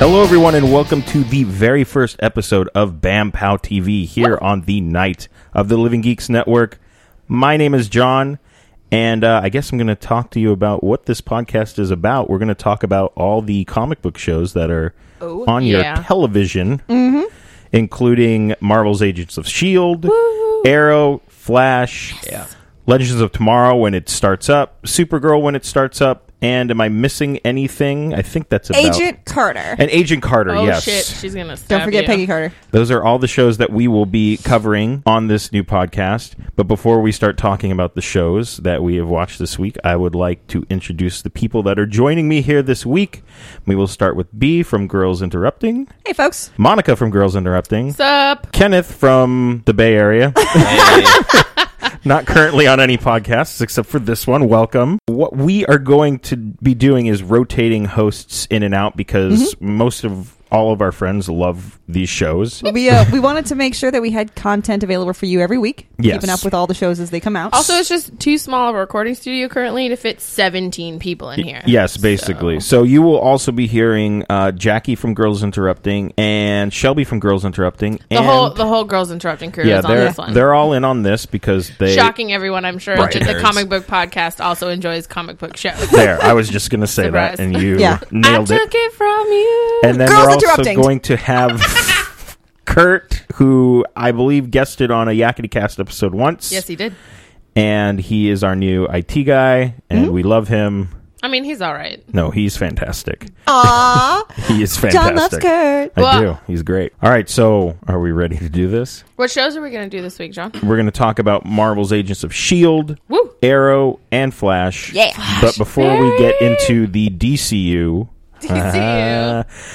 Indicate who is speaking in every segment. Speaker 1: Hello, everyone, and welcome to the very first episode of Bam Pow TV here on the night of the Living Geeks Network. My name is John, and uh, I guess I'm going to talk to you about what this podcast is about. We're going to talk about all the comic book shows that are
Speaker 2: Oh,
Speaker 1: on
Speaker 2: yeah. Mm-hmm.
Speaker 1: your television, including Marvel's Agents of S.H.I.E.L.D., E Arrow, Flash, Legends of Tomorrow when it starts up, Supergirl when it starts up. And am I missing anything? I think that's about
Speaker 3: Agent Carter.
Speaker 1: and Agent Carter,
Speaker 2: Oh
Speaker 1: yes.
Speaker 2: shit, she's gonna stab
Speaker 3: Don't forget
Speaker 2: you.
Speaker 3: Peggy Carter.
Speaker 1: Those are all the shows that we will be covering on this new podcast. But before we start talking about the shows that we have watched this week, I would like to introduce the people that are joining me here this week. We will start with B from Girls Interrupting,
Speaker 3: Hey, folks.
Speaker 1: Monica from Girls Interrupting,
Speaker 2: What's up?
Speaker 1: Kenneth from the Bay Area. Not currently on any podcasts except for this one. Welcome. What we are going to be doing is rotating hosts in and out because
Speaker 2: Mm-hmm.
Speaker 1: most of all of our friends love these shows.
Speaker 3: We uh, we wanted to make sure that we had content available for you every week.
Speaker 1: Yes.
Speaker 3: Keeping up with all the shows as they come out.
Speaker 2: Also, it's just too small of a recording studio currently to fit 17 people in here.
Speaker 1: Yes, basically. So. you will also be hearing uh, Jackie from Girls Interrupting and Shelby from Girls Interrupting.
Speaker 2: The
Speaker 1: and
Speaker 2: whole the whole girls interrupting crew
Speaker 1: yeah,
Speaker 2: is on
Speaker 1: they're
Speaker 2: this one.
Speaker 1: they're all in on this because they
Speaker 2: Shocking everyone, I'm sure.
Speaker 1: Right.
Speaker 2: that The
Speaker 1: Nerds.
Speaker 2: comic book podcast also enjoys comic book shows.
Speaker 1: There, I was just gonna say that,
Speaker 2: Surprise.
Speaker 1: and you
Speaker 3: Yeah.
Speaker 2: I
Speaker 1: nailed it.
Speaker 2: took it from you.
Speaker 1: And then
Speaker 3: Girls
Speaker 1: we're also
Speaker 3: interrupting.
Speaker 1: going to have Kurt, who I believe guested on a Yakety Cast episode once.
Speaker 2: yes, he did.
Speaker 1: And he is our new IT guy, and
Speaker 3: Mm-hmm.
Speaker 1: we love him.
Speaker 2: I mean, he's all right.
Speaker 1: No, he's fantastic.
Speaker 3: Aww.
Speaker 1: He is fantastic.
Speaker 3: John loves Kurt.
Speaker 1: I
Speaker 2: Well-
Speaker 1: do. He's great. All right, so are we ready to do this?
Speaker 2: What shows are we going to do this week, John?
Speaker 1: We're going to talk about Marvel's Agents of S.H.I.E.L.D.,
Speaker 2: Woo!
Speaker 1: E Arrow, and Flash.
Speaker 3: Yeah.
Speaker 1: But before we get into the DCU, Uh,
Speaker 2: DCU.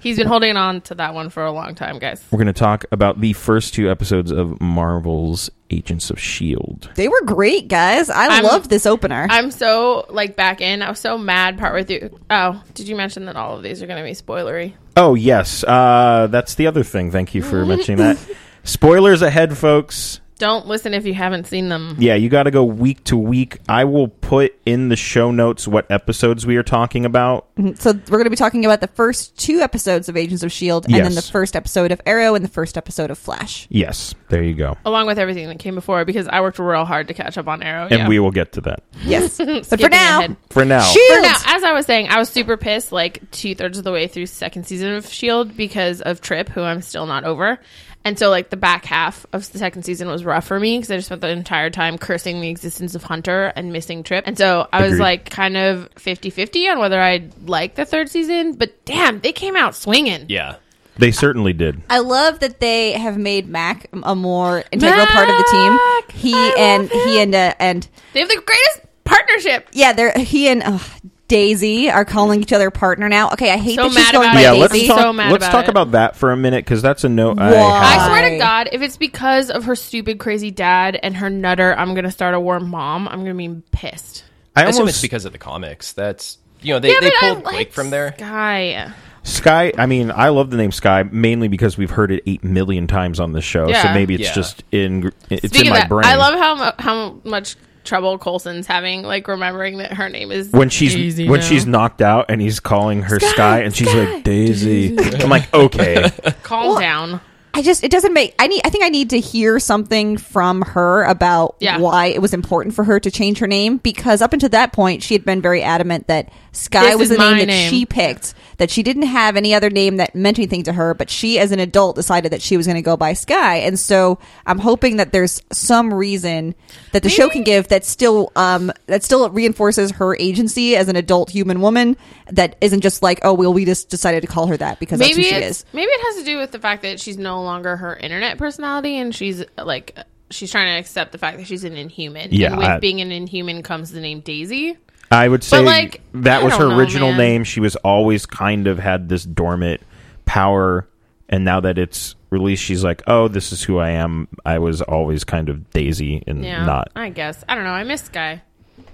Speaker 2: He's been holding on to that one for a long time, guys.
Speaker 1: we're going to talk about the first two episodes of Marvel's Agents of S.H.I.E.L.D.
Speaker 3: They were great, guys. I
Speaker 2: I'm-
Speaker 3: loved this opener.
Speaker 2: I'm so like back in. I was so mad part with you. Oh, did you mention that all of these are going to be spoilery?
Speaker 1: Oh yes, uh, that's the other thing. Thank you for mentioning that. Spoilers ahead, folks.
Speaker 2: Don't listen if you haven't seen them.
Speaker 1: Yeah, you got to go week to week. I will put in the show notes what episodes we are talking about.
Speaker 3: Mm-hmm. so we're going to be talking about the first two episodes of Agents of S.H.I.E.L.D. E and then the
Speaker 1: Yes.
Speaker 3: first episode of Arrow and the first episode of Flash.
Speaker 1: Yes, there you go.
Speaker 2: Along with everything that came before, because I worked real hard to catch up on Arrow.
Speaker 1: And
Speaker 2: yeah.
Speaker 1: we will get to that.
Speaker 3: Yes. but for
Speaker 2: Skipping
Speaker 3: now,
Speaker 2: ahead.
Speaker 1: For now,
Speaker 2: For
Speaker 3: S.H.I.E.L.D.
Speaker 2: now, as I was saying, I was super pissed like two thirds of the way through second season of Shield E because of Trip, who I'm still not over. And so, like the back half of the second season was rough for me because I just spent the entire time cursing the existence of Hunter and missing Trip. And so I was
Speaker 1: Agreed.
Speaker 2: like kind of 50-50 on whether I like the third season. But damn, they came out swinging.
Speaker 4: Yeah.
Speaker 1: they certainly did.
Speaker 3: I love that they have made Mac a more integral part of the
Speaker 2: Mac!
Speaker 3: team. He
Speaker 2: I
Speaker 3: and
Speaker 2: love him.
Speaker 3: he and uh, and
Speaker 2: They have the greatest partnership.
Speaker 3: Yeah, they're he and ugh, Daisy are calling each other partner now. Okay, I hate
Speaker 2: So
Speaker 3: that she's
Speaker 2: mad
Speaker 3: going
Speaker 2: about
Speaker 3: by
Speaker 2: it.
Speaker 1: Yeah,
Speaker 2: Daisy.
Speaker 1: let's
Speaker 3: Daisy.
Speaker 1: talk.
Speaker 2: So mad
Speaker 1: let's
Speaker 2: about
Speaker 1: talk
Speaker 2: it.
Speaker 1: about that for a minute because that's a note. I
Speaker 3: Why?
Speaker 1: have.
Speaker 2: I swear
Speaker 3: Why?
Speaker 2: to God, if it's because of her stupid, crazy dad and her nutter, I'm gonna start a war mom. I'm gonna be pissed.
Speaker 1: I
Speaker 4: I assume
Speaker 1: almost
Speaker 4: it's because of the comics. That's you know, they, they
Speaker 2: but I
Speaker 4: pulled
Speaker 2: like
Speaker 4: Blake from there.
Speaker 2: Sky.
Speaker 1: Sky. I mean, I love the name Sky mainly because we've heard it eight million times on this show. So
Speaker 2: Yeah.
Speaker 1: maybe it's
Speaker 4: Yeah.
Speaker 1: just in. It's
Speaker 2: Speaking
Speaker 1: in
Speaker 2: of
Speaker 1: my
Speaker 2: that,
Speaker 1: brain.
Speaker 2: I love how mu- how much trouble Colson's having, like remembering that her name is
Speaker 1: when she's
Speaker 2: Daisy
Speaker 1: when
Speaker 2: now.
Speaker 1: she's knocked out and he's calling her Sky, and she's like Daisy. I'm like, okay,
Speaker 2: calm down.
Speaker 3: I just it doesn't make I need I think I need to hear something from her about
Speaker 2: Yeah.
Speaker 3: why it was important for her to change her name because up until that point she had been very adamant that Sky
Speaker 2: This
Speaker 3: was the
Speaker 2: is
Speaker 3: name
Speaker 2: my
Speaker 3: that
Speaker 2: name.
Speaker 3: she picked that she didn't have any other name that meant anything to her but she as an adult decided that she was going to go by Sky and so I'm hoping that there's some reason that the show can give that still um that still reinforces her agency as an adult human woman that isn't just like oh well we just decided to call her that because
Speaker 2: Maybe
Speaker 3: that's who she
Speaker 2: it's-
Speaker 3: is
Speaker 2: maybe it has to do with the fact that she's no longer her internet personality, and she's like she's trying to accept the fact that she's an inhuman.
Speaker 1: Yeah,
Speaker 2: and with
Speaker 1: I-
Speaker 2: being an inhuman comes the name Daisy.
Speaker 1: I would say
Speaker 2: like,
Speaker 1: that
Speaker 2: I
Speaker 1: was her
Speaker 2: don't know,
Speaker 1: original
Speaker 2: man.
Speaker 1: name. She was always kind of had this dormant power, and now that it's released, she's like, oh, this is who I am. I was always kind of Daisy and
Speaker 2: Yeah,
Speaker 1: not.
Speaker 2: I guess I don't know. I miss Sky.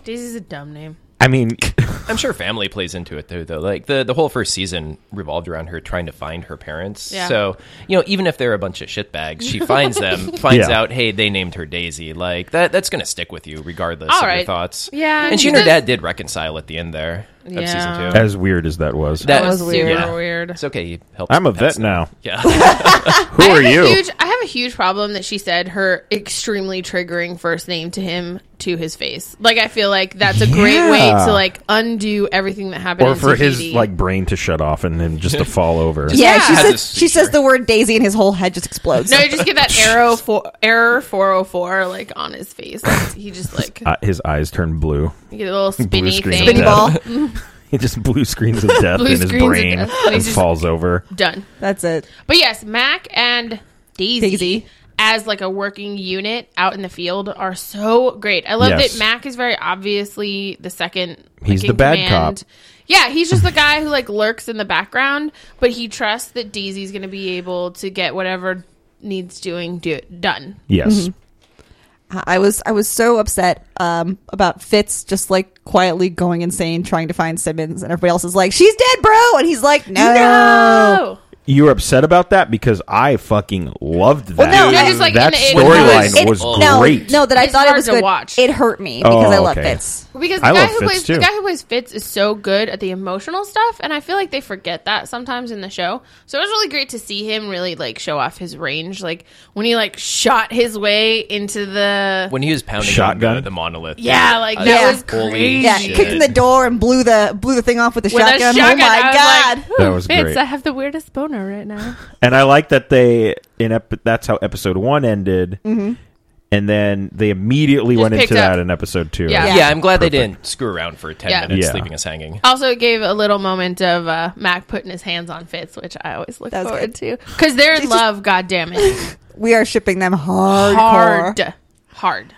Speaker 2: Daisy's a dumb name.
Speaker 1: I mean,
Speaker 4: I'm sure family plays into it too, though. Like the the whole first season revolved around her trying to find her parents.
Speaker 2: Yeah.
Speaker 4: So you know, even if they're a bunch of shitbags, she finds them, finds
Speaker 1: Yeah.
Speaker 4: out, hey, they named her Daisy. Like that that's gonna stick with you regardless
Speaker 2: All
Speaker 4: of your
Speaker 2: right.
Speaker 4: thoughts.
Speaker 2: Yeah,
Speaker 4: and she and her
Speaker 2: because-
Speaker 4: dad did reconcile at the end there of
Speaker 2: Yeah.
Speaker 4: season two.
Speaker 1: As weird as that was.
Speaker 4: That
Speaker 2: That was
Speaker 4: is-
Speaker 2: super
Speaker 4: yeah.
Speaker 2: weird.
Speaker 4: It's okay. You helped
Speaker 1: I'm a
Speaker 4: pets
Speaker 1: vet now.
Speaker 4: Yeah.
Speaker 1: Who
Speaker 2: I
Speaker 1: are
Speaker 2: have a
Speaker 1: you?
Speaker 2: Huge, I have a huge problem that she said her extremely triggering first name to him to his face. Like I feel like that's a great way
Speaker 1: Yeah.
Speaker 2: to like undo everything that happened.
Speaker 1: or
Speaker 2: in
Speaker 1: for his
Speaker 2: Tahiti.
Speaker 1: like brain to shut off and then just to fall over.
Speaker 3: Yeah,
Speaker 2: Yeah.
Speaker 3: she
Speaker 2: Has
Speaker 3: says
Speaker 4: this
Speaker 3: she says
Speaker 4: feature.
Speaker 3: the word Daisy and his whole head just explodes.
Speaker 2: no, you just get that arrow for error four hundred four like on his face. Like, he just like
Speaker 1: Uh, his eyes turn blue.
Speaker 2: you get a little
Speaker 1: Blue
Speaker 2: spinny
Speaker 1: screen
Speaker 2: thing.
Speaker 1: of
Speaker 3: Spinny
Speaker 1: death.
Speaker 3: ball.
Speaker 1: He just blue screens of death
Speaker 2: Blue
Speaker 1: in his
Speaker 2: screens of
Speaker 1: brain
Speaker 2: death.
Speaker 1: and
Speaker 2: He's just-
Speaker 1: falls over.
Speaker 2: Done.
Speaker 3: That's it.
Speaker 2: But yes, Mac and Daisy,
Speaker 3: Daisy.
Speaker 2: as like a working unit out in the field are so great. I love
Speaker 1: Yes.
Speaker 2: that Mac is very obviously the second. like,
Speaker 1: He's
Speaker 2: in
Speaker 1: the bad cop.
Speaker 2: Yeah, he's just the guy who like lurks in the background, but he trusts that Daisy's going to be able to get whatever needs doing do- done.
Speaker 1: Yes.
Speaker 2: Mm-hmm.
Speaker 3: I was I was so upset um, about Fitz just like quietly going insane trying to find Simmons and everybody else is like she's dead bro and he's like no,
Speaker 2: No,
Speaker 1: You were upset about that because I fucking loved that.
Speaker 3: Well, no, No,
Speaker 2: just, like,
Speaker 1: that
Speaker 2: in the-
Speaker 1: storyline
Speaker 3: It-
Speaker 1: was
Speaker 3: no,
Speaker 1: great.
Speaker 3: No, that I
Speaker 2: It's
Speaker 3: thought it
Speaker 2: hard
Speaker 3: was
Speaker 2: to
Speaker 3: good.
Speaker 2: watch.
Speaker 3: It hurt me
Speaker 1: Oh,
Speaker 3: because I love
Speaker 1: okay.
Speaker 3: Fitz.
Speaker 2: because the
Speaker 1: I
Speaker 2: guy
Speaker 1: love
Speaker 2: who
Speaker 1: Fitz,
Speaker 2: plays
Speaker 1: too.
Speaker 2: the guy who plays Fitz is so good at the emotional stuff, and I feel like they forget that sometimes in the show. So it was really great to see him really like show off his range, like when he like shot his way into the
Speaker 4: when he was pounding on
Speaker 1: Shotgun?
Speaker 4: the, the monolith.
Speaker 2: yeah, like
Speaker 4: I-
Speaker 2: that
Speaker 3: Yeah.
Speaker 2: was
Speaker 4: Holy
Speaker 2: crazy.
Speaker 3: Yeah,
Speaker 4: Shit.
Speaker 3: kicked in the door and blew the blew the thing off with a
Speaker 2: With a
Speaker 3: shotgun.
Speaker 2: shotgun,
Speaker 3: Oh my
Speaker 2: I
Speaker 3: god!
Speaker 2: was like,
Speaker 1: That
Speaker 2: "Ooh,
Speaker 1: was
Speaker 2: Fitz,
Speaker 1: great.
Speaker 2: I have the weirdest boner right now.
Speaker 1: And I like that they in ep- that's how episode one ended, and then they immediately
Speaker 2: Mm-hmm. Just
Speaker 1: went into
Speaker 2: picked up.
Speaker 1: that in episode two.
Speaker 2: Yeah.
Speaker 4: Yeah,
Speaker 3: Yeah.
Speaker 4: I'm glad they didn't screw around for 10
Speaker 2: Yeah.
Speaker 4: minutes
Speaker 1: Yeah.
Speaker 4: leaving us hanging.
Speaker 2: Also, it gave a little moment of uh, Mac putting his hands on Fitz, which I always look
Speaker 3: That was
Speaker 2: forward to because they're in
Speaker 3: She's just-
Speaker 2: love. God damn it,
Speaker 3: We are shipping them hardcore.
Speaker 2: hard, hard.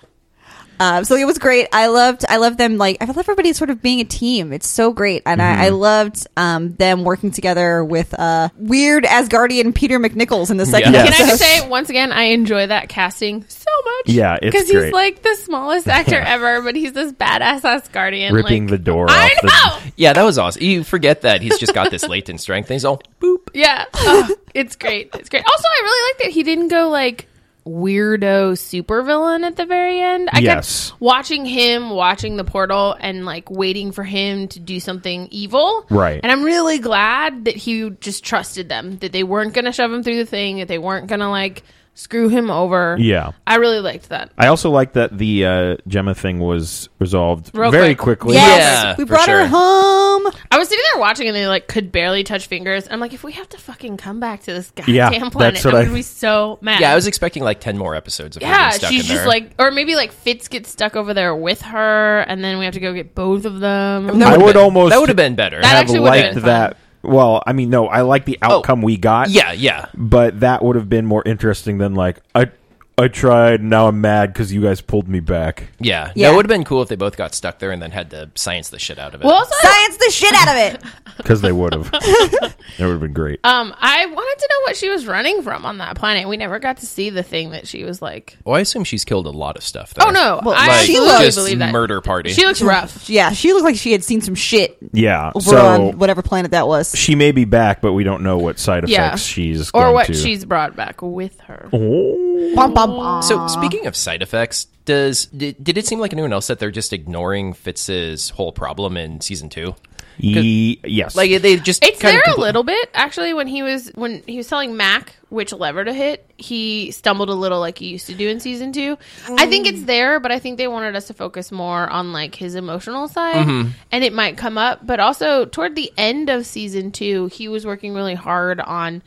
Speaker 3: Um, so it was great. I loved. I loved them. Like I love everybody sort of being a team. It's so great, and I, I
Speaker 4: Mm-hmm.
Speaker 3: loved um, them working together with uh, weird Asgardian Peter McNichols in the second.
Speaker 1: Yes.
Speaker 2: Can I
Speaker 3: episode.
Speaker 2: just say once again, I enjoy that casting so much.
Speaker 1: Yeah, it's
Speaker 2: because
Speaker 1: great.
Speaker 2: he's like the smallest actor ever, but he's this badass ass guardian,
Speaker 1: ripping
Speaker 2: like,
Speaker 1: the door.
Speaker 2: I
Speaker 1: off the-
Speaker 2: know.
Speaker 4: Yeah, that was awesome. You forget that he's just got this latent strength and he's all boop.
Speaker 2: Yeah, Ugh, it's great. It's great. Also, I really like that he didn't go like weirdo supervillain at the very end. I
Speaker 1: Yes.
Speaker 2: kept watching him watching the portal and like waiting for him to do something evil.
Speaker 1: Right.
Speaker 2: And I'm really glad that he just trusted them that they weren't going to shove him through the thing, that they weren't going to like screw him over.
Speaker 1: Yeah.
Speaker 2: I really liked that.
Speaker 1: I also like that the uh, Gemma thing was resolved
Speaker 2: Real
Speaker 1: very
Speaker 2: quick.
Speaker 1: quickly.
Speaker 3: Yes,
Speaker 4: Yeah,
Speaker 3: we
Speaker 4: for
Speaker 3: brought her
Speaker 4: sure.
Speaker 3: home.
Speaker 2: I was sitting there watching, and they like could barely touch fingers. I'm like, if we have to fucking come back to this goddamn
Speaker 1: Yeah,
Speaker 2: planet,
Speaker 1: that's
Speaker 2: I'm
Speaker 1: what I-
Speaker 2: gonna be so mad.
Speaker 4: Yeah, I was expecting like 10 more episodes of her
Speaker 2: Yeah,
Speaker 4: being stuck
Speaker 2: she's
Speaker 4: in
Speaker 2: just
Speaker 4: there.
Speaker 2: like, or maybe like Fitz gets stuck over there with her, and then we have to go get both of them.
Speaker 4: That
Speaker 1: I
Speaker 4: would've
Speaker 1: would
Speaker 4: been-
Speaker 1: almost-
Speaker 4: That would have been better.
Speaker 2: That
Speaker 1: I
Speaker 2: actually would've
Speaker 1: liked
Speaker 2: been fun.
Speaker 1: that. Well, I mean, no, I like the
Speaker 3: Oh,
Speaker 1: outcome we got.
Speaker 4: yeah, yeah.
Speaker 1: but that would have been more interesting than like I I tried. Now I'm mad because you guys pulled me back.
Speaker 4: Yeah.
Speaker 3: Yeah.
Speaker 4: No, it would have been cool if they both got stuck there and then had to science the shit out of it.
Speaker 2: well, also,
Speaker 3: Science the shit out of it.
Speaker 1: Because they would have. that would have been great.
Speaker 2: um, I wanted to know what she was running from on that planet. We never got to see the thing that she was like.
Speaker 4: Well, I assume she's killed a lot of stuff. Though.
Speaker 2: Oh no, I
Speaker 4: like,
Speaker 3: she
Speaker 2: absolutely
Speaker 4: just
Speaker 2: believe that
Speaker 4: murder party.
Speaker 2: She looks rough.
Speaker 3: Yeah, she looked like she had seen some shit
Speaker 1: yeah.
Speaker 3: over
Speaker 1: So
Speaker 3: on whatever planet that was.
Speaker 1: she may be back, but we don't know what side effects
Speaker 2: Yeah.
Speaker 1: she's
Speaker 2: Or
Speaker 1: going
Speaker 2: what
Speaker 1: to.
Speaker 2: she's brought back with her.
Speaker 1: Oh.
Speaker 3: Bum, bum, bum.
Speaker 4: so speaking of side effects, does did, did it seem like anyone else that they're just ignoring Fitz's whole problem in season two?
Speaker 1: Ye- yes.
Speaker 4: Like they just
Speaker 2: It's
Speaker 4: kind
Speaker 2: there
Speaker 4: of
Speaker 2: a
Speaker 4: compl-
Speaker 2: little bit actually. When he was when he was telling Mac which lever to hit, he stumbled a little like he used to do in season two. I think it's there, but I think they wanted us to focus more on like his emotional side, and it might come up. But also toward the end of season two, he was working really hard on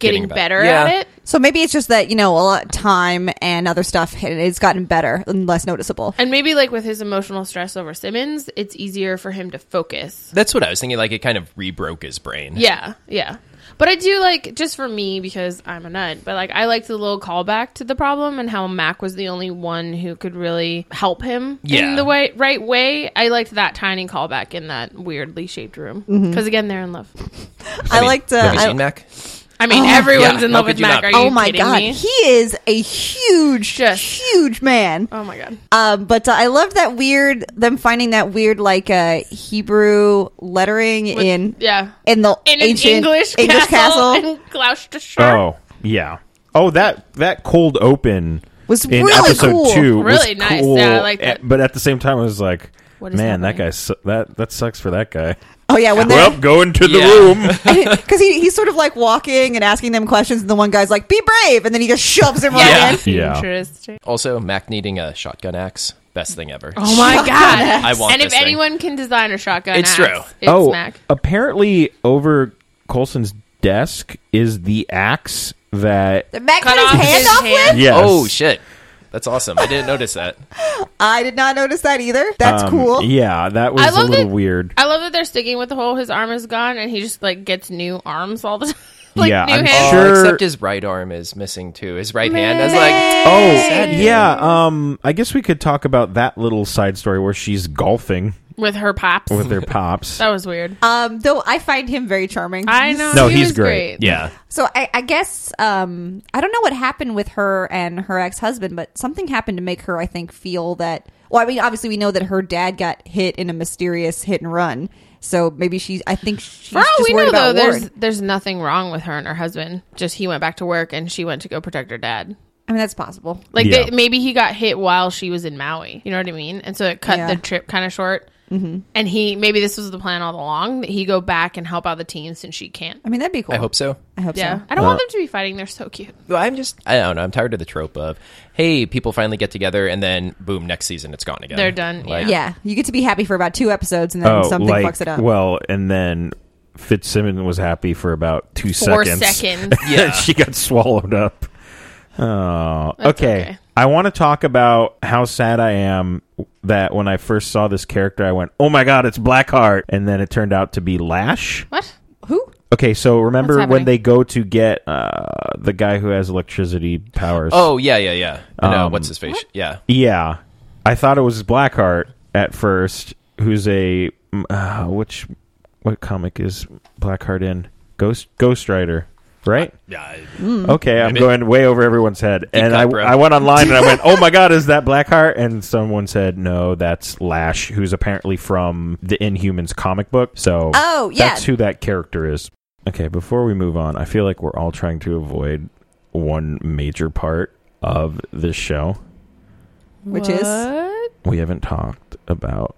Speaker 2: getting,
Speaker 4: Getting better.
Speaker 2: better
Speaker 4: Yeah.
Speaker 2: at it.
Speaker 3: So maybe it's just that you know a lot time and other stuff. and It's gotten better and less noticeable.
Speaker 2: And maybe like with his emotional stress over Simmons, it's easier for him to focus.
Speaker 4: That's what I was thinking. Like it kind of rebroke his brain.
Speaker 2: Yeah, yeah. But I do like just for me because I'm a nut. But like I liked the little callback to the problem and how Mac was the only one who could really help him
Speaker 4: Yeah.
Speaker 2: in the way, right way. I liked that tiny
Speaker 3: Mm-hmm.
Speaker 2: callback in that weirdly shaped room because again they're in love.
Speaker 3: I, liked. Uh,
Speaker 4: Have you
Speaker 3: I-
Speaker 4: seen Mac?
Speaker 2: I mean, everyone's
Speaker 4: Yeah,
Speaker 2: in
Speaker 4: how
Speaker 2: love
Speaker 4: could
Speaker 2: with
Speaker 4: you
Speaker 2: Mac.
Speaker 4: not
Speaker 2: Are
Speaker 4: be?
Speaker 2: you
Speaker 3: oh my
Speaker 2: kidding
Speaker 3: god,
Speaker 2: me?
Speaker 3: he is a huge,
Speaker 2: Just-
Speaker 3: huge man.
Speaker 2: oh my god.
Speaker 3: Um, but uh, I love that weird them finding that weird like uh, Hebrew lettering
Speaker 2: With-
Speaker 3: in
Speaker 2: yeah.
Speaker 3: in the
Speaker 2: In an
Speaker 3: ancient
Speaker 2: English,
Speaker 3: English
Speaker 2: castle,
Speaker 3: castle.
Speaker 2: in Gloucestershire.
Speaker 1: Oh yeah. Oh that that cold open
Speaker 3: Was
Speaker 1: in
Speaker 3: really
Speaker 1: episode
Speaker 3: cool.
Speaker 1: two was
Speaker 2: Really nice.
Speaker 1: cool,
Speaker 2: Yeah, I like
Speaker 1: eh,
Speaker 2: that.
Speaker 1: But at the same time, I was like,
Speaker 2: What is
Speaker 1: man, that,
Speaker 2: happening?
Speaker 1: guy su- that that sucks for that guy.
Speaker 3: Oh yeah, when
Speaker 1: Well,
Speaker 3: they
Speaker 1: go into the
Speaker 4: Yeah.
Speaker 1: room.
Speaker 3: because he, he's sort of like walking and asking them questions, and the one guy's like, "Be brave," and then he just shoves him right
Speaker 4: Yeah.
Speaker 3: in.
Speaker 1: Yeah.
Speaker 2: Interesting.
Speaker 4: Also, Mac needing a shotgun axe, best thing ever.
Speaker 2: Oh my god.
Speaker 4: I want
Speaker 2: and if
Speaker 4: this thing.
Speaker 2: anyone can design a shotgun,
Speaker 4: It's
Speaker 2: axe,
Speaker 4: true.
Speaker 2: It's
Speaker 1: oh,
Speaker 2: Mac.
Speaker 1: apparently over Colson's desk is the axe that.
Speaker 3: The Mac
Speaker 2: Cut
Speaker 3: cut his
Speaker 2: off
Speaker 3: hand
Speaker 2: his
Speaker 3: off
Speaker 2: hand.
Speaker 3: with.
Speaker 1: Yes.
Speaker 4: Oh shit, that's awesome. I didn't notice that.
Speaker 3: I did not notice that either. That's
Speaker 1: Um,
Speaker 3: cool.
Speaker 1: Yeah, that was
Speaker 2: I
Speaker 1: a
Speaker 2: love
Speaker 1: little
Speaker 2: that-
Speaker 1: weird.
Speaker 2: I love that they're sticking with the whole his arm is gone and he just like gets new arms all the time. like
Speaker 1: Yeah,
Speaker 2: new
Speaker 1: I'm
Speaker 2: hands.
Speaker 1: sure-
Speaker 4: Oh, except his right arm is missing too. His right hand. I was
Speaker 3: Man.
Speaker 4: like,
Speaker 1: Oh
Speaker 4: Sad
Speaker 2: Mm.
Speaker 1: yeah, um, I guess we could talk about that little side story where she's golfing
Speaker 2: with her pops.
Speaker 1: with their pops.
Speaker 2: that was weird.
Speaker 3: Um, though I find him very charming.
Speaker 2: I
Speaker 3: He's-
Speaker 2: know.
Speaker 1: No,
Speaker 2: he
Speaker 1: he's
Speaker 2: was
Speaker 1: great.
Speaker 4: yeah.
Speaker 3: So I, I guess um, I don't know what happened with her and her ex husband, but something happened to make her, I think, feel that. Well, I mean, obviously we know that her dad got hit in a mysterious hit and run, so maybe she. I think she's
Speaker 2: For all
Speaker 3: just
Speaker 2: we know,
Speaker 3: worried
Speaker 2: though,
Speaker 3: about
Speaker 2: there's
Speaker 3: Ward.
Speaker 2: there's nothing wrong with her and her husband. Just he went back to work and she went to go protect her dad.
Speaker 3: I mean, that's possible.
Speaker 2: Like
Speaker 1: Yeah.
Speaker 2: they, maybe he got hit while she was in Maui. You know what I mean? And so it cut
Speaker 3: Yeah.
Speaker 2: the trip kind of short. Mm-hmm. And he maybe this was the plan all along that he go back and help out the team since she can't.
Speaker 3: I mean, that'd be cool.
Speaker 4: I hope so.
Speaker 3: I hope
Speaker 2: Yeah,
Speaker 3: so.
Speaker 2: I don't want them to be fighting. They're so cute.
Speaker 4: Well, I'm just, I don't know. I'm tired of the trope of, hey, people finally get together and then boom, next season it's gone again.
Speaker 2: They're done,
Speaker 4: Like,
Speaker 3: Yeah, you get to be happy for about two episodes, and then
Speaker 1: oh,
Speaker 3: something
Speaker 1: like
Speaker 3: fucks it up.
Speaker 1: well, and then Fitzsimmons was happy for about two
Speaker 2: Four
Speaker 1: seconds.
Speaker 2: seconds.
Speaker 4: Yeah.
Speaker 1: she got swallowed up. Oh,
Speaker 2: That's
Speaker 1: okay.
Speaker 2: okay.
Speaker 1: I want to talk about how sad I am that when I first saw this character, I went, "Oh my god, it's Blackheart," and then it turned out to be Lash.
Speaker 2: what?
Speaker 3: Who?
Speaker 1: Okay, so remember
Speaker 2: What's
Speaker 1: when
Speaker 2: happening?
Speaker 1: they go to get uh, the guy who has electricity powers?
Speaker 4: Oh, yeah, yeah, yeah. I know.
Speaker 1: Um,
Speaker 4: What's his face? Yeah.
Speaker 1: yeah. I thought it was Blackheart at first, who's a mm, uh, which what comic is Blackheart in? Ghost Ghost Rider, right?
Speaker 4: Yeah.
Speaker 2: Mm-hmm.
Speaker 1: Okay, I'm
Speaker 4: Maybe.
Speaker 1: going way over everyone's head. and
Speaker 4: cut,
Speaker 1: I,
Speaker 4: bro.
Speaker 1: I went online and I went, oh my God, is that Blackheart? And someone said, no, that's Lash, who's apparently from the Inhumans comic book. So
Speaker 3: Oh, yeah.
Speaker 1: that's who that character is. Okay, before we move on, I feel like we're all trying to avoid one major part of this show.
Speaker 3: Which is-
Speaker 2: What?
Speaker 1: We haven't talked about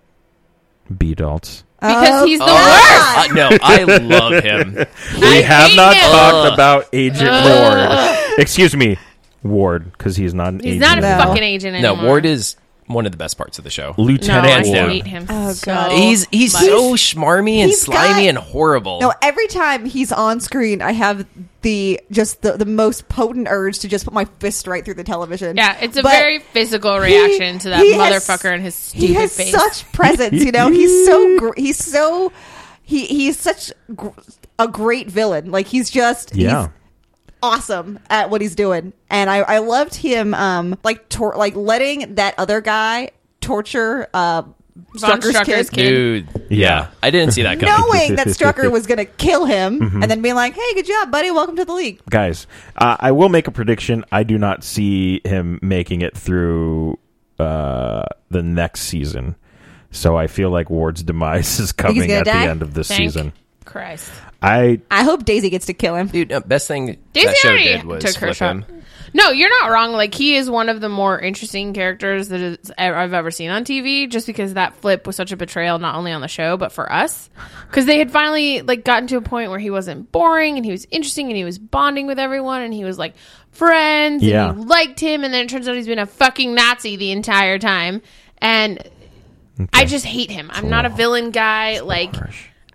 Speaker 1: B Daltz.
Speaker 2: Because he's the
Speaker 4: Oh,
Speaker 2: worst.
Speaker 4: I, no, I love him.
Speaker 1: We
Speaker 2: I
Speaker 1: have
Speaker 2: hate
Speaker 1: not
Speaker 2: him.
Speaker 1: talked about Agent Ward. Excuse me, Ward, because he's not an agent.
Speaker 2: He's not a
Speaker 3: No.
Speaker 2: fucking agent
Speaker 4: No,
Speaker 2: anymore.
Speaker 4: Ward is one of the best parts of the show.
Speaker 2: No, I
Speaker 1: Lieutenant Ward.
Speaker 2: hate him.
Speaker 3: Oh,
Speaker 2: so
Speaker 3: God.
Speaker 4: He's he's
Speaker 2: much.
Speaker 4: so schmarmy and
Speaker 3: he's
Speaker 4: slimy
Speaker 3: got-
Speaker 4: and horrible.
Speaker 3: No, every time he's on screen, I have the just the, the most potent urge to just put my fist right through the television.
Speaker 2: Yeah, it's a
Speaker 3: But
Speaker 2: very physical
Speaker 3: he-
Speaker 2: reaction to that
Speaker 3: he has-
Speaker 2: motherfucker and his stupid
Speaker 3: He has
Speaker 2: face.
Speaker 3: such presence, you know. He's so gr- he's so he he's such gr- a great villain. Like he's just
Speaker 1: Yeah.
Speaker 3: he's awesome at what he's doing, and I I loved him um like tor- like letting that other guy torture uh
Speaker 2: Von
Speaker 3: Strucker's
Speaker 2: Strucker's
Speaker 3: kid.
Speaker 2: kid.
Speaker 4: Dude.
Speaker 1: Yeah.
Speaker 4: I didn't see that coming.
Speaker 3: Knowing that Strucker was going to kill him,
Speaker 4: Mm-hmm.
Speaker 3: and then being like, "Hey, good job, buddy. Welcome to the league."
Speaker 1: guys uh, i will make a prediction i do not see him making it through uh, the next season so i feel like ward's demise is coming
Speaker 3: gonna
Speaker 1: at
Speaker 3: die?
Speaker 1: the end of this
Speaker 2: Thank
Speaker 1: season
Speaker 2: Christ.
Speaker 1: i
Speaker 3: I hope Daisy gets to kill him.
Speaker 4: Dude, no, best thing
Speaker 2: Daisy
Speaker 4: that show
Speaker 2: already
Speaker 4: did was
Speaker 2: took her
Speaker 4: flip
Speaker 2: shot.
Speaker 4: him.
Speaker 2: No, you're not wrong. Like he is one of the more interesting characters that is, e, I've ever seen on TV, just because that flip was such a betrayal, not only on the show but for us, because they had finally like gotten to a point where he wasn't boring and he was interesting and he was bonding with everyone and he was like friends
Speaker 1: Yeah.
Speaker 2: and you liked him, and then it turns out he's been a fucking Nazi the entire time, and I just hate him. I'm not a villain guy. Like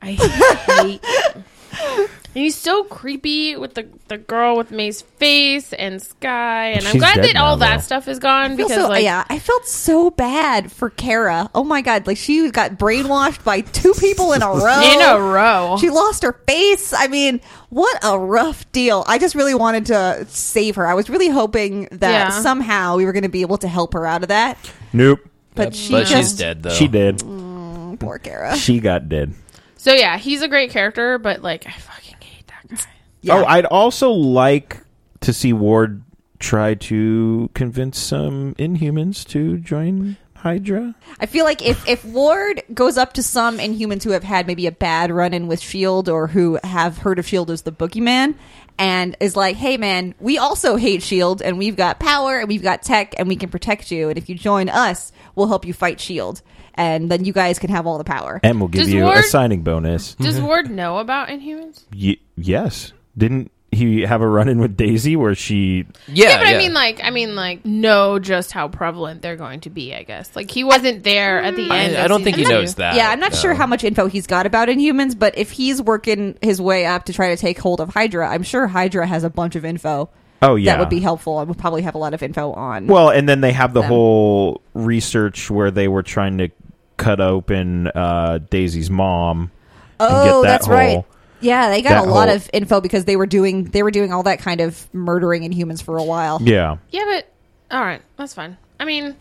Speaker 2: I hate. And he's so creepy with the, the girl with May's face and Sky, and I'm
Speaker 1: She's
Speaker 2: glad
Speaker 1: dead
Speaker 2: that all
Speaker 1: now,
Speaker 2: that
Speaker 1: though.
Speaker 2: stuff is gone
Speaker 3: feel
Speaker 2: because
Speaker 3: so-
Speaker 2: like
Speaker 3: yeah, I felt so bad for Kara. Oh my god, like she got brainwashed by two people in a row.
Speaker 2: in a row.
Speaker 3: She lost her face. I mean, what a rough deal. I just really wanted to save her. I was really hoping that
Speaker 2: Yeah.
Speaker 3: somehow we were going to be able to help her out of that.
Speaker 1: nope
Speaker 3: But she
Speaker 4: But she's
Speaker 3: just
Speaker 4: dead though.
Speaker 1: she did
Speaker 3: Mm. poor Kara.
Speaker 1: she got dead
Speaker 2: so yeah, he's a great character, but like I fucking hate that guy.
Speaker 3: Yeah.
Speaker 1: Oh, I'd also like to see Ward try to convince some Inhumans to join Hydra.
Speaker 3: I feel like if, if Ward goes up to some Inhumans who have had maybe a bad run in with S.H.I.E.L.D. E or who have heard of S.H.I.E.L.D. E as the boogeyman and is like, hey, man, we also hate S.H.I.E.L.D. E and we've got power and we've got tech and we can protect you. And if you join us, we'll help you fight S.H.I.E.L.D. E And then you guys can have all the power.
Speaker 1: And we'll give
Speaker 2: Does
Speaker 1: you a
Speaker 2: Ward-
Speaker 1: signing bonus.
Speaker 2: Does
Speaker 4: Mm-hmm.
Speaker 2: Ward know about Inhumans?
Speaker 1: Y- yes. Didn't he have a run in with Daisy where she.
Speaker 4: Yeah,
Speaker 2: Yeah, but I mean, like, I mean, like, know just how prevalent they're going to be. I guess, like, he wasn't there at the end.
Speaker 4: I,
Speaker 2: of
Speaker 4: don't think he
Speaker 2: season
Speaker 4: knows
Speaker 2: two.
Speaker 4: that.
Speaker 3: yeah, I'm not
Speaker 4: no.
Speaker 3: sure how much info he's got about Inhumans, but if he's working his way up to try to take hold of Hydra, I'm sure Hydra has a bunch of info
Speaker 1: Oh, yeah.
Speaker 3: that would be helpful and would probably have a lot of info on.
Speaker 1: Well, and then they have the
Speaker 3: Them.
Speaker 1: whole research where they were trying to cut open uh, Daisy's mom. and get
Speaker 3: Oh,
Speaker 1: that
Speaker 3: that's
Speaker 1: whole-
Speaker 3: right. Yeah, they got
Speaker 1: that
Speaker 3: a lot
Speaker 1: whole-
Speaker 3: of info because they were doing they were doing all that kind of murdering in humans for a while.
Speaker 1: Yeah.
Speaker 2: Yeah, but all right, that's fine. I mean,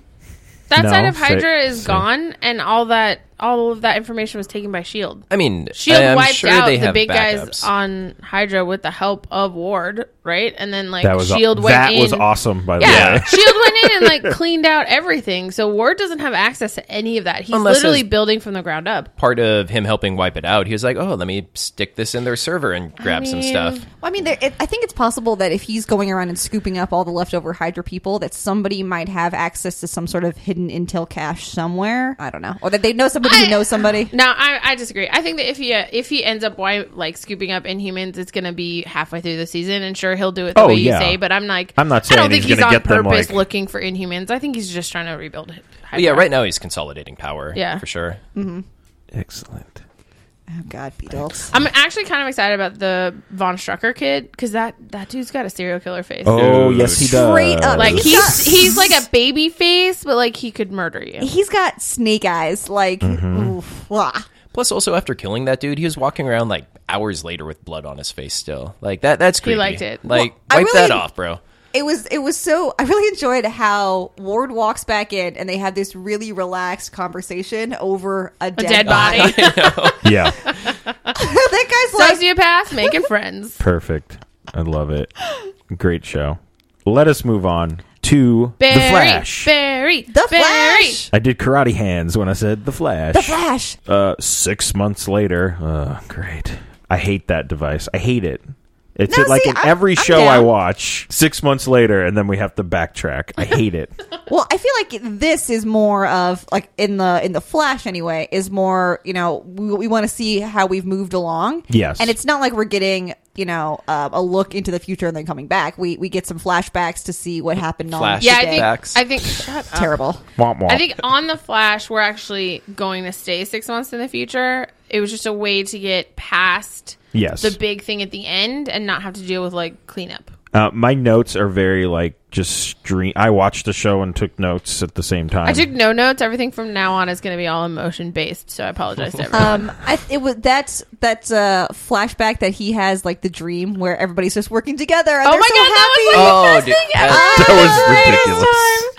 Speaker 2: that
Speaker 1: No,
Speaker 2: side of
Speaker 1: say-
Speaker 2: Hydra is
Speaker 1: say-
Speaker 2: gone, and all that, all of that information was taken by Shield.
Speaker 4: I mean,
Speaker 2: Shield
Speaker 4: I'm
Speaker 2: wiped
Speaker 4: sure
Speaker 2: out
Speaker 4: they
Speaker 2: the
Speaker 4: have
Speaker 2: big guys
Speaker 4: backups.
Speaker 2: on Hydra with the help of Ward, right? And then like
Speaker 1: That was
Speaker 2: Shield E went
Speaker 1: that
Speaker 2: in.
Speaker 1: was awesome by the
Speaker 2: Yeah,
Speaker 1: way.
Speaker 2: Shield E went in and like cleaned out everything. So Ward doesn't have access to any of that. He's
Speaker 4: Unless
Speaker 2: literally
Speaker 4: his-
Speaker 2: building from the ground up.
Speaker 4: Part of him helping wipe it out, he was like, "Oh, let me stick this in their server and grab some
Speaker 2: mean-
Speaker 4: stuff."
Speaker 3: Well, I mean, there, it, I think it's possible that if he's going around and scooping up all the leftover Hydra people, that somebody might have access to some sort of hidden intel cache somewhere. I don't know, or that they know somebody
Speaker 2: I-
Speaker 3: who knows somebody.
Speaker 2: No, I, I disagree. I think that if he uh, if he ends up why like scooping up Inhumans, it's going to be halfway through the season, and sure he'll do it the
Speaker 1: Oh,
Speaker 2: way you
Speaker 1: yeah.
Speaker 2: say. But I'm like,
Speaker 1: I'm not
Speaker 2: I
Speaker 1: saying
Speaker 2: don't think
Speaker 1: he's
Speaker 2: he's,
Speaker 1: gonna
Speaker 2: on
Speaker 1: get them,
Speaker 2: purpose
Speaker 1: like-
Speaker 2: looking for Inhumans. I think he's just trying to rebuild. Hydra.
Speaker 4: But yeah, right now he's consolidating power.
Speaker 2: Yeah.
Speaker 4: for sure.
Speaker 1: Excellent.
Speaker 3: Oh God, Beatles.
Speaker 2: I'm actually kind of excited about the Von Strucker kid because that that dude's got a serial killer face.
Speaker 1: Oh, yes he does.
Speaker 3: Straight up.
Speaker 2: Like
Speaker 3: He's
Speaker 2: he's
Speaker 3: got-
Speaker 2: he's like a baby face, but like he could murder you.
Speaker 3: He's got snake eyes, like
Speaker 1: Mm-hmm.
Speaker 3: oof, blah.
Speaker 4: Plus, also after killing that dude, he was walking around like hours later with blood on his face. Still, like that—that's creepy.
Speaker 2: liked it.
Speaker 4: Like,
Speaker 3: Well, I
Speaker 4: wipe
Speaker 3: really-
Speaker 4: that off, bro.
Speaker 3: It was it was so I really enjoyed how Ward walks back in and they have this really relaxed conversation over a dead,
Speaker 2: a dead body,
Speaker 1: Yeah.
Speaker 3: that guy's like
Speaker 2: sociopath, making friends.
Speaker 1: Perfect. I love it. Great show. Let us move on to
Speaker 2: Barry,
Speaker 1: The Flash.
Speaker 2: Barry,
Speaker 3: The
Speaker 2: Barry.
Speaker 3: Flash.
Speaker 1: I did karate hands when I said The Flash.
Speaker 3: The Flash.
Speaker 1: Uh, six months later. Uh, great. I hate that device. I hate it. It's
Speaker 3: No,
Speaker 1: like
Speaker 3: see,
Speaker 1: in
Speaker 3: I'm-
Speaker 1: every
Speaker 3: I'm
Speaker 1: show I
Speaker 3: down.
Speaker 1: watch, six months later, and then we have to backtrack. I hate it.
Speaker 3: Well, I feel like this is more of like in the in the Flash anyway is more you know we, we want to see how we've moved along.
Speaker 1: Yes.
Speaker 3: and it's not like we're getting you know uh, a look into the future and then coming back. We we get some flashbacks to see what happened. On
Speaker 4: Flash.
Speaker 3: the
Speaker 2: Yeah,
Speaker 3: day.
Speaker 2: I
Speaker 4: Facts.
Speaker 2: think I think shut up.
Speaker 3: terrible.
Speaker 1: Womp womp.
Speaker 2: I think on the Flash, we're actually going to stay six months in the future. It was just a way to get past
Speaker 1: Yes.
Speaker 2: the big thing at the end and not have to deal with like cleanup.
Speaker 1: Uh, my notes are very like just stream. I watched the show and took notes at the same time.
Speaker 2: I took no notes. Everything from now on is going to be all emotion based. So I apologize to everyone.
Speaker 3: Um, I, it was that's that's a flashback that he has like the dream where everybody's just working together. And
Speaker 2: oh my
Speaker 3: they're
Speaker 2: god,
Speaker 3: so
Speaker 2: that
Speaker 3: happy.
Speaker 2: was like
Speaker 4: Oh,
Speaker 2: the best
Speaker 4: dude,
Speaker 2: thing ever.
Speaker 4: that-
Speaker 1: that was ridiculous.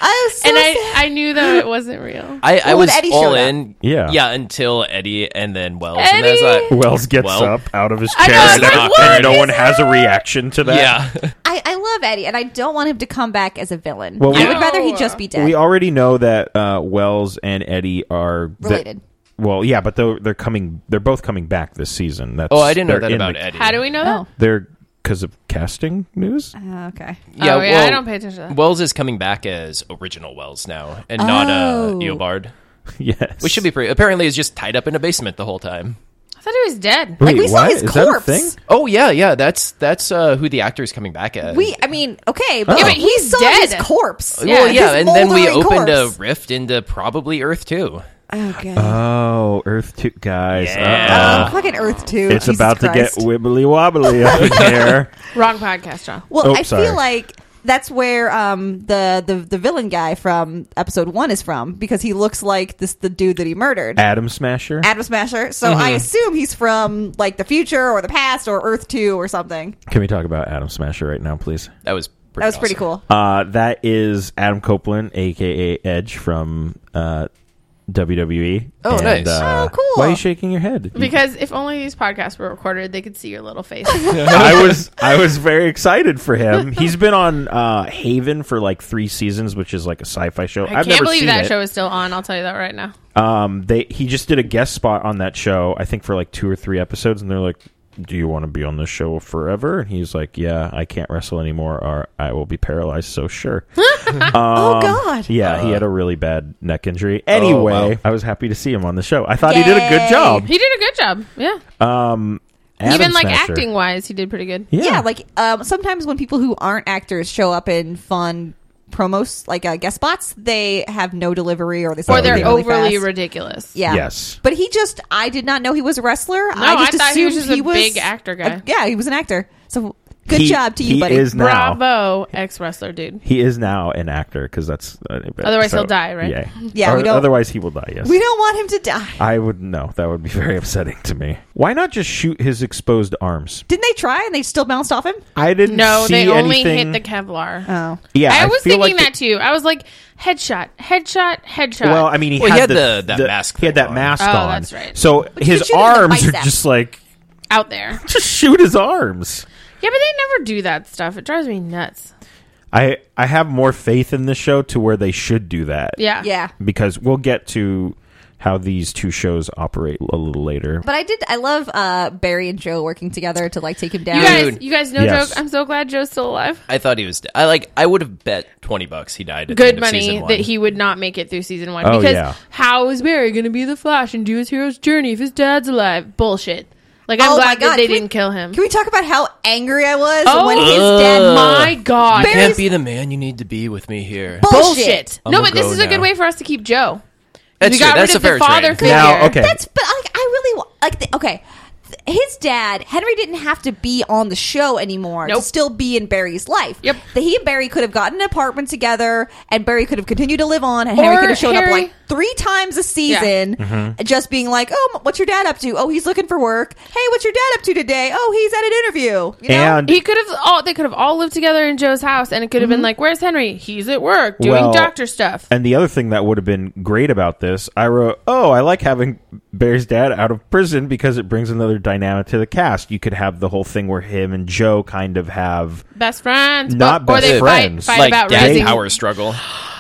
Speaker 3: I was so
Speaker 2: and
Speaker 3: sad.
Speaker 2: I, I knew though it wasn't real.
Speaker 4: I, I
Speaker 3: Well, when
Speaker 4: was
Speaker 3: Eddie
Speaker 4: all
Speaker 3: showed up.
Speaker 4: in.
Speaker 1: Yeah.
Speaker 4: yeah, until Eddie and then Wells. And then I was
Speaker 2: Eddie!
Speaker 4: like,
Speaker 1: Wells gets
Speaker 4: Well-
Speaker 1: up out of his
Speaker 2: I
Speaker 1: chair,
Speaker 2: know, I
Speaker 1: and,
Speaker 2: was
Speaker 1: everyone-
Speaker 2: like, what
Speaker 1: and no
Speaker 2: is
Speaker 1: one has a reaction to that.
Speaker 4: yeah.
Speaker 3: I, I love Eddie, and I don't want him to come back as a villain.
Speaker 1: Well, we-
Speaker 3: I would rather he
Speaker 2: No.
Speaker 3: just be dead.
Speaker 1: We already know that uh, Wells and Eddie are that-
Speaker 3: Related.
Speaker 1: well, yeah, but they're, they're coming. They're both coming back this season. That's,
Speaker 4: Oh, I didn't know
Speaker 1: they're
Speaker 4: that
Speaker 1: in
Speaker 4: about
Speaker 1: the-
Speaker 4: Eddie.
Speaker 2: How do we know that?
Speaker 1: They're because of casting news.
Speaker 3: Oh, okay.
Speaker 2: Oh, yeah, I don't pay attention to that.
Speaker 4: Wells is coming back as original Wells now, and not uh,
Speaker 3: Oh.
Speaker 4: Eobard.
Speaker 1: yes,
Speaker 4: Which should be pretty. Apparently, is just tied up in a basement the whole time.
Speaker 2: I thought he was dead.
Speaker 1: Wait,
Speaker 3: Like, we saw
Speaker 1: what?
Speaker 3: his
Speaker 1: Is
Speaker 3: corpse.
Speaker 1: that a thing?
Speaker 4: Oh yeah, yeah. That's that's uh, who the actor is coming back as.
Speaker 3: We, I mean, okay, but,
Speaker 1: Oh. Yeah,
Speaker 2: but
Speaker 3: we
Speaker 2: he's
Speaker 3: saw
Speaker 2: dead.
Speaker 3: his corpse.
Speaker 4: well, yeah,
Speaker 3: His
Speaker 4: and then we
Speaker 3: moldering
Speaker 4: opened
Speaker 3: corpse.
Speaker 4: a rift into probably Earth too.
Speaker 3: Oh, God.
Speaker 1: Oh, Earth Two guys.
Speaker 4: Yeah.
Speaker 1: Uh-oh.
Speaker 3: Oh, fucking Earth 2.
Speaker 1: It's
Speaker 3: Jesus
Speaker 1: about
Speaker 3: Christ.
Speaker 1: to get wibbly wobbly up in here.
Speaker 2: Wrong podcast, John.
Speaker 3: Well,
Speaker 1: Oh,
Speaker 3: I
Speaker 1: sorry.
Speaker 3: feel like that's where um, the, the the villain guy from episode one is from because he looks like this the dude that he murdered,
Speaker 1: Adam Smasher.
Speaker 3: Adam Smasher. So
Speaker 1: Mm-hmm.
Speaker 3: I assume he's from like the future or the past or Earth two or something.
Speaker 1: Can we talk about Adam Smasher right now, please?
Speaker 4: That was pretty
Speaker 3: That was pretty
Speaker 4: awesome.
Speaker 3: cool.
Speaker 1: Uh, that is Adam Copeland, aka Edge from uh, WWE.
Speaker 4: Oh,
Speaker 1: And,
Speaker 4: nice.
Speaker 1: uh,
Speaker 3: Oh, cool.
Speaker 1: Why are you shaking your head? You-
Speaker 2: Because if only these podcasts were recorded, they could see your little face.
Speaker 1: I was I was very excited for him. He's been on uh, Haven for like three seasons, which is like a sci-fi show.
Speaker 2: I
Speaker 1: have
Speaker 2: can't
Speaker 1: never
Speaker 2: believe
Speaker 1: seen
Speaker 2: that
Speaker 1: it.
Speaker 2: show is still on. I'll tell you that right now.
Speaker 1: Um, they he just did a guest spot on that show. I think for like two or three episodes, and they're like, "Do you want to be on this show forever?" And he's like, "Yeah, I can't wrestle anymore, or I will be paralyzed." So sure.
Speaker 3: oh God.
Speaker 1: Um, Yeah, he had a really bad neck injury. Anyway,
Speaker 4: wow.
Speaker 1: I was happy to see him on the show. I thought he did a good
Speaker 3: Oh, Yay.
Speaker 1: job.
Speaker 2: He did a good job. Yeah.
Speaker 1: Um, Adam
Speaker 2: Even like
Speaker 1: Smasher.
Speaker 2: acting wise, he did pretty good.
Speaker 1: Yeah.
Speaker 3: Yeah, like um, sometimes when people who aren't actors show up in fun promos, like uh, guest spots, they have no delivery or they say
Speaker 2: Or they're
Speaker 3: everything really
Speaker 2: overly
Speaker 3: fast.
Speaker 2: ridiculous.
Speaker 3: yeah.
Speaker 1: Yes.
Speaker 3: but he just—I did not know he was a wrestler. I just
Speaker 2: I thought
Speaker 3: assumed
Speaker 2: he was just a
Speaker 3: he was
Speaker 2: big actor guy.
Speaker 3: a- yeah, he was an actor. So good
Speaker 1: He-
Speaker 3: job to you,
Speaker 1: he
Speaker 3: buddy.
Speaker 1: Is now,
Speaker 2: Bravo, ex wrestler dude.
Speaker 1: He is now an actor because that's uh,
Speaker 2: Otherwise he'll die, right?
Speaker 1: Yeah,
Speaker 3: Yeah,
Speaker 1: Or-
Speaker 3: we don't-
Speaker 1: otherwise he will die. Yes,
Speaker 3: we don't want him to die.
Speaker 1: I would no. That would be very upsetting to me. Why not just shoot his exposed arms?
Speaker 3: Didn't they try and they still bounced off him?
Speaker 1: I didn't.
Speaker 2: No,
Speaker 1: see
Speaker 2: they only
Speaker 1: anything. Uh,
Speaker 2: hit the Kevlar.
Speaker 3: Oh,
Speaker 1: Yeah,
Speaker 2: I was
Speaker 1: feel
Speaker 2: thinking
Speaker 1: like the-
Speaker 2: that too. I was like, headshot, headshot, headshot.
Speaker 1: Well, I mean, he,
Speaker 4: Well,
Speaker 1: had
Speaker 4: he had
Speaker 1: the,
Speaker 4: the- that mask
Speaker 1: He had
Speaker 4: thing
Speaker 1: that
Speaker 4: on.
Speaker 1: mask
Speaker 2: Oh,
Speaker 1: on.
Speaker 2: that's right.
Speaker 1: So
Speaker 3: could
Speaker 1: his
Speaker 3: shoot him in the
Speaker 1: arms are
Speaker 3: bicep.
Speaker 1: just like
Speaker 2: out there.
Speaker 1: just shoot his arms.
Speaker 2: Yeah, but they never do that stuff. It drives me nuts.
Speaker 1: I I have more faith in this show to where they should do that.
Speaker 2: Yeah,
Speaker 3: yeah.
Speaker 1: because we'll get to how these two shows operate a little later.
Speaker 3: But I did. I love uh, Barry and Joe working together to like take him down.
Speaker 2: You guys, you guys, no
Speaker 1: Yes.
Speaker 2: joke. I'm so glad Joe's still alive.
Speaker 4: I thought he was. de- I like. I would have bet twenty bucks he died. At the end
Speaker 2: Good
Speaker 4: of season
Speaker 2: money
Speaker 4: one.
Speaker 2: that he would not make it through season one
Speaker 1: Oh,
Speaker 2: because
Speaker 1: yeah.
Speaker 2: how is Barry going to be the Flash and do his hero's journey if his dad's alive? Bullshit. Like I'm
Speaker 3: Oh my
Speaker 2: glad
Speaker 3: God,
Speaker 2: that they
Speaker 3: can we-
Speaker 2: didn't kill him.
Speaker 3: Can we talk about how angry I was
Speaker 2: Oh,
Speaker 3: when his dad?
Speaker 4: Ugh.
Speaker 2: my God,
Speaker 4: You
Speaker 3: Barry's-
Speaker 4: can't be the man you need to be with me here.
Speaker 2: bullshit.
Speaker 4: I'm
Speaker 2: No,
Speaker 4: gonna
Speaker 2: but this
Speaker 4: go
Speaker 2: is a good
Speaker 4: now.
Speaker 2: way for us to keep Joe.
Speaker 4: That's
Speaker 2: we
Speaker 4: true.
Speaker 2: got
Speaker 4: That's
Speaker 2: rid
Speaker 4: a
Speaker 2: of the
Speaker 4: fair
Speaker 2: father
Speaker 4: trade.
Speaker 2: figure.
Speaker 1: Now, okay.
Speaker 3: That's but like I really wa- like the, okay. th- His dad Henry didn't have to be on the show anymore
Speaker 2: Nope.
Speaker 3: to still be in Barry's life.
Speaker 2: Yep.
Speaker 3: that he and Barry could have gotten an apartment together, and Barry could have continued to live on, and Henry
Speaker 2: Or
Speaker 3: could have shown
Speaker 2: Harry-
Speaker 3: up like three times a season,
Speaker 1: Mm-hmm.
Speaker 3: just being like, "Oh, m- what's your dad up to? Oh, he's looking for work. Hey, what's your dad up to today? Oh, he's at an interview. You know?
Speaker 1: And
Speaker 2: He could have all they could have all lived together in Joe's house, and it could have
Speaker 4: Mm-hmm.
Speaker 2: been like, "Where's Henry? He's at work doing
Speaker 1: Well,
Speaker 2: doctor stuff."
Speaker 1: and the other thing that would have been great about this, I wrote, "Oh, I like having Barry's dad out of prison because it brings another dynamic to the cast. You could have the whole thing where him and Joe kind of have
Speaker 2: Best friends,
Speaker 1: Not
Speaker 2: but- or
Speaker 1: best
Speaker 2: they
Speaker 1: friends.
Speaker 2: Fight, fight
Speaker 4: like
Speaker 2: about
Speaker 4: dad
Speaker 2: raising
Speaker 4: power struggle.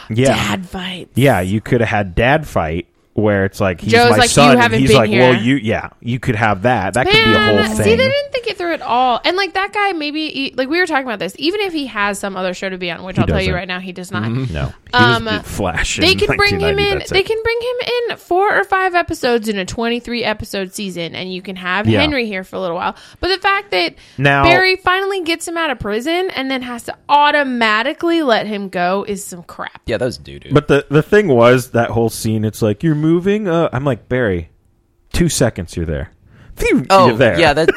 Speaker 1: yeah,
Speaker 2: dad fight.
Speaker 1: yeah. You could have had dad fight." Where it's like he's
Speaker 2: Joe's
Speaker 1: my
Speaker 2: like, "You
Speaker 1: son, and
Speaker 2: haven't
Speaker 1: he's
Speaker 2: been
Speaker 1: like,
Speaker 2: here."
Speaker 1: well, you, yeah, you could have that. That could be a
Speaker 2: Man,
Speaker 1: whole
Speaker 2: see,
Speaker 1: thing.
Speaker 2: they didn't think it through at all. And like that guy, maybe he- like we were talking about this. Even if he has some other show to be on, which I'll tell you
Speaker 1: doesn't.
Speaker 2: right now, he does not.
Speaker 1: no, he
Speaker 2: Um,
Speaker 1: was Flash.
Speaker 2: They
Speaker 1: in
Speaker 2: can bring him
Speaker 1: 1990,
Speaker 2: in.
Speaker 1: that's
Speaker 2: They
Speaker 1: it.
Speaker 2: can bring him in four or five episodes in a twenty-three episode season, and you can have
Speaker 1: Yeah.
Speaker 2: Henry here for a little while. But the fact that
Speaker 1: Now-
Speaker 2: Barry finally gets him out of prison and then has to automatically let him go is some crap.
Speaker 4: Yeah, that was doo doo.
Speaker 1: But the the thing was that whole scene. It's like you're moving. Uh, I'm like Barry. Two seconds, you're there. Phew,
Speaker 4: oh
Speaker 1: you're there.
Speaker 4: yeah, that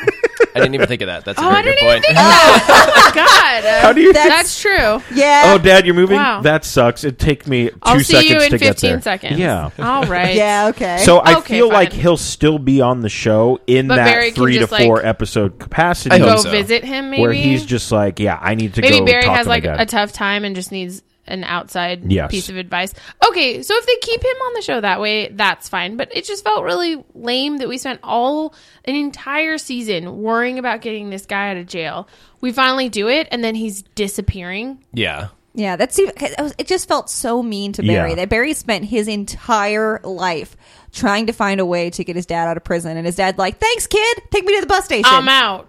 Speaker 4: I didn't even think of that. That's
Speaker 2: Oh,
Speaker 4: a very
Speaker 2: I
Speaker 4: good
Speaker 2: didn't even
Speaker 4: point.
Speaker 2: think of that. God,
Speaker 1: How do you?
Speaker 3: That's-
Speaker 2: that's true.
Speaker 1: oh,
Speaker 3: yeah,
Speaker 1: Dad, you're moving.
Speaker 2: Wow.
Speaker 1: That sucks. It take me 2
Speaker 2: I'll
Speaker 1: seconds
Speaker 2: see you in
Speaker 1: to get
Speaker 2: fifteen
Speaker 1: there.
Speaker 2: seconds.
Speaker 1: Yeah.
Speaker 2: All right.
Speaker 3: yeah, okay.
Speaker 1: So I
Speaker 2: Okay,
Speaker 1: feel
Speaker 2: fine.
Speaker 1: like he'll still be on the show in
Speaker 2: But
Speaker 1: that
Speaker 2: Barry can
Speaker 1: three to
Speaker 2: just, like,
Speaker 1: four episode capacity.
Speaker 4: I hope
Speaker 2: Go
Speaker 4: so.
Speaker 2: visit him. Maybe
Speaker 1: Where he's just like, yeah, I need to
Speaker 2: maybe
Speaker 1: go.
Speaker 2: Barry
Speaker 1: talk
Speaker 2: has
Speaker 1: to my
Speaker 2: like
Speaker 1: dad.
Speaker 2: a tough time and just needs an outside
Speaker 1: Yes.
Speaker 2: piece of advice. Okay, so if they keep him on the show that way, that's fine. But it just felt really lame that we spent all an entire season worrying about getting this guy out of jail. We finally do it, and then he's disappearing.
Speaker 4: Yeah.
Speaker 3: Yeah, that's even, 'cause it was- it just felt so mean to Barry
Speaker 1: Yeah.
Speaker 3: that Barry spent his entire life trying to find a way to get his dad out of prison, and his dad like, "Thanks, kid, take me to the bus station."
Speaker 2: I'm out.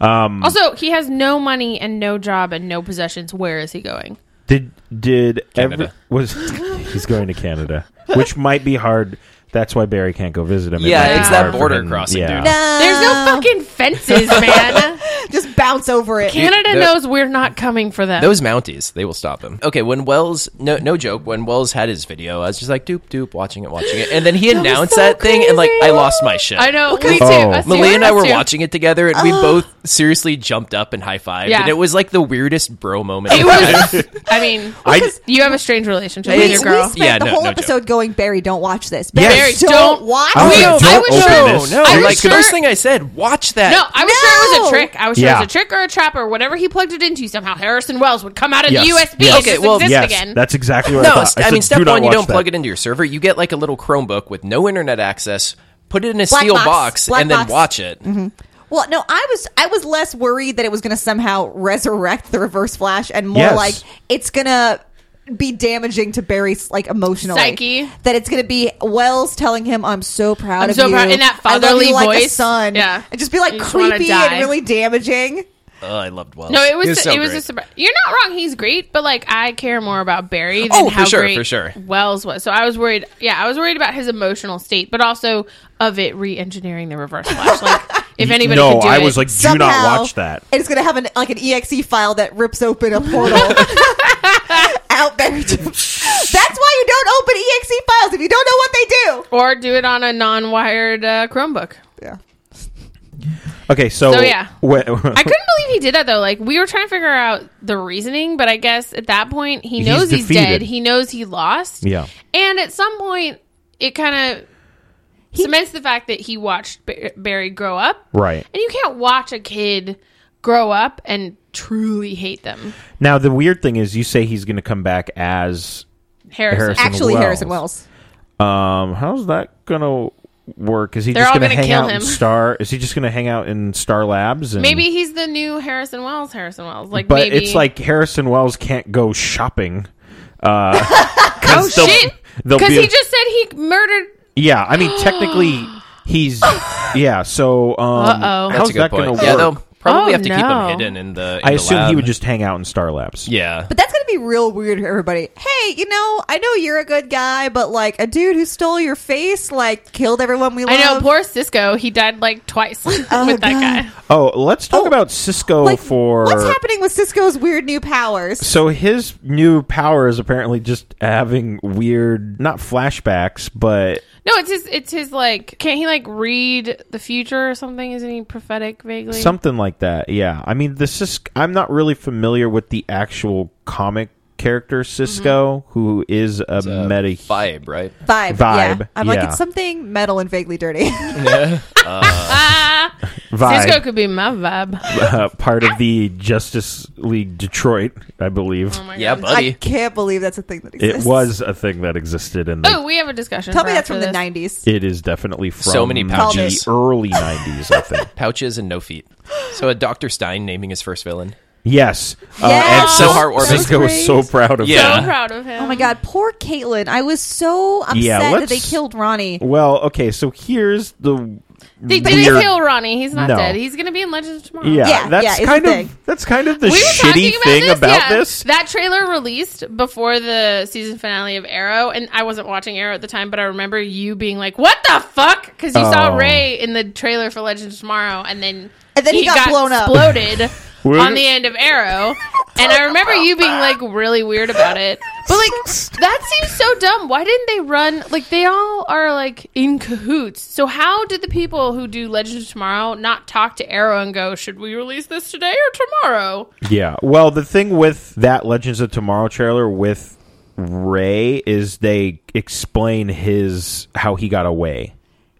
Speaker 2: Um, also, he has no money and no job and no possessions. Where is he going?
Speaker 1: Did did every
Speaker 4: Canada.
Speaker 1: was he's going to Canada, which might be hard. That's why Barry can't go visit him. It
Speaker 4: Yeah,
Speaker 1: might be
Speaker 2: it's
Speaker 1: hard
Speaker 2: that
Speaker 1: for
Speaker 4: border
Speaker 1: him.
Speaker 4: crossing,
Speaker 1: Yeah.
Speaker 4: dude.
Speaker 3: No,
Speaker 2: There's no fucking fences, man.
Speaker 3: just bounce over it.
Speaker 2: Canada
Speaker 4: the-
Speaker 2: knows we're not coming for them.
Speaker 4: Those Mounties, they will stop him. Okay, when Wells, no, no joke, when Wells had his video, I was just like, doop, doop, watching it, watching it. And then he announced
Speaker 3: so
Speaker 4: that thing, and like, I
Speaker 3: crazy.
Speaker 4: lost my shit.
Speaker 2: I know.
Speaker 3: Okay.
Speaker 2: Me too.
Speaker 1: Oh.
Speaker 2: Us too.
Speaker 4: Malia and I
Speaker 2: Us
Speaker 4: were
Speaker 2: too. Ah.
Speaker 4: watching it together, and we both seriously jumped up and high fived.
Speaker 2: Yeah.
Speaker 4: And it was like the weirdest bro moment.
Speaker 2: It was. I mean,
Speaker 1: I
Speaker 2: you have a strange relationship
Speaker 4: It
Speaker 2: with
Speaker 3: We, we
Speaker 4: is-
Speaker 2: your girl.
Speaker 3: spent
Speaker 4: Yeah,
Speaker 3: the
Speaker 4: no-
Speaker 3: whole
Speaker 4: no joke.
Speaker 3: episode going, Barry, don't watch this.
Speaker 1: Yes.
Speaker 3: Barry,
Speaker 2: Barry,
Speaker 3: don't,
Speaker 2: don't-
Speaker 3: watch
Speaker 1: I was
Speaker 3: this.
Speaker 1: like,
Speaker 2: I
Speaker 1: don't
Speaker 2: was
Speaker 1: open
Speaker 2: sure-
Speaker 1: this.
Speaker 4: no,
Speaker 2: I was
Speaker 4: like the first
Speaker 2: sure-
Speaker 4: thing I said, watch that.
Speaker 2: No, I was sure it was a trick. I was sure it
Speaker 1: Yeah.
Speaker 2: was a trick or a trap or whatever he plugged it into. Somehow Harrison Wells would come out of
Speaker 4: Yes.
Speaker 2: the USB
Speaker 4: Yes.
Speaker 2: and
Speaker 4: Okay,
Speaker 2: just
Speaker 4: well-
Speaker 2: exist
Speaker 1: yes,
Speaker 2: again.
Speaker 1: that's exactly what I
Speaker 4: No,
Speaker 1: thought.
Speaker 4: s-
Speaker 1: I
Speaker 4: I,
Speaker 1: said,
Speaker 4: mean, step
Speaker 1: do not
Speaker 4: one, you
Speaker 1: watch
Speaker 4: don't
Speaker 1: that.
Speaker 4: plug it into your server. You get like a little Chromebook with no internet access, put it in a
Speaker 3: Black
Speaker 4: steel
Speaker 3: box.
Speaker 4: box,
Speaker 3: Black
Speaker 4: and then
Speaker 3: box.
Speaker 4: watch it.
Speaker 2: Mm-hmm.
Speaker 3: Well, no, I was I was less worried that it was going to somehow resurrect the Reverse Flash, and more
Speaker 1: Yes.
Speaker 3: like it's going to be damaging to Barry's like emotional
Speaker 2: Psyche.
Speaker 3: That it's going to be Wells telling him, "I'm so proud
Speaker 2: I'm
Speaker 3: of
Speaker 2: so
Speaker 3: you,"
Speaker 2: proud- in that
Speaker 3: I love you
Speaker 2: fatherly
Speaker 3: like a
Speaker 2: voice.
Speaker 3: son.
Speaker 2: Yeah.
Speaker 3: and just be like
Speaker 2: You just wanna
Speaker 3: creepy
Speaker 2: die.
Speaker 3: and really damaging.
Speaker 4: Oh, I loved Wells.
Speaker 2: No, it was,
Speaker 4: so
Speaker 2: it was
Speaker 4: great.
Speaker 2: a surprise. You're not wrong. He's great, but like I care more about Barry than
Speaker 4: Oh, for
Speaker 2: how
Speaker 4: sure,
Speaker 2: great
Speaker 4: for sure.
Speaker 2: Wells was. So I was worried. Yeah, I was worried about his emotional state, but also of it re-engineering the reverse flash. Like if anybody
Speaker 1: no,
Speaker 2: could do
Speaker 1: I
Speaker 2: it.
Speaker 1: was like, do
Speaker 3: Somehow,
Speaker 1: not watch that.
Speaker 3: It's going to have an like an exe file that rips open a portal. Out there, that's why you don't open exe files if you don't know what they do.
Speaker 2: or do it on a non-wired uh, Chromebook.
Speaker 3: Yeah.
Speaker 1: Okay, so,
Speaker 2: So, yeah.
Speaker 1: wh-
Speaker 2: I couldn't believe he did that though. Like we were trying to figure out the reasoning, but I guess at that point he
Speaker 1: He's
Speaker 2: knows he's,
Speaker 1: defeated.
Speaker 2: dead. He knows he lost.
Speaker 1: Yeah.
Speaker 2: And at some point, it kind of cements the fact that he watched Ba- Barry grow up.
Speaker 1: Right.
Speaker 2: And you can't watch a kid grow up and truly hate them.
Speaker 1: Now the weird thing is, you say he's going to come back as
Speaker 2: Harrison.
Speaker 1: Harrison.
Speaker 3: Actually,
Speaker 1: Wells.
Speaker 3: Harrison Wells.
Speaker 1: um. How's that going to work? Is he
Speaker 2: They're
Speaker 1: just
Speaker 2: all
Speaker 1: going to
Speaker 2: gonna
Speaker 1: hang
Speaker 2: kill
Speaker 1: out in
Speaker 2: him.
Speaker 1: Star? Is he just going to hang out in Star Labs? And,
Speaker 2: Maybe he's the new Harrison Wells. Harrison Wells. Like
Speaker 1: but
Speaker 2: maybe
Speaker 1: it's like Harrison Wells can't go shopping. Uh, 'cause
Speaker 2: oh
Speaker 1: they'll-
Speaker 2: shit
Speaker 1: they'll
Speaker 2: because
Speaker 1: be-
Speaker 2: he just said he murdered.
Speaker 1: Yeah, I mean technically he's yeah. So um,
Speaker 2: Uh-oh.
Speaker 1: how's
Speaker 4: That's a good
Speaker 1: that going to
Speaker 4: point.
Speaker 1: work?
Speaker 4: Yeah, they'll
Speaker 2: Oh,
Speaker 4: probably have to keep
Speaker 2: no.
Speaker 4: him hidden in the. in
Speaker 1: I
Speaker 4: the
Speaker 1: assume he
Speaker 4: lab.
Speaker 1: would just hang out in Star Labs.
Speaker 4: Yeah.
Speaker 3: But that's going to be real weird to everybody. Hey, you know, I know you're a good guy, but like a dude who stole your face, like killed everyone we love.
Speaker 2: I know poor Cisco. He died like twice with that
Speaker 3: God.
Speaker 2: guy.
Speaker 1: Oh, let's talk
Speaker 3: Oh,
Speaker 1: about Cisco
Speaker 3: Like,
Speaker 1: for
Speaker 3: what's happening with Cisco's weird new powers?
Speaker 1: So his new power is apparently just having weird, not flashbacks, but
Speaker 2: No, it's his. It's his. Like, can't he like read the future or something? Isn't he prophetic vaguely?
Speaker 1: something like that. Yeah, I mean, the Cisco. I'm not really familiar with the actual comic character Cisco,
Speaker 2: Mm-hmm.
Speaker 1: who is a
Speaker 4: Uh,
Speaker 1: meta.
Speaker 4: vibe, right?
Speaker 2: Oh
Speaker 3: Vibe, yeah.
Speaker 1: Vibe,
Speaker 3: I'm
Speaker 1: yeah.
Speaker 3: like it's something metal and vaguely dirty.
Speaker 2: ah,
Speaker 1: vibe.
Speaker 2: Cisco could be my vibe.
Speaker 1: uh, part of the Justice League Detroit, I believe.
Speaker 2: Oh my
Speaker 4: Yeah,
Speaker 2: God.
Speaker 3: I
Speaker 4: buddy.
Speaker 3: can't believe that's a thing that exists.
Speaker 1: it was a thing that existed in the.
Speaker 2: Oh, we have a discussion.
Speaker 3: Tell
Speaker 2: for
Speaker 3: me that's
Speaker 2: after
Speaker 3: from the
Speaker 2: this.
Speaker 3: '90s.
Speaker 1: It is definitely from
Speaker 4: So many pouches.
Speaker 1: the early '90s, I think.
Speaker 4: Pouches and no feet. So a Dr. Stein naming his first villain.
Speaker 1: Yes, Uh,
Speaker 3: Yeah.
Speaker 1: and
Speaker 4: so
Speaker 1: Cis-
Speaker 4: heartwarming.
Speaker 1: Cisco was so proud of
Speaker 4: Yeah.
Speaker 1: that.
Speaker 2: So proud of him.
Speaker 3: Oh my god, poor Caitlin. I was so upset
Speaker 1: Yeah,
Speaker 3: that they
Speaker 1: let's-
Speaker 3: killed Ronnie.
Speaker 1: Well, okay, so here's the
Speaker 2: They didn't
Speaker 1: weird-
Speaker 2: kill Ronnie. He's not
Speaker 1: No.
Speaker 2: dead. He's gonna be in Legends tomorrow.
Speaker 1: Yeah,
Speaker 3: Yeah,
Speaker 1: that's
Speaker 3: yeah, it's
Speaker 1: kind
Speaker 3: the
Speaker 1: of
Speaker 3: thing.
Speaker 1: that's kind of the
Speaker 2: We were
Speaker 1: shitty
Speaker 2: talking about
Speaker 1: thing
Speaker 2: this,
Speaker 1: about
Speaker 2: yeah.
Speaker 1: this.
Speaker 2: That trailer released before the season finale of Arrow, and I wasn't watching Arrow at the time, but I remember you being like, "What the fuck?" Because you
Speaker 1: Oh.
Speaker 2: saw Ray in the trailer for Legends Tomorrow, and then
Speaker 3: And then he got blown up.
Speaker 2: exploded
Speaker 1: We're-
Speaker 2: on the end of Arrow, and I remember you being like really weird about it. But like that seems so dumb. Why didn't they run? Like they all are like in cahoots. So how did the people who do Legends of Tomorrow not talk to Arrow and go, "Should we release this today or tomorrow?"
Speaker 1: Yeah. Well, the thing with that Legends of Tomorrow trailer with Ray is they explain his how he got away.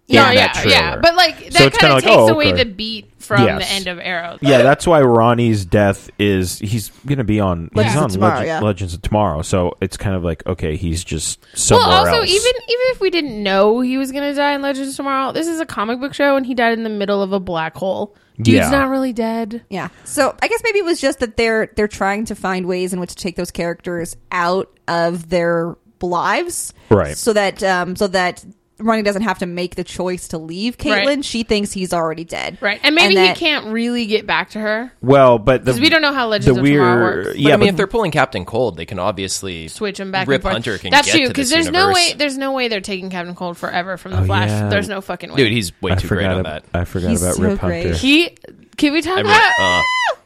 Speaker 2: Yeah,
Speaker 1: in
Speaker 2: yeah,
Speaker 1: that
Speaker 2: yeah.
Speaker 1: trailer.
Speaker 2: But like that
Speaker 1: So it's
Speaker 2: kind
Speaker 1: kinda
Speaker 2: of
Speaker 1: like,
Speaker 2: takes
Speaker 1: oh,
Speaker 2: away
Speaker 1: okay.
Speaker 2: the beat from
Speaker 1: Yes.
Speaker 2: the end of Arrow.
Speaker 1: Yeah, that's why Ronnie's death is he's gonna be on
Speaker 2: Legends
Speaker 1: he's
Speaker 2: of
Speaker 1: on
Speaker 3: Tomorrow,
Speaker 1: Legend-
Speaker 3: yeah.
Speaker 1: Legends of Tomorrow, so it's kind of like okay, he's just
Speaker 2: Well,
Speaker 1: somewhere
Speaker 2: also
Speaker 1: else.
Speaker 2: even even if we didn't know he was gonna die in Legends Tomorrow, this is a comic book show, and he died in the middle of a black hole. Dude's
Speaker 1: Yeah.
Speaker 2: not really dead.
Speaker 3: Yeah. So I guess maybe it was just that they're they're trying to find ways in which to take those characters out of their lives,
Speaker 1: Right.
Speaker 3: So that um, so that Ronnie doesn't have to make the choice to leave Caitlin.
Speaker 2: Right.
Speaker 3: She thinks he's already dead,
Speaker 2: Right, and maybe
Speaker 3: that-
Speaker 2: he can't really get back to her.
Speaker 1: well, but the,
Speaker 2: 'Cause we don't know how Legends
Speaker 1: Mm. the
Speaker 2: of
Speaker 1: weird,
Speaker 2: Tomorrow works.
Speaker 1: Yeah,
Speaker 4: I mean,
Speaker 1: but
Speaker 4: if they're pulling Captain Cold, they can obviously
Speaker 2: Switch him back.
Speaker 4: Rip
Speaker 2: and forth.
Speaker 4: Hunter can
Speaker 2: That's
Speaker 4: get
Speaker 2: true
Speaker 4: to this
Speaker 2: there's no
Speaker 4: universe.
Speaker 2: way there's no way they're taking Captain Cold forever from the Flash.
Speaker 1: Oh, yeah.
Speaker 2: There's no fucking way,
Speaker 4: Dude, he's way
Speaker 1: I
Speaker 4: too great
Speaker 1: forgot ab-
Speaker 4: on that.
Speaker 1: I forgot
Speaker 3: He's
Speaker 1: about
Speaker 3: so
Speaker 1: Rip
Speaker 3: great.
Speaker 1: Hunter.
Speaker 2: He can we talk
Speaker 4: I mean,
Speaker 2: about
Speaker 4: uh,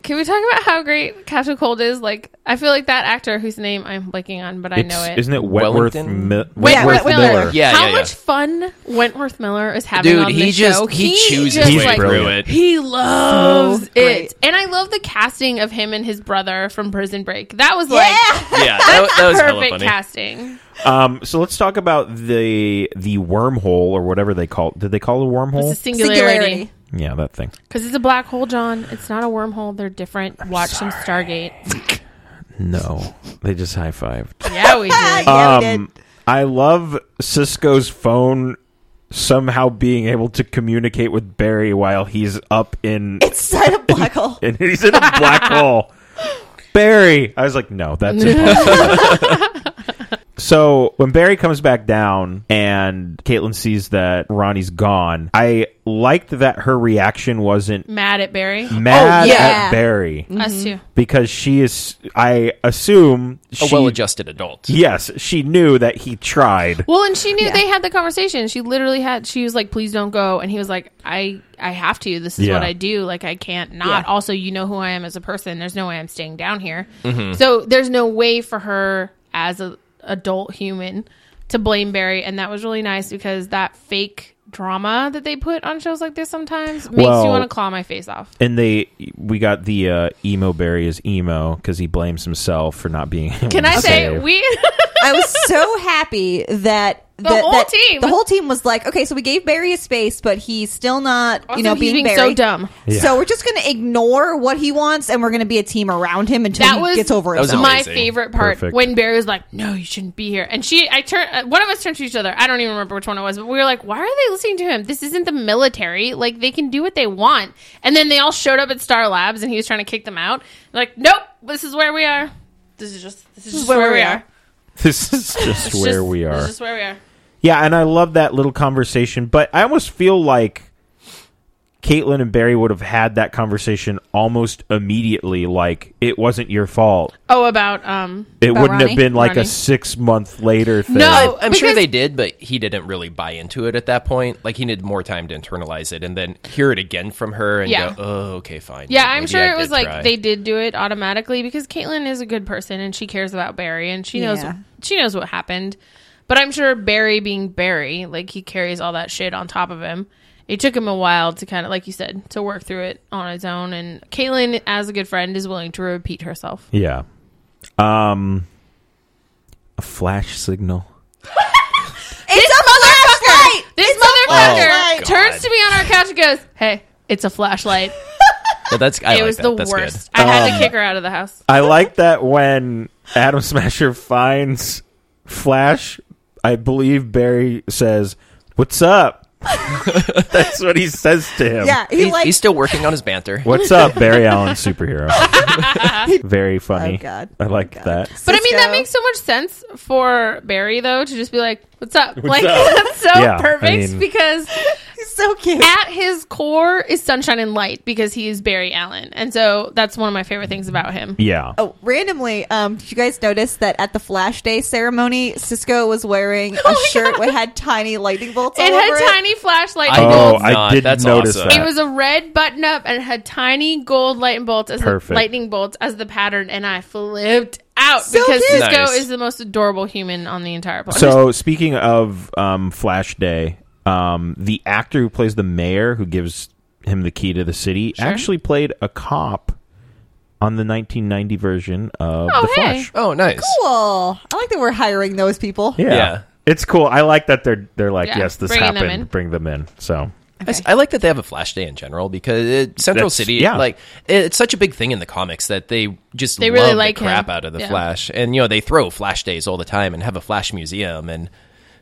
Speaker 2: can we talk about how great Captain Cold is? Like I feel like that actor whose name I'm blanking on, but I know
Speaker 1: It's-
Speaker 2: it.
Speaker 1: Isn't it Wentworth,
Speaker 4: Wellington?
Speaker 1: Mi-
Speaker 3: Yeah,
Speaker 1: Wentworth
Speaker 3: Wentworth
Speaker 1: Miller?
Speaker 3: Miller.
Speaker 4: Yeah,
Speaker 2: How
Speaker 4: yeah, yeah.
Speaker 2: much fun Wentworth Miller is having
Speaker 4: dude,
Speaker 2: on
Speaker 4: he
Speaker 2: this
Speaker 4: just
Speaker 2: show.
Speaker 4: he, chooses
Speaker 2: just,
Speaker 4: his way
Speaker 1: like-
Speaker 4: through it.
Speaker 2: He loves
Speaker 3: So great.
Speaker 2: it, and I love the casting of him and his brother from Prison Break. That was like
Speaker 3: Yeah.
Speaker 4: yeah, that, that was hella
Speaker 2: perfect
Speaker 4: funny.
Speaker 2: casting.
Speaker 1: Um, so let's talk about the the wormhole or whatever they call. Did they call it a
Speaker 2: It's
Speaker 1: wormhole?
Speaker 2: a singularity.
Speaker 3: Singularity.
Speaker 1: Yeah, that thing.
Speaker 2: Because it's a black hole, John. It's not a wormhole. They're different. Watch some Stargate.
Speaker 1: No, they just high fived.
Speaker 2: Yeah, we did.
Speaker 3: yeah, we did.
Speaker 1: Um, I love Cisco's phone somehow being able to communicate with Barry while he's up in
Speaker 3: Inside a black hole.
Speaker 1: and he's in a black hole. Barry, I was like, no, that's impossible. so when Barry comes back down and Caitlin sees that Ronnie's gone, I liked that her reaction wasn't
Speaker 2: Mad at Barry.
Speaker 1: mad
Speaker 3: yeah.
Speaker 1: at Barry
Speaker 2: Us too.
Speaker 1: because she is. I assume
Speaker 4: A
Speaker 1: she.
Speaker 4: well-adjusted adult.
Speaker 1: yes, she knew that he tried.
Speaker 2: Well, and she knew they had the conversation. She literally had. She was like, "Please don't go," and he was like, "I, I have to. This is
Speaker 1: Yeah.
Speaker 2: what I do. Like, I can't not.
Speaker 3: Yeah.
Speaker 2: Also, you know who I am as a person. There's no way I'm staying down here.
Speaker 1: Mm-hmm.
Speaker 2: So there's no way for her as a adult human to blame Barry. And that was really nice because that fake drama that they put on shows like this sometimes makes
Speaker 1: Well-
Speaker 2: you want to claw my face off.
Speaker 1: And they, we got the uh, emo Barry is emo because he blames himself for not being. able
Speaker 2: Can
Speaker 1: to
Speaker 2: I say
Speaker 1: save.
Speaker 2: we?
Speaker 3: I was so happy that the
Speaker 2: whole team
Speaker 3: The
Speaker 2: was-
Speaker 3: whole team was like, okay, so we gave Barry his space, but he's still not, you
Speaker 2: Also,
Speaker 3: know,
Speaker 2: he's
Speaker 3: being,
Speaker 2: being so
Speaker 3: Barry.
Speaker 2: dumb.
Speaker 1: Yeah.
Speaker 3: So we're just going to ignore what he wants, and we're going to be a team around him until
Speaker 2: that
Speaker 3: he
Speaker 2: was
Speaker 3: gets over
Speaker 4: That was
Speaker 3: himself.
Speaker 2: my
Speaker 4: amazing.
Speaker 2: favorite part
Speaker 1: Perfect.
Speaker 2: when Barry was like, "No, you shouldn't be here," and she, I turned, uh, one of us turned to each other. I don't even remember which one it was, but we were like, "Why are they listening to him? This isn't the military. Like they can do what they want." And then they all showed up at Star Labs, and he was trying to kick them out. Like, nope, this is where we are. This is just this is, just where, we are.
Speaker 1: This is just
Speaker 2: It's
Speaker 1: where
Speaker 2: just-
Speaker 1: we
Speaker 2: This
Speaker 1: are.
Speaker 2: is just where we are.
Speaker 1: Yeah, and I love that little conversation, but I almost feel like Caitlin and Barry would have had that conversation almost immediately. Like it wasn't your fault.
Speaker 2: Oh, about um,
Speaker 1: It
Speaker 3: About
Speaker 1: wouldn't have
Speaker 3: Ronnie?
Speaker 1: been like a
Speaker 2: Ronnie.
Speaker 1: six month later thing.
Speaker 2: No.
Speaker 4: I'm sure
Speaker 2: Because-
Speaker 4: they did, but he didn't really buy into it at that point. Like he needed more time to internalize it and then hear it again from her and
Speaker 2: Yeah.
Speaker 4: go, "Oh, okay, fine."
Speaker 2: Yeah, I'm
Speaker 4: Maybe
Speaker 2: sure
Speaker 4: I
Speaker 2: it was
Speaker 4: did
Speaker 2: like
Speaker 4: try."
Speaker 2: they did do it automatically because Caitlyn is a good person and she cares about Barry and she knows
Speaker 3: Yeah.
Speaker 2: she knows what happened. But I'm sure Barry being Barry, like he carries all that shit on top of him. It took him a while to kind of, like you said, to work through it on his own. And Caitlyn, as a good friend, is willing to repeat herself.
Speaker 1: Yeah. Um. A flash signal.
Speaker 3: It's a flashlight!
Speaker 2: This motherfucker
Speaker 4: Oh,
Speaker 3: flashlight!
Speaker 2: turns to me on our couch and goes, "Hey, it's a flashlight."
Speaker 4: Yeah, that's I
Speaker 2: it
Speaker 4: like
Speaker 2: was
Speaker 4: that.
Speaker 2: the
Speaker 4: That's good.
Speaker 2: worst. I had
Speaker 3: Um,
Speaker 2: to kick her out of the house.
Speaker 1: I like that when Adam Smasher finds Flash, I believe Barry says, What's up? That's what he says to him.
Speaker 3: Yeah, he
Speaker 4: He's,
Speaker 3: like,
Speaker 4: he's still working on his banter.
Speaker 1: What's up, Barry Allen superhero? Very funny.
Speaker 3: Oh, God.
Speaker 1: I liked
Speaker 3: God.
Speaker 1: that.
Speaker 2: But I mean, that
Speaker 3: Cisco.
Speaker 2: makes so much sense for Barry though to just be like, "What's up?" like
Speaker 1: up?
Speaker 2: that's so
Speaker 1: Yeah, I
Speaker 2: perfect
Speaker 1: mean-
Speaker 2: because
Speaker 3: he's so cute.
Speaker 2: at his core is sunshine and light because he is Barry Allen, and so that's one of my favorite things about him.
Speaker 1: Yeah.
Speaker 3: Oh, randomly, um, did you guys notice that at the Flash Day ceremony, Cisco was wearing a
Speaker 2: Oh my
Speaker 3: shirt
Speaker 2: God.
Speaker 3: that had tiny lightning bolts all
Speaker 2: It
Speaker 3: over
Speaker 2: had tiny flashlight.
Speaker 4: I
Speaker 2: bulbs.
Speaker 1: oh,
Speaker 4: did
Speaker 1: I
Speaker 4: not.
Speaker 1: did
Speaker 4: That's
Speaker 1: notice
Speaker 4: awesome.
Speaker 1: that.
Speaker 2: It was a red button up and it had tiny gold lightning bolts as the,
Speaker 1: Perfect.
Speaker 2: lightning bolts as the pattern, and I flipped out
Speaker 3: So
Speaker 2: because
Speaker 3: cute.
Speaker 2: Cisco
Speaker 4: Nice.
Speaker 2: is the most adorable human on the entire planet.
Speaker 1: so, speaking of um, Flash Day, um, the actor who plays the mayor, who gives him the key to the city, actually played a cop on the 1990 version of
Speaker 2: Oh,
Speaker 1: The
Speaker 2: hey.
Speaker 1: Flash.
Speaker 4: Oh, nice.
Speaker 3: Cool. I like that we're hiring those people.
Speaker 1: Yeah.
Speaker 4: Yeah.
Speaker 1: It's cool. I like that they're they're like,
Speaker 2: Yeah,
Speaker 1: yes, this
Speaker 2: bringing them
Speaker 1: happened.
Speaker 2: in.
Speaker 1: Bring them in. So
Speaker 4: I s- I like that they have a flash day in general because it, Central
Speaker 1: That's-
Speaker 4: City,
Speaker 1: yeah.
Speaker 4: like it- it's such a big thing in the comics that they just
Speaker 2: They
Speaker 4: love
Speaker 2: really
Speaker 4: the
Speaker 2: like him.
Speaker 4: crap out of the
Speaker 2: Yeah.
Speaker 4: Flash, and you know they throw flash days all the time and have a flash museum, and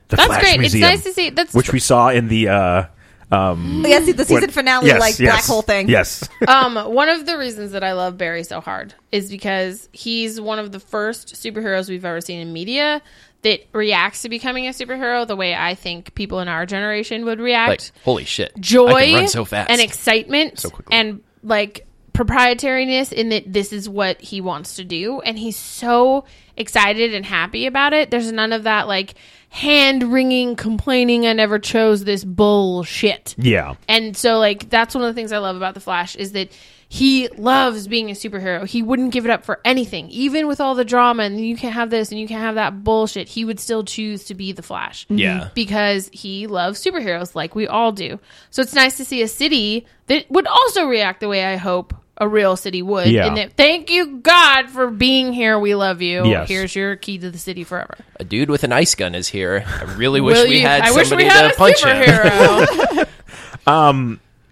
Speaker 1: the
Speaker 2: that's
Speaker 1: Flash
Speaker 2: great.
Speaker 1: Museum,
Speaker 2: It's nice to see. That's
Speaker 1: which we saw in the uh, um,
Speaker 3: Yeah, see, the season
Speaker 1: what-
Speaker 3: finale,
Speaker 1: yes,
Speaker 3: like
Speaker 1: yes,
Speaker 3: black hole thing.
Speaker 1: Yes,
Speaker 2: um, one of the reasons that I love Barry so hard is because he's one of the first superheroes we've ever seen in media that reacts to becoming a superhero the way I think people in our generation would react
Speaker 4: like holy shit,
Speaker 2: joy
Speaker 4: I can run so fast.
Speaker 2: and excitement
Speaker 4: quickly.
Speaker 2: and like proprietariness in that this is what he wants to do and he's so excited and happy about it there's none of that like hand wringing complaining i never chose this bullshit
Speaker 1: yeah.
Speaker 2: and so like that's one of the things I love about the Flash is that he loves being a superhero. He wouldn't give it up for anything, even with all the drama and you can't have this and you can't have that bullshit. He would still choose to be the Flash.
Speaker 4: Yeah.
Speaker 2: Because he loves superheroes like we all do. So it's nice to see a city that would also react the way I hope a real city would.
Speaker 1: Yeah.
Speaker 2: And that thank you God for being here. We love you.
Speaker 1: Yes.
Speaker 2: Here's your key to the city forever.
Speaker 4: a dude with an ice gun is here. I really wish
Speaker 2: Will
Speaker 4: we
Speaker 2: you-
Speaker 4: had
Speaker 2: I wish
Speaker 4: somebody
Speaker 2: we had
Speaker 4: to
Speaker 2: a
Speaker 4: punch him.
Speaker 2: superhero.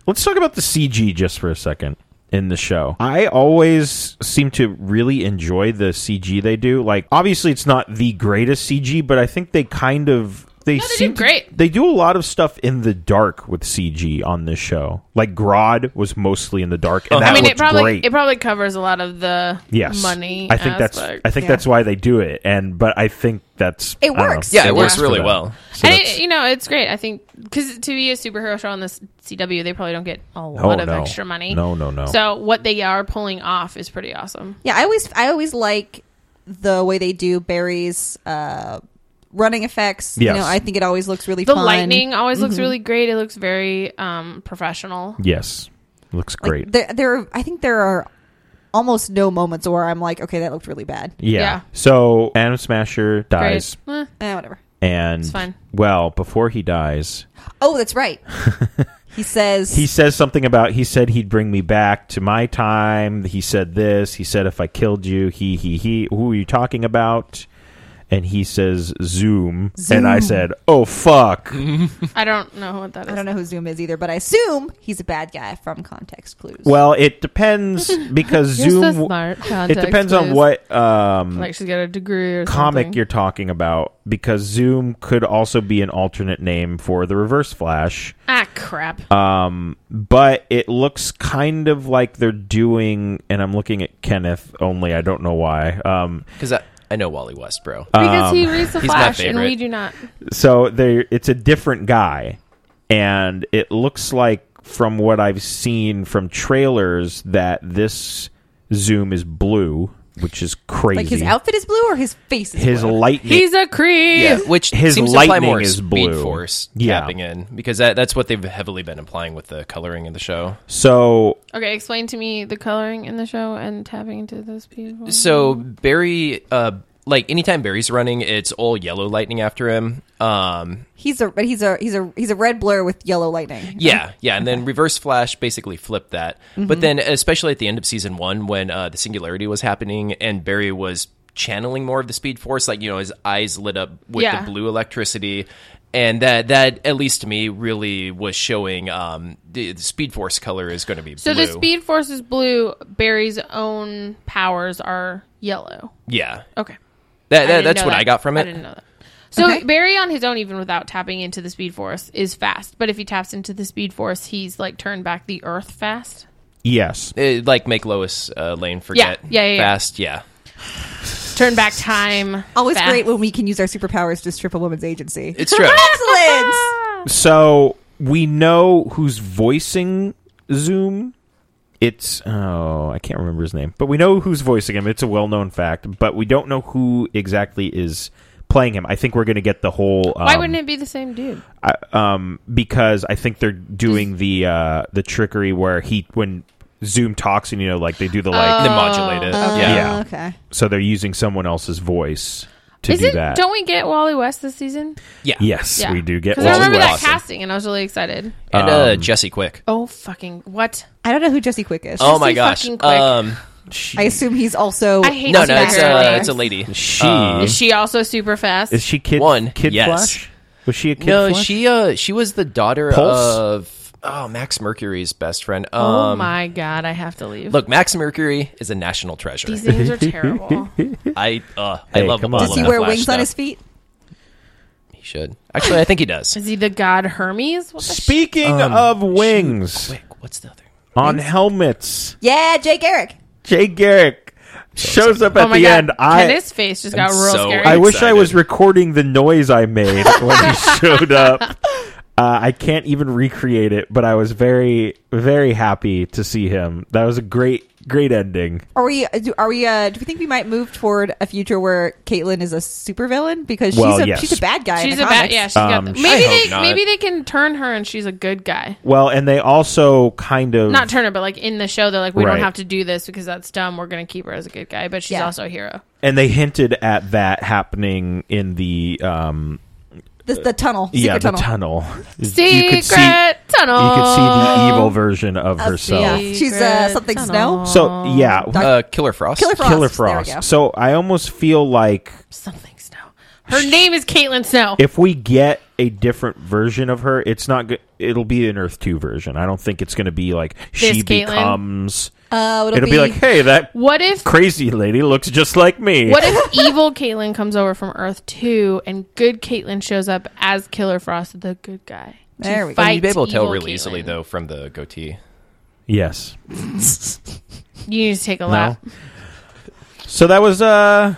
Speaker 1: Let's talk about the CG just for a second in the show. I always seem to really enjoy the CG they do. Like, obviously, it's not the greatest CG, but I think they kind of. They,
Speaker 2: No, they
Speaker 1: seem
Speaker 2: do
Speaker 1: to-
Speaker 2: great.
Speaker 1: they do a lot of stuff in the dark with CG on this show. Like Grodd was mostly in the dark, and that
Speaker 2: I mean,
Speaker 1: looked
Speaker 2: it probably
Speaker 1: great.
Speaker 2: it probably covers a lot of the
Speaker 1: yes,
Speaker 2: money.
Speaker 1: I think that's
Speaker 2: aspect.
Speaker 1: I think
Speaker 3: Yeah.
Speaker 1: that's why they do it. And but I think that's
Speaker 3: It
Speaker 1: I don't know.
Speaker 3: works.
Speaker 4: Yeah, it
Speaker 2: Yeah.
Speaker 4: works really
Speaker 1: for them.
Speaker 4: well.
Speaker 1: So
Speaker 2: and
Speaker 1: that's-
Speaker 2: it, you know, it's great. I think because to be a superhero show on the CW, they probably don't get a
Speaker 1: Oh,
Speaker 2: lot of
Speaker 1: no.
Speaker 2: extra money.
Speaker 1: No, no, no.
Speaker 2: So what they are pulling off is pretty awesome.
Speaker 3: Yeah, I always I always like the way they do Barry's uh, running effects.
Speaker 1: Yes.
Speaker 3: You know, I think it always looks really
Speaker 2: The
Speaker 3: fun. Mm-hmm.
Speaker 2: lightning always looks really great. It looks very um, professional.
Speaker 1: yes, looks
Speaker 3: Like,
Speaker 1: great.
Speaker 3: There, there are, I think there are almost no moments where I'm like, okay, that looked really bad.
Speaker 1: yeah.
Speaker 2: yeah.
Speaker 1: So Adam Smasher dies,
Speaker 2: Great. Eh,
Speaker 3: Eh, whatever.
Speaker 1: and
Speaker 2: It's fine.
Speaker 1: well, before he dies,
Speaker 3: Oh, that's right. he says
Speaker 1: he says something about he said he'd bring me back to my time. He said this. He said if I killed you, he he he. Who are you talking about? And he says Zoom, and I
Speaker 3: Zoom.
Speaker 1: said, "Oh fuck."
Speaker 2: I don't know what that is.
Speaker 3: I don't know who Zoom is either, but I assume he's a bad guy from context clues.
Speaker 1: Well, it depends because
Speaker 2: You're so
Speaker 1: Zoom.
Speaker 2: smart.
Speaker 1: It
Speaker 2: Context
Speaker 1: depends on
Speaker 2: clues.
Speaker 1: what um,
Speaker 2: Like she's got a degree or
Speaker 1: comic
Speaker 2: something.
Speaker 1: you're talking about because Zoom could also be an alternate name for the Reverse Flash.
Speaker 2: ah crap.
Speaker 1: Um, but it looks kind of like they're doing, and I'm looking at Kenneth only. I don't know why. Um,
Speaker 4: Because I, I know Wally West, bro.
Speaker 1: Uh,
Speaker 2: because he reads the
Speaker 4: he's my
Speaker 2: Flash and
Speaker 4: favorite.
Speaker 2: we do not.
Speaker 1: so they it's a different guy, and it looks like from what I've seen from trailers that this Zoom is blue, which is crazy.
Speaker 3: like his outfit is blue or his face is
Speaker 1: his
Speaker 3: blue.
Speaker 1: lightning.
Speaker 2: He's a creep.
Speaker 4: yeah, which
Speaker 1: his
Speaker 4: seems to imply
Speaker 1: lightning
Speaker 4: more
Speaker 1: is
Speaker 4: speed
Speaker 1: blue.
Speaker 4: force
Speaker 1: Yeah.
Speaker 4: tapping in because that, that's what they've heavily been implying with the coloring of the show.
Speaker 1: so
Speaker 2: Okay, explain to me the coloring in the show and tapping into those people.
Speaker 4: So Barry, uh, like anytime Barry's running, it's all yellow lightning after him. Um,
Speaker 3: he's a but he's a he's a he's a red blur with yellow lightning.
Speaker 4: yeah, yeah, and then Reverse Flash basically flipped that.
Speaker 2: Mm-hmm.
Speaker 4: But then, especially at the end of season one, when uh, the singularity was happening and Barry was channeling more of the Speed Force, like you know, his eyes lit up with
Speaker 2: Yeah.
Speaker 4: the blue electricity. And that, that at least to me, really was showing um, the, the Speed Force color is going to be
Speaker 2: So
Speaker 4: blue.
Speaker 2: the Speed Force is blue. Barry's own powers are yellow.
Speaker 4: yeah,
Speaker 2: Okay.
Speaker 4: that,
Speaker 2: I
Speaker 4: that
Speaker 2: didn't
Speaker 4: that's
Speaker 2: know
Speaker 4: what
Speaker 2: that.
Speaker 4: I got from
Speaker 2: I
Speaker 4: it.
Speaker 2: didn't know that. So
Speaker 3: Okay.
Speaker 2: Barry on his own, even without tapping into the Speed Force, is fast. But if he taps into the Speed Force, he's like turned back the Earth fast.
Speaker 1: yes,
Speaker 4: It, like make Lois uh, Lane forget
Speaker 2: yeah, yeah, yeah.
Speaker 4: fast, yeah.
Speaker 2: Turn back time.
Speaker 3: Always
Speaker 2: fast.
Speaker 3: great when we can use our superpowers to strip a woman's agency.
Speaker 4: It's true.
Speaker 3: Excellent.
Speaker 1: So we know who's voicing Zoom. It's oh, I can't remember his name, but we know who's voicing him. It's a well-known fact, but we don't know who exactly is playing him. I think we're going to get the whole. Um,
Speaker 2: Why wouldn't it be the same dude?
Speaker 1: I, um, because I think they're doing the uh, the trickery where he when Zoom talks and you know like they do the like,
Speaker 4: They modulate it.
Speaker 3: Uh,
Speaker 4: yeah.
Speaker 1: Yeah.
Speaker 3: Okay.
Speaker 1: so they're using someone else's voice to
Speaker 2: Is
Speaker 1: do
Speaker 2: it?
Speaker 1: that.
Speaker 2: Don't we get Wally West this season?
Speaker 4: Yeah.
Speaker 1: yes, we do get.
Speaker 2: Because I
Speaker 4: Wally
Speaker 2: remember that
Speaker 4: West.
Speaker 2: casting, and I was really excited.
Speaker 4: And uh, Jesse Quick.
Speaker 2: Oh fucking what?
Speaker 3: I don't know who Jesse Quick is.
Speaker 4: Oh my
Speaker 2: Jesse
Speaker 4: gosh.
Speaker 2: fucking Quick.
Speaker 4: Um,
Speaker 3: I assume he's also.
Speaker 2: I hate
Speaker 4: no,
Speaker 2: Jesse
Speaker 4: no, it's
Speaker 2: Quick.
Speaker 4: a, it's a lady.
Speaker 1: she
Speaker 4: Um,
Speaker 2: Is she also super fast?
Speaker 1: Is she kid
Speaker 4: One,
Speaker 1: kid
Speaker 4: yes.
Speaker 1: flash? Was she a kid
Speaker 4: no,
Speaker 1: flash?
Speaker 4: she uh she was the daughter
Speaker 1: Pulse?
Speaker 4: of oh Max Mercury's best friend. Um,
Speaker 2: oh my god, I have to leave.
Speaker 4: Look, Max Mercury is a national treasure.
Speaker 2: these names are terrible.
Speaker 4: I uh
Speaker 1: Hey,
Speaker 4: I love
Speaker 1: come
Speaker 4: all
Speaker 1: on.
Speaker 4: of
Speaker 3: Does he
Speaker 4: that
Speaker 3: wear
Speaker 4: Flash
Speaker 3: wings on
Speaker 4: stuff.
Speaker 3: his feet?
Speaker 4: He should. Actually, I think he does.
Speaker 2: Is he the god Hermes? What the sh-
Speaker 1: Speaking of wings
Speaker 4: Quick, what's the other?
Speaker 1: on helmets,
Speaker 3: Yeah, Jay Garrick.
Speaker 1: Jay Garrick shows up at
Speaker 2: oh my
Speaker 1: the
Speaker 2: god,
Speaker 1: end. I
Speaker 2: Kenneth's face just got
Speaker 4: I'm
Speaker 2: real
Speaker 4: so
Speaker 2: scary.
Speaker 1: I wish I
Speaker 4: excited.
Speaker 1: was recording the noise I made when he showed up. Uh, I can't even recreate it, but I was very very happy to see him. That was a great great ending.
Speaker 3: Are we? do- Are we? Uh, do we think we might move toward a future where Caitlyn is a supervillain because she's
Speaker 1: Well,
Speaker 3: a
Speaker 1: yes.
Speaker 3: she's a bad guy. in
Speaker 2: she's
Speaker 3: the
Speaker 2: a bad.
Speaker 3: comics.
Speaker 2: Yeah, she's
Speaker 1: Um,
Speaker 2: got.
Speaker 1: I
Speaker 2: The, maybe
Speaker 4: hope
Speaker 2: they
Speaker 4: not.
Speaker 2: maybe they can turn her and she's a good guy.
Speaker 1: Well, and they also kind of
Speaker 2: Not turn her, but like in the show, they're like, we
Speaker 1: Right.
Speaker 2: don't have to do this because that's dumb. We're gonna keep her as a good guy, but she's
Speaker 3: Yeah.
Speaker 2: also a hero.
Speaker 1: and they hinted at that happening in the um
Speaker 3: The, the tunnel. Secret
Speaker 1: yeah
Speaker 3: tunnel.
Speaker 1: the tunnel.
Speaker 2: Secret
Speaker 1: you could see
Speaker 2: tunnel.
Speaker 1: you could see the evil version of herself.
Speaker 3: yeah. She's, uh, something snow?
Speaker 1: So
Speaker 2: Um,
Speaker 1: yeah,
Speaker 4: Uh, Killer Frost.
Speaker 3: Killer Frost.
Speaker 1: Killer
Speaker 3: There we go.
Speaker 1: Frost. So I almost feel like
Speaker 2: something snow. Her name is Caitlin Snow.
Speaker 1: if we get a different version of her, it's not good. It'll be an Earth Two version. I don't think it's going to be like she
Speaker 2: Caitlyn? Uh,
Speaker 1: becomes.
Speaker 3: Oh, it'll
Speaker 1: it'll be,
Speaker 3: be-
Speaker 1: like, hey, that
Speaker 2: What if
Speaker 1: crazy lady looks just like me.
Speaker 2: what if evil Caitlin comes over from Earth two and good Caitlin shows up as Killer Frost, the good guy? to
Speaker 3: There we go.
Speaker 4: Well, you'd be able to tell
Speaker 2: evil
Speaker 4: really easily
Speaker 2: Caitlyn?
Speaker 4: though from the goatee.
Speaker 1: yes.
Speaker 2: You need to take a
Speaker 1: No.
Speaker 2: lap.
Speaker 1: So that was uh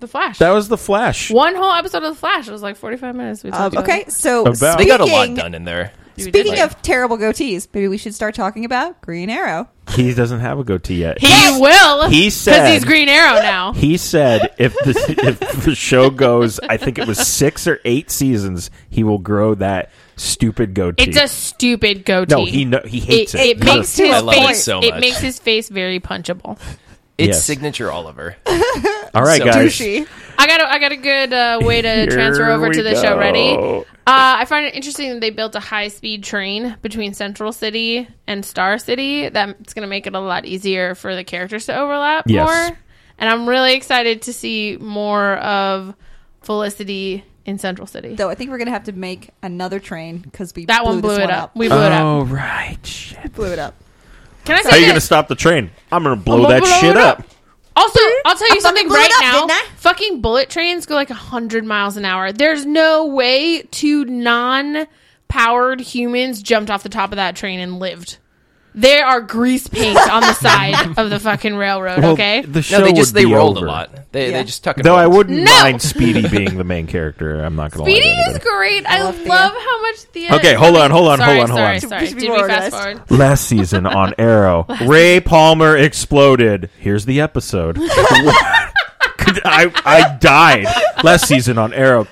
Speaker 2: The Flash.
Speaker 1: that was the Flash.
Speaker 2: One whole episode of The Flash. It was like 45 minutes. We
Speaker 3: Um,
Speaker 2: talked about
Speaker 3: okay,
Speaker 2: it.
Speaker 3: so
Speaker 1: About-
Speaker 3: speaking,
Speaker 4: They got a lot done in there.
Speaker 2: We did
Speaker 3: speaking
Speaker 2: like-
Speaker 3: of terrible goatees, maybe we should start talking about Green Arrow.
Speaker 1: He doesn't have a goatee yet.
Speaker 2: He will.
Speaker 1: He said-
Speaker 2: Because he's Green Arrow now.
Speaker 1: He said if the if the show goes, I think it was six or eight seasons, he will grow that stupid goatee.
Speaker 2: It's a stupid goatee.
Speaker 1: no, he no, he hates
Speaker 2: It,
Speaker 1: it.
Speaker 2: it
Speaker 1: He's a-
Speaker 2: makes his
Speaker 4: I love it
Speaker 2: face. It,
Speaker 4: so much.
Speaker 2: makes his face very punchable.
Speaker 4: It's
Speaker 1: Yes.
Speaker 4: signature Oliver.
Speaker 1: all right,
Speaker 4: so
Speaker 1: guys.
Speaker 3: Douchey.
Speaker 2: I got a, I got a good uh, way to
Speaker 1: Here
Speaker 2: transfer over
Speaker 1: we
Speaker 2: to the show.
Speaker 1: go.
Speaker 2: Ready? Uh, I find it interesting that they built a high speed train between Central City and Star City. That's going to make it a lot easier for the characters to overlap
Speaker 1: Yes.
Speaker 2: more. And I'm really excited to see more of Felicity in Central City.
Speaker 3: Though I think we're gonna have to make another train because we
Speaker 2: that
Speaker 3: blew
Speaker 2: one blew
Speaker 3: this
Speaker 2: it
Speaker 3: one
Speaker 2: up.
Speaker 3: up.
Speaker 2: We blew it up.
Speaker 1: Oh right. Shit.
Speaker 3: blew it up.
Speaker 2: Can I say
Speaker 1: How are you
Speaker 2: this?
Speaker 1: gonna stop the train? I'm gonna blow
Speaker 2: gonna
Speaker 1: that
Speaker 2: blow
Speaker 1: shit
Speaker 2: it
Speaker 1: up.
Speaker 2: up. Also, I'll tell
Speaker 3: I
Speaker 2: you something
Speaker 3: Hmm? fucking blew it
Speaker 2: right now.
Speaker 3: up, didn't I?
Speaker 2: Fucking bullet trains go like 100 miles an hour. There's no way two non powered humans jumped off the top of that train and lived. They are grease paint on the side of the fucking railroad,
Speaker 1: Well,
Speaker 2: okay?
Speaker 1: The show
Speaker 4: No, they just
Speaker 1: would
Speaker 4: they
Speaker 1: be
Speaker 4: rolled
Speaker 1: over.
Speaker 4: a lot. They
Speaker 3: Yeah.
Speaker 4: they just tuck it.
Speaker 1: Though I
Speaker 4: rolled.
Speaker 1: wouldn't
Speaker 2: No.
Speaker 1: mind Speedy being the main character. I'm not gonna
Speaker 2: Speedy
Speaker 1: lie. to
Speaker 2: is
Speaker 1: anybody.
Speaker 2: great. I,
Speaker 3: love
Speaker 2: love,
Speaker 3: Thea.
Speaker 2: how much Thea.
Speaker 1: Okay, hold on, hold on,
Speaker 2: sorry,
Speaker 1: hold on, hold
Speaker 2: sorry,
Speaker 1: on.
Speaker 2: Sorry,
Speaker 3: Just be
Speaker 2: Did we
Speaker 3: more
Speaker 2: fast
Speaker 3: organized.
Speaker 2: forward?
Speaker 1: Last season on Arrow, Ray Palmer exploded. Here's the episode. Could- I, I died last season on Arrow,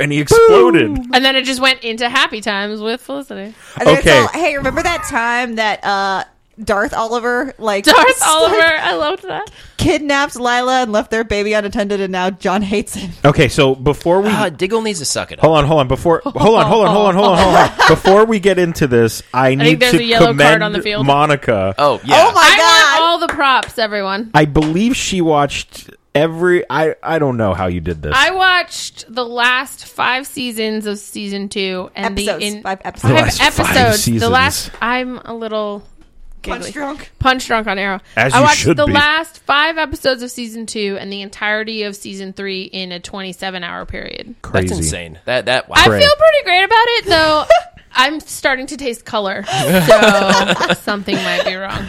Speaker 1: and he exploded.
Speaker 2: And then it just went into happy times with Felicity.
Speaker 3: And then
Speaker 1: Okay.
Speaker 3: It's all, hey, remember that time that uh, Darth Oliver like
Speaker 2: Darth Oliver, I loved that.
Speaker 3: kidnapped Lila and left their baby unattended, and now John hates him.
Speaker 1: Okay, so before we
Speaker 4: Ah, Diggle needs to suck it up.
Speaker 1: hold on, hold on, before hold on, hold on, hold on, hold on, hold on. Before we get into this, I need
Speaker 2: there's
Speaker 1: to
Speaker 2: a yellow card
Speaker 1: commend
Speaker 2: on the field.
Speaker 1: Monica.
Speaker 4: Oh yeah.
Speaker 3: Oh my
Speaker 2: I
Speaker 3: god!
Speaker 2: want all the props, everyone.
Speaker 1: I believe she watched every. I I don't know how you did this.
Speaker 2: I watched the last five seasons of season two and
Speaker 3: Episodes.
Speaker 2: the in
Speaker 3: Five
Speaker 2: five
Speaker 3: episodes.
Speaker 1: The last five
Speaker 2: episodes. the
Speaker 1: seasons.
Speaker 2: last I'm a little
Speaker 3: Punch
Speaker 2: giggly.
Speaker 3: drunk.
Speaker 2: Punch drunk on arrow.
Speaker 1: As
Speaker 2: I
Speaker 1: you
Speaker 2: watched
Speaker 1: should
Speaker 2: the
Speaker 1: be.
Speaker 2: last five episodes of season two and the entirety of season three in a 27 hour period.
Speaker 1: Crazy.
Speaker 4: That's insane. That that wow.
Speaker 2: I
Speaker 1: Great.
Speaker 2: feel pretty great about it though. I'm starting to taste color, so something might be wrong.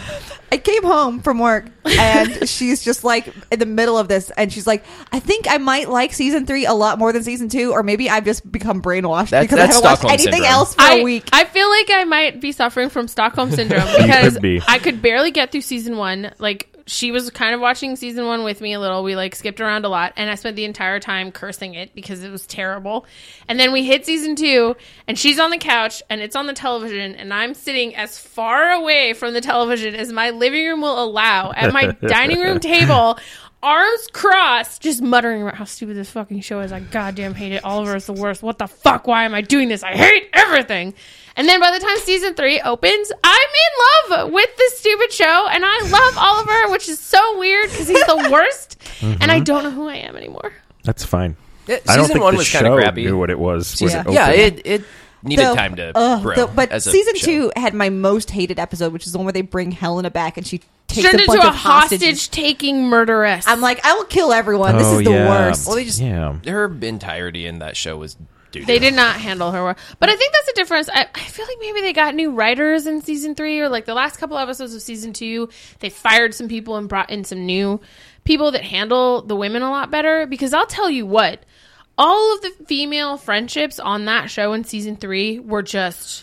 Speaker 3: I came home from work and she's just like in the middle of this and she's like, I think I might like season three a lot more than season two, or maybe I've just become brainwashed
Speaker 4: That-
Speaker 3: because I
Speaker 4: that's
Speaker 3: haven't
Speaker 4: Stockholm
Speaker 3: watched anything
Speaker 4: syndrome.
Speaker 3: else for
Speaker 2: I
Speaker 3: a week.
Speaker 2: I feel like I might be suffering from Stockholm syndrome because
Speaker 1: could be.
Speaker 2: I could barely get through season one. Like she was kind of watching season one with me a little. We like skipped around a lot, and I spent the entire time cursing it because it was terrible. And then we hit season two, and she's on the couch, and it's on the television, and I'm sitting as far away from the television as my living room will allow at my dining room table. Arms crossed, just muttering about how stupid this fucking show is. I goddamn hate it. Oliver is the worst. What the fuck? Why am I doing this? I hate everything. And then by the time season three opens, I'm in love with this stupid show, and I love Oliver, which is so weird because he's the worst, and I don't know who I am anymore.
Speaker 1: That's fine.
Speaker 4: Yeah,
Speaker 1: I don't
Speaker 4: season
Speaker 1: think
Speaker 4: one
Speaker 1: the
Speaker 4: was kinda
Speaker 1: show
Speaker 4: crappy.
Speaker 1: knew what it was. when
Speaker 4: Season-
Speaker 1: it
Speaker 4: yeah,
Speaker 1: opened.
Speaker 4: it it needed
Speaker 3: So,
Speaker 4: time to
Speaker 3: ugh,
Speaker 4: grow.
Speaker 3: uh, the- but
Speaker 4: as a
Speaker 3: season
Speaker 4: show.
Speaker 3: two had my most hated episode, which is the one where they bring Helena back and she takes
Speaker 2: Turned
Speaker 3: a bunch
Speaker 2: into a
Speaker 3: of hostages.
Speaker 2: hostage taking murderess.
Speaker 3: I'm like, I will kill everyone. this
Speaker 1: Oh,
Speaker 3: is the
Speaker 1: yeah.
Speaker 3: worst.
Speaker 4: Well, they just
Speaker 1: Yeah.
Speaker 4: her entirety in that show was. doo-doo.
Speaker 2: They did not handle her well. But I think that's the difference. I, I feel like maybe they got new writers in season three or like the last couple episodes of season two. They fired some people and brought in some new people that handle the women a lot better. Because I'll tell you what, all of the female friendships on that show in season three were just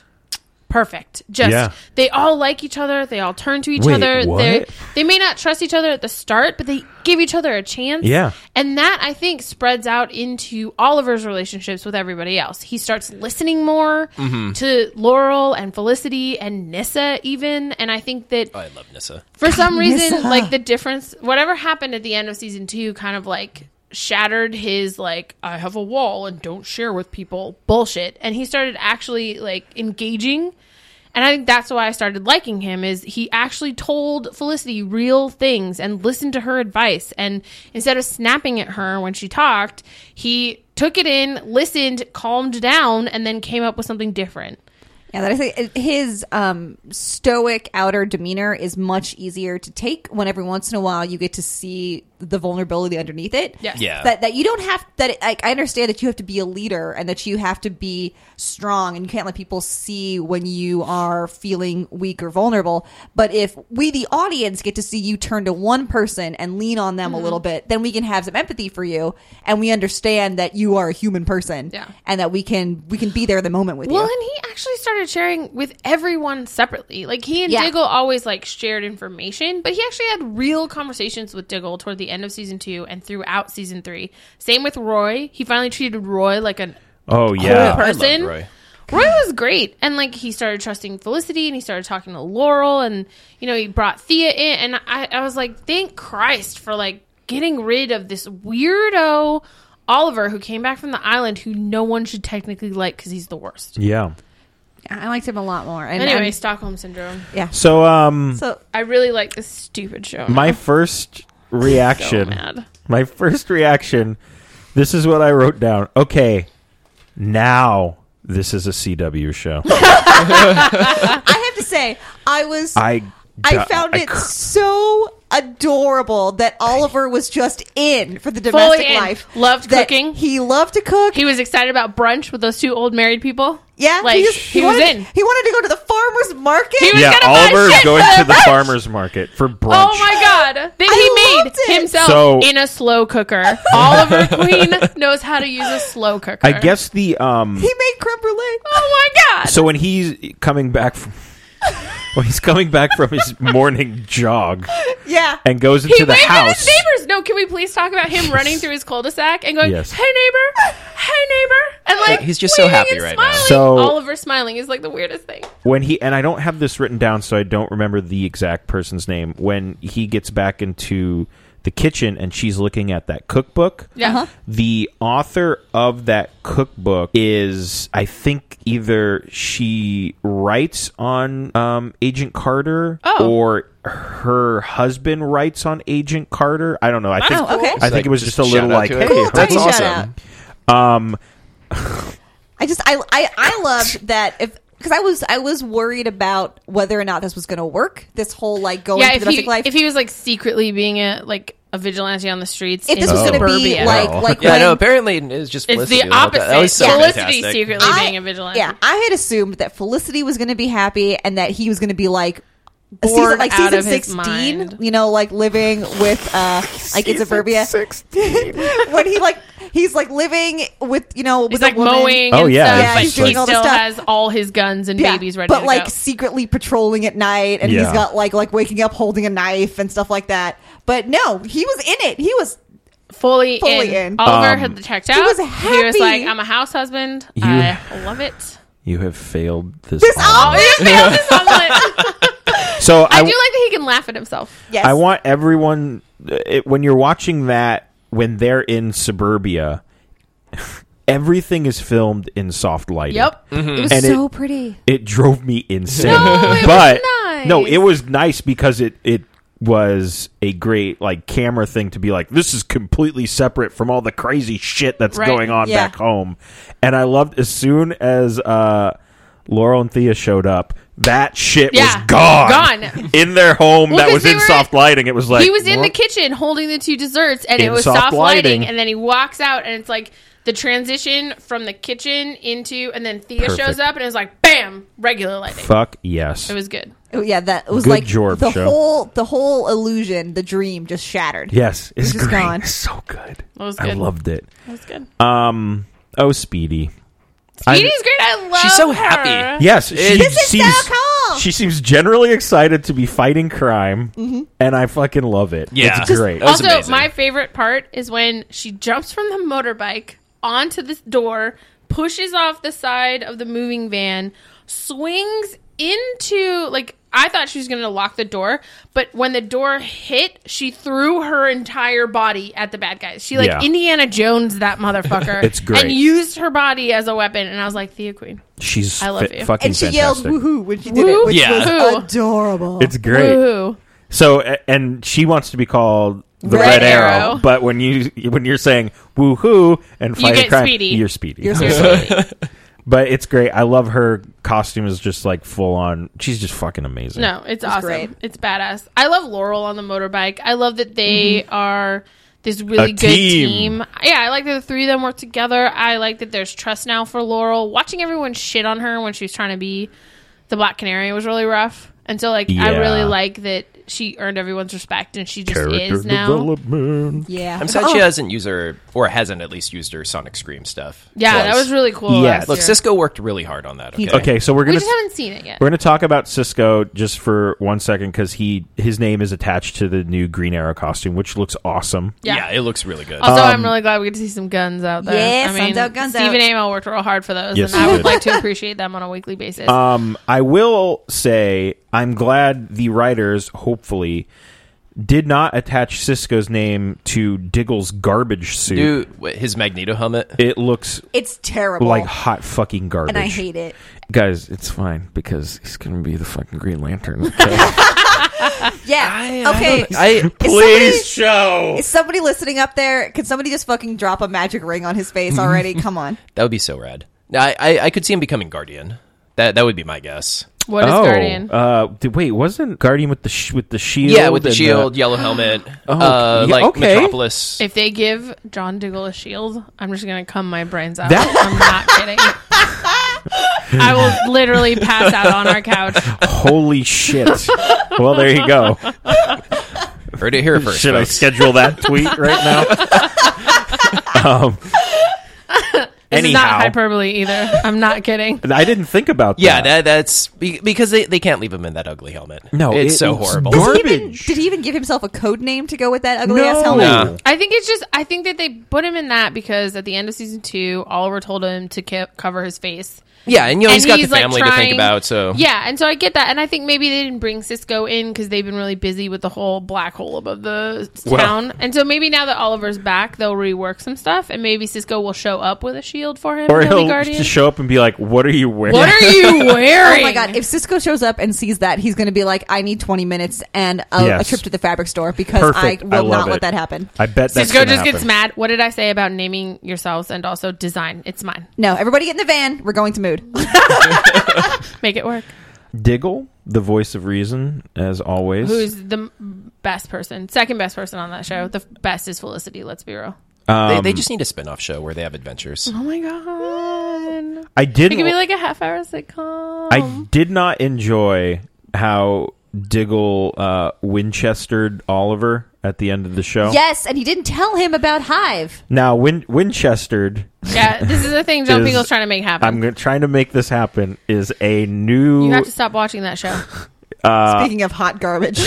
Speaker 2: perfect. Just
Speaker 1: Yeah.
Speaker 2: they all like each other. They all turn to each
Speaker 1: Wait,
Speaker 2: other.
Speaker 1: what?
Speaker 2: They they may not trust each other at the start, but they give each other a chance.
Speaker 1: Yeah.
Speaker 2: And that I think spreads out into Oliver's relationships with everybody else. He starts listening more to Laurel and Felicity and Nissa even. And I think that
Speaker 4: I love Nissa.
Speaker 2: for some reason,
Speaker 3: Nissa.
Speaker 2: like the difference, whatever happened at the end of season two, kind of like shattered his like I have a wall and don't share with people bullshit, and he started actually like engaging And I think that's why I started liking him is he actually told Felicity real things and listened to her advice and instead of snapping at her when she talked, he took it in, listened, calmed down and then came up with something different.
Speaker 3: Yeah, that I think his um, stoic outer demeanor is much easier to take when every once in a while you get to see the vulnerability underneath it.
Speaker 2: Yes.
Speaker 4: Yeah.
Speaker 3: That, that you don't have that. Like, I understand that you have to be a leader and that you have to be strong and you can't let people see when you are feeling weak or vulnerable. But if we, the audience, get to see you turn to one person and lean on them
Speaker 2: Mm-hmm.
Speaker 3: a little bit, then we can have some empathy for you and we understand that you are a human person.
Speaker 2: Yeah.
Speaker 3: And that we can we can be there in the moment with
Speaker 2: Well,
Speaker 3: you.
Speaker 2: and he actually started sharing with everyone separately. Like he and
Speaker 3: Yeah.
Speaker 2: Diggle always like shared information, but he actually had real conversations with Diggle toward the end of season two and throughout season three. Same with Roy. He finally treated Roy like an
Speaker 1: Oh
Speaker 4: Yeah,
Speaker 1: yeah.
Speaker 4: I loved
Speaker 2: person.
Speaker 4: Roy.
Speaker 2: Roy was great, and like he started trusting Felicity, and he started talking to Laurel, and you know he brought Thea in, and I, I was like, thank Christ for like getting rid of this weirdo Oliver who came back from the island, who no one should technically like because he's the worst.
Speaker 1: Yeah.
Speaker 3: I liked him a lot more. And
Speaker 2: Anyway,
Speaker 3: I'm-
Speaker 2: Stockholm syndrome.
Speaker 1: So um
Speaker 3: so
Speaker 2: I really like this stupid show. now.
Speaker 1: my first reaction
Speaker 2: So mad.
Speaker 1: my first reaction this is what I wrote down. Okay. Now this is a CW show.
Speaker 3: I have to say, I was I,
Speaker 1: I
Speaker 3: found
Speaker 1: I
Speaker 3: it
Speaker 1: cr-
Speaker 3: so adorable that Oliver was just in for the
Speaker 2: Fully
Speaker 3: domestic
Speaker 2: in.
Speaker 3: life.
Speaker 2: Loved
Speaker 3: That
Speaker 2: cooking.
Speaker 3: He loved to cook.
Speaker 2: He was excited about brunch with those two old married people.
Speaker 3: yeah,
Speaker 2: like he,
Speaker 3: just-
Speaker 2: was
Speaker 3: wanted,
Speaker 2: in.
Speaker 3: He wanted to go to the farmer's market.
Speaker 2: He was
Speaker 1: Yeah,
Speaker 2: gonna buy
Speaker 1: Oliver is
Speaker 2: shit
Speaker 1: going
Speaker 2: for
Speaker 1: to the
Speaker 2: brunch.
Speaker 1: farmer's market for brunch.
Speaker 2: Oh my god! That
Speaker 3: I
Speaker 2: he
Speaker 3: loved
Speaker 2: made
Speaker 3: it.
Speaker 2: himself
Speaker 1: So-
Speaker 2: in a slow cooker. Oliver Queen knows how to use a slow cooker.
Speaker 1: I guess the um
Speaker 3: He made creme brulee.
Speaker 2: Oh my god!
Speaker 1: So when he's coming back from when he's coming back from his morning jog
Speaker 3: Yeah.
Speaker 1: and goes into
Speaker 2: he
Speaker 1: the
Speaker 2: waved at
Speaker 1: house.
Speaker 2: his neighbors. No, can we please talk about him running through his cul-de-sac and going,
Speaker 1: Yes.
Speaker 2: "Hey neighbor, hey neighbor," and like
Speaker 4: He's just so
Speaker 2: waving
Speaker 4: happy
Speaker 2: and
Speaker 4: right now.
Speaker 2: smiling.
Speaker 1: So-
Speaker 2: Oliver smiling is like the weirdest thing.
Speaker 1: When he and I don't have this written down so I don't remember the exact person's name when he gets back into the kitchen and she's looking at that cookbook.
Speaker 2: Yeah. Uh-huh.
Speaker 1: The author of that cookbook is I think either she writes on um, Agent Carter
Speaker 2: Oh.
Speaker 1: or her husband writes on Agent Carter. I don't know. I think
Speaker 3: Oh, okay.
Speaker 1: I think it was just a little
Speaker 4: shout out
Speaker 1: like,
Speaker 4: to
Speaker 1: hey,
Speaker 4: it.
Speaker 3: Cool,
Speaker 1: that's
Speaker 3: tiny shout
Speaker 1: awesome. Um,
Speaker 3: out. I just I I, I loved that if because I was I was worried about whether or not this was going to work. This whole like going
Speaker 2: Yeah,
Speaker 3: to
Speaker 2: if
Speaker 3: domestic
Speaker 2: he,
Speaker 3: life.
Speaker 2: if he was like secretly being a like a vigilante on the streets,
Speaker 3: if this
Speaker 2: in
Speaker 3: was going to be
Speaker 2: suburbia.
Speaker 3: like
Speaker 1: Wow.
Speaker 3: like
Speaker 4: Yeah,
Speaker 3: when,
Speaker 4: no. Apparently, it was just
Speaker 2: it's
Speaker 4: Felicity
Speaker 2: the
Speaker 4: whole time.
Speaker 2: opposite.
Speaker 4: That was so
Speaker 2: Felicity
Speaker 4: fantastic. Um,
Speaker 2: secretly
Speaker 3: I-
Speaker 2: being a vigilante.
Speaker 3: Yeah, I had assumed that Felicity was going to be happy and that he was going to be like. a
Speaker 2: Bored
Speaker 3: Season, like
Speaker 2: out
Speaker 3: season
Speaker 2: of his mind.
Speaker 3: sixteen, you know, like living with uh like in suburbia. Sixteen, when he like he's like living with you know with
Speaker 2: He's
Speaker 3: a
Speaker 2: like
Speaker 3: woman.
Speaker 2: mowing.
Speaker 1: Oh,
Speaker 2: and
Speaker 1: yeah,
Speaker 2: stuff,
Speaker 1: yeah,
Speaker 2: but
Speaker 1: he's
Speaker 2: he
Speaker 1: doing
Speaker 2: still
Speaker 1: all
Speaker 3: this stuff.
Speaker 2: has all his guns and babies ready.
Speaker 3: but
Speaker 2: to
Speaker 3: like
Speaker 2: go.
Speaker 3: secretly patrolling at night, and
Speaker 1: Yeah.
Speaker 3: he's got like like waking up holding a knife and stuff like that. But no, he was in it. He was
Speaker 2: fully,
Speaker 3: fully
Speaker 2: in.
Speaker 3: in.
Speaker 2: Oliver
Speaker 1: Um,
Speaker 2: had checked out.
Speaker 3: he was happy.
Speaker 2: like, "I'm a house husband. I love it."
Speaker 1: You have failed this.
Speaker 3: This
Speaker 1: honor.
Speaker 2: Oh, he failed his omelet.
Speaker 1: so I,
Speaker 2: I do like that he can laugh at himself.
Speaker 3: yes.
Speaker 1: I want everyone uh, it, when you're watching that when they're in suburbia, everything is filmed in soft lighting.
Speaker 2: Yep.
Speaker 3: it was
Speaker 1: and
Speaker 3: so
Speaker 1: it-
Speaker 3: pretty.
Speaker 1: It drove me insane.
Speaker 2: No, it
Speaker 1: but
Speaker 2: was nice.
Speaker 1: no, it was nice because it it was a great like camera thing to be like this is completely separate from all the crazy shit that's
Speaker 2: Right.
Speaker 1: going on
Speaker 3: Yeah.
Speaker 1: back home. And I loved as soon as uh Laurel and Thea showed up, that shit
Speaker 2: Yeah.
Speaker 1: was gone.
Speaker 2: Gone.
Speaker 1: In their home
Speaker 2: Well,
Speaker 1: that
Speaker 2: 'cause
Speaker 1: was
Speaker 2: they
Speaker 1: in
Speaker 2: were-
Speaker 1: soft lighting. It was like
Speaker 2: he was in the
Speaker 1: what?
Speaker 2: kitchen holding the two desserts, and it
Speaker 1: In
Speaker 2: was
Speaker 1: soft
Speaker 2: soft, lighting.
Speaker 1: lighting.
Speaker 2: And then he walks out, and it's like the transition from the kitchen into, and then Thea
Speaker 1: Perfect.
Speaker 2: shows up, and it was like, "Bam!" Regular lighting.
Speaker 1: Fuck yes.
Speaker 2: It was good.
Speaker 3: Oh, yeah, that was
Speaker 1: Good
Speaker 3: like
Speaker 1: Jorb
Speaker 3: the
Speaker 1: show.
Speaker 3: whole the whole illusion, the dream just shattered.
Speaker 1: yes. It's
Speaker 3: just
Speaker 1: great.
Speaker 3: gone.
Speaker 1: So good.
Speaker 2: was
Speaker 1: I
Speaker 2: good.
Speaker 1: loved it.
Speaker 2: It was good.
Speaker 1: Um oh Speedy. I-
Speaker 2: Edie's great. I love.
Speaker 4: so
Speaker 2: her.
Speaker 4: happy.
Speaker 1: Yes, she
Speaker 4: This
Speaker 3: is
Speaker 1: seems
Speaker 3: Stockholm!
Speaker 1: she seems generally excited to be fighting crime,
Speaker 2: Mm-hmm.
Speaker 1: and I fucking love it.
Speaker 4: Yeah.
Speaker 1: it's
Speaker 4: Just-
Speaker 1: great.
Speaker 4: That was
Speaker 2: Also,
Speaker 4: amazing.
Speaker 2: my favorite part is when she jumps from the motorbike onto this door, pushes off the side of the moving van, swings into like I thought she was going to lock the door, but when the door hit, she threw her entire body at the bad guys. She like
Speaker 1: Yeah.
Speaker 2: Indiana Jones that motherfucker.
Speaker 1: It's great.
Speaker 2: And used her body as a weapon, and I was like, Thea Queen.
Speaker 1: She's
Speaker 2: I love
Speaker 1: fa-
Speaker 2: you.
Speaker 1: fucking
Speaker 3: and she
Speaker 1: fantastic.
Speaker 3: yelled "woohoo" when she did
Speaker 2: Woo.
Speaker 3: it, which
Speaker 4: Yeah.
Speaker 3: was adorable.
Speaker 1: It's great.
Speaker 2: Woohoo.
Speaker 1: So a- and she wants to be called the
Speaker 3: Red
Speaker 1: Red, Arrow.
Speaker 2: Arrow.
Speaker 1: but when you when you're saying woohoo and fight
Speaker 2: get
Speaker 1: a crime,
Speaker 2: Speedy.
Speaker 1: you're speedy.
Speaker 3: You're
Speaker 1: but it's great. I love her costume is just like full on. She's just fucking amazing.
Speaker 2: No, it's awesome.
Speaker 3: great.
Speaker 2: It's badass. I love Laurel on the motorbike. I love that they
Speaker 3: Mm-hmm.
Speaker 2: are this really
Speaker 1: A
Speaker 2: good
Speaker 1: team.
Speaker 2: team. Yeah, I like that the three of them work together. I like that there's trust now for Laurel. Watching everyone shit on her when she was trying to be the Black Canary was really rough. And so, like, I
Speaker 1: Yeah.
Speaker 2: really like that she earned everyone's respect and she just is now.
Speaker 1: development.
Speaker 3: yeah.
Speaker 4: I'm sad
Speaker 3: Oh,
Speaker 4: she hasn't used her, or hasn't at least used her Sonic Scream stuff.
Speaker 2: Yeah, that
Speaker 4: Once.
Speaker 2: was really cool.
Speaker 1: Yeah.
Speaker 2: last
Speaker 4: Look,
Speaker 2: year.
Speaker 4: Cisco worked really hard on that.
Speaker 3: He
Speaker 4: Okay.
Speaker 3: did.
Speaker 1: Okay, so we're
Speaker 2: We
Speaker 1: gonna
Speaker 2: just haven't seen it yet.
Speaker 1: we're gonna talk about Cisco just for one second because he his name is attached to the new Green Arrow costume, which looks awesome.
Speaker 4: Yeah.
Speaker 2: Yeah.
Speaker 4: it looks really good.
Speaker 2: Also,
Speaker 1: um,
Speaker 2: I'm really glad we get to see some guns out there.
Speaker 3: Yeah,
Speaker 2: I
Speaker 3: suns out, guns
Speaker 2: Stephen
Speaker 3: out.
Speaker 2: Amell worked real hard for those,
Speaker 1: Yes,
Speaker 2: and
Speaker 1: he
Speaker 2: I would
Speaker 1: did.
Speaker 2: like to appreciate them on a weekly basis.
Speaker 1: Um, I will say I'm glad the writers hopefully did not attach Cisco's name to Diggle's garbage suit.
Speaker 4: Dude, wh- his Magneto helmet.
Speaker 1: It looks
Speaker 3: It's terrible.
Speaker 1: like hot fucking garbage.
Speaker 3: and I hate it.
Speaker 1: Guys, it's fine because he's gonna be the fucking Green Lantern. okay?
Speaker 3: Yeah.
Speaker 4: I
Speaker 3: okay.
Speaker 4: don't- I,
Speaker 3: Please
Speaker 1: show.
Speaker 3: Is somebody listening up there? Can somebody just fucking drop a magic ring on his face already? Come on.
Speaker 4: that would be so rad. No, I, I, I could see him becoming Guardian. That that would be my guess.
Speaker 2: What is
Speaker 1: oh,
Speaker 2: Guardian?
Speaker 1: Uh, d- wait, wasn't Guardian with the sh- with the shield?
Speaker 4: Yeah, with the
Speaker 1: and uh,
Speaker 4: shield, yellow helmet,
Speaker 1: Oh,
Speaker 4: uh,
Speaker 1: yeah,
Speaker 4: like
Speaker 1: okay.
Speaker 4: Metropolis.
Speaker 2: if they give John Diggle a shield, I'm just gonna cum my brains out.
Speaker 1: That-
Speaker 2: I'm not kidding. I will literally pass out on our couch.
Speaker 1: Holy shit! well, there you go.
Speaker 4: Heard it here first.
Speaker 1: Should I
Speaker 4: folks.
Speaker 1: schedule that tweet right now? um,
Speaker 2: This is not
Speaker 1: anyhow,
Speaker 2: hyperbole either. I'm not kidding.
Speaker 1: I didn't think about that.
Speaker 4: Yeah, that, that's be- because they, they can't leave him in that ugly helmet.
Speaker 1: No,
Speaker 4: it's
Speaker 1: it-
Speaker 4: so
Speaker 1: it's
Speaker 4: horrible.
Speaker 1: gor-
Speaker 3: Did he, even,
Speaker 1: Garbage.
Speaker 3: did he even give himself a code name to go with that ugly ass
Speaker 1: no.
Speaker 3: helmet?
Speaker 4: No.
Speaker 2: I think it's just I think that they put him in that because at the end of season two, Oliver told him to ca- cover his face.
Speaker 4: yeah, and you know
Speaker 2: And
Speaker 4: he's got the
Speaker 2: like,
Speaker 4: family to
Speaker 2: trying-
Speaker 4: think about. So
Speaker 2: yeah, and so I get that, and I think maybe they didn't bring Cisco in because they've been really busy with the whole black hole above the s-
Speaker 1: Well-
Speaker 2: town, and so maybe now that Oliver's back, they'll rework some stuff, and maybe Cisco will show up with a shield for him.
Speaker 1: Or
Speaker 2: and
Speaker 1: he'll
Speaker 2: be guardian.
Speaker 1: just show up and be like, "What are you wearing?"
Speaker 2: what are you wearing?
Speaker 3: Oh my god! If Cisco shows up and sees that, he's going to be like, "I need 20 minutes and a, a
Speaker 1: Yes.
Speaker 3: trip to the fabric store because
Speaker 1: Perfect.
Speaker 3: I
Speaker 1: I
Speaker 3: will
Speaker 1: love
Speaker 3: not
Speaker 1: it.
Speaker 3: let that happen."
Speaker 1: I bet that's
Speaker 2: Cisco
Speaker 1: gonna
Speaker 2: just
Speaker 1: happen.
Speaker 2: gets mad. What did I say about naming yourselves and also design? It's mine.
Speaker 3: No, everybody get in the van. We're going to Mood.
Speaker 2: Make it work.
Speaker 1: Diggle, the voice of reason, as always.
Speaker 2: Who's the m- best person? Second best person on that show. The f- best is Felicity. Let's be real.
Speaker 1: Um,
Speaker 4: they, they just need a spin off show where they have adventures.
Speaker 2: Oh my god!
Speaker 1: I
Speaker 2: It
Speaker 1: didn't.
Speaker 2: could be like "Oh." a half hour sitcom.
Speaker 1: I did not enjoy how Diggle uh, Winchestered Oliver at the end of the show.
Speaker 3: yes, and he didn't tell him about Hive.
Speaker 1: Now, Win- Winchestered.
Speaker 2: Yeah, this is the thing John
Speaker 1: Is-
Speaker 2: Pingle's trying to make happen.
Speaker 1: I'm gonna, trying to make this happen. Is a new.
Speaker 2: you have to stop watching that show.
Speaker 1: Uh,
Speaker 3: Speaking of hot garbage,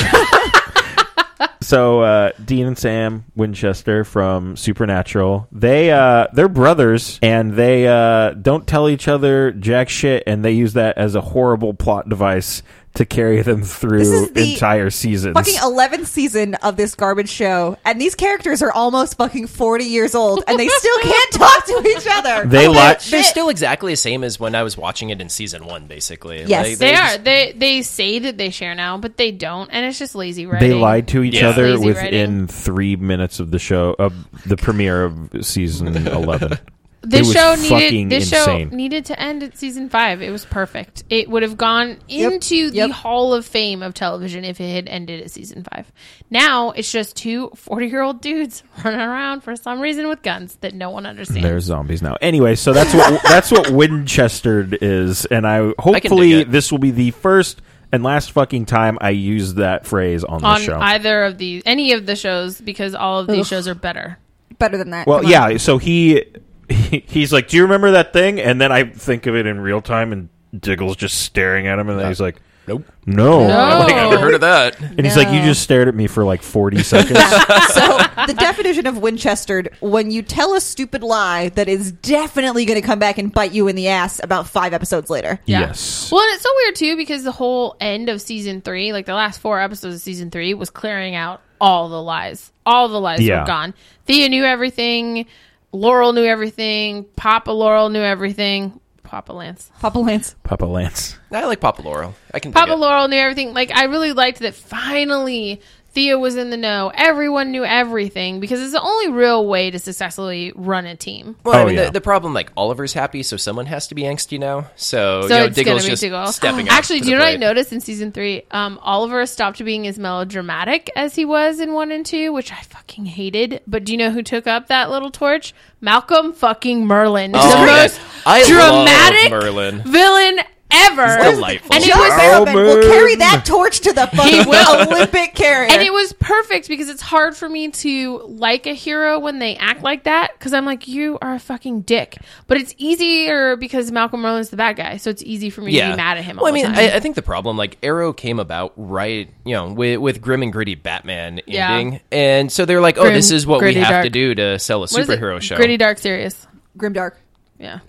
Speaker 1: So uh, Dean and Sam Winchester from Supernatural, they uh, they're brothers, and they uh, don't tell each other jack shit, and they use that as a horrible plot device to carry them
Speaker 3: This
Speaker 1: through
Speaker 3: is the
Speaker 1: entire seasons.
Speaker 3: fucking 11th season of this garbage show, and these characters are almost fucking 40 years old, and they still can't talk to each other.
Speaker 2: Oh,
Speaker 1: They
Speaker 3: Holy
Speaker 1: like-
Speaker 4: They're
Speaker 3: shit.
Speaker 4: still exactly the same as when I was watching it in season one, basically.
Speaker 3: Yes.
Speaker 2: They
Speaker 4: they're
Speaker 2: are.
Speaker 4: just-
Speaker 2: They they say that they share now, but they don't, and it's just lazy writing.
Speaker 1: they lied to each
Speaker 4: Yeah.
Speaker 1: other
Speaker 2: Lazy
Speaker 1: within
Speaker 2: writing.
Speaker 1: three minutes of the show of the premiere of season eleven.
Speaker 2: This
Speaker 1: It was
Speaker 2: show needed.
Speaker 1: fucking
Speaker 2: This
Speaker 1: insane.
Speaker 2: show needed to end at season five. It was perfect. It would have gone
Speaker 3: Yep.
Speaker 2: into the
Speaker 3: Yep.
Speaker 2: Hall of Fame of television if it had ended at season five. Now it's just two 40 year old dudes running around for some reason with guns that no one understands.
Speaker 1: There's zombies now. Anyway, so that's what that's what Winchestered is, and I hopefully
Speaker 4: it.
Speaker 1: this will be the first and last fucking time I use that phrase on the
Speaker 2: on
Speaker 1: show.
Speaker 2: either of these, any of the shows, because all of these shows are better.
Speaker 3: better than that.
Speaker 1: well,
Speaker 3: Come on.
Speaker 1: yeah. So he, he he's like, "Do you remember that thing?" And then I think of it in real time, and Diggle's just staring at him, and then he's like,
Speaker 4: Nope.
Speaker 1: No.
Speaker 2: No.
Speaker 4: Like, I've never heard of that.
Speaker 1: And he's like, you just stared at me for like 40 seconds.
Speaker 3: so the definition of Winchestered when you tell a stupid lie that is definitely going to come back and bite you in the ass about five episodes later.
Speaker 2: Yeah.
Speaker 1: Yes.
Speaker 2: Well, and it's so weird too because the whole end of season three, like the last four episodes of season three, was clearing out all the lies. All the lies
Speaker 1: Yeah.
Speaker 2: were gone. Thea knew everything. Laurel knew everything. Papa Laurel knew everything. Papa Lance.
Speaker 3: Papa Lance.
Speaker 1: Papa Lance.
Speaker 4: I like Papa Laurel. I can. dig
Speaker 2: Papa
Speaker 4: it.
Speaker 2: Laurel knew everything. Like I really liked that finally Thea was in the know. Everyone knew everything because it's the only real way to successfully run a team.
Speaker 4: Well,
Speaker 1: Oh,
Speaker 4: I mean,
Speaker 1: yeah.
Speaker 4: the, the problem, like Oliver's happy, so someone has to be angsty now. So, Oh,
Speaker 2: So
Speaker 4: you know,
Speaker 2: it's gonna
Speaker 4: Diggle's
Speaker 2: be
Speaker 4: just
Speaker 2: Diggle.
Speaker 4: stepping up.
Speaker 2: Actually, do
Speaker 4: to the
Speaker 2: you know what I
Speaker 4: plate.
Speaker 2: noticed in season three? Um, Oliver stopped being as melodramatic as he was in one and two, which I fucking hated. But do you know who took up that little torch? Malcolm fucking Merlin,
Speaker 4: Oh,
Speaker 2: the
Speaker 4: yeah.
Speaker 2: most
Speaker 4: I love
Speaker 2: dramatic
Speaker 4: Merlin.
Speaker 2: villain ever.
Speaker 4: He's delightful.
Speaker 2: And it
Speaker 3: John
Speaker 2: was
Speaker 3: Barrowman will
Speaker 1: Barrowman.
Speaker 3: carry that torch to the fucking
Speaker 2: will.
Speaker 3: Olympic carrier.
Speaker 2: and it was perfect because it's hard for me to like a hero when they act like that because I'm like, you are a fucking dick. But it's easier because Malcolm Merlin's the bad guy, so it's easy for me to be mad at him. All
Speaker 4: Well, I mean,
Speaker 2: the time.
Speaker 4: I, I think the problem, like Arrow, came about right, you know, with, with grim and gritty Batman
Speaker 2: Yeah.
Speaker 4: ending, and so they're like, oh,
Speaker 2: Grim,
Speaker 4: this is what we
Speaker 2: gritty,
Speaker 4: have
Speaker 2: dark.
Speaker 4: to do to sell a
Speaker 2: What is it?
Speaker 4: superhero show.
Speaker 2: Gritty, dark, serious.
Speaker 3: Grimdark.
Speaker 2: Yeah.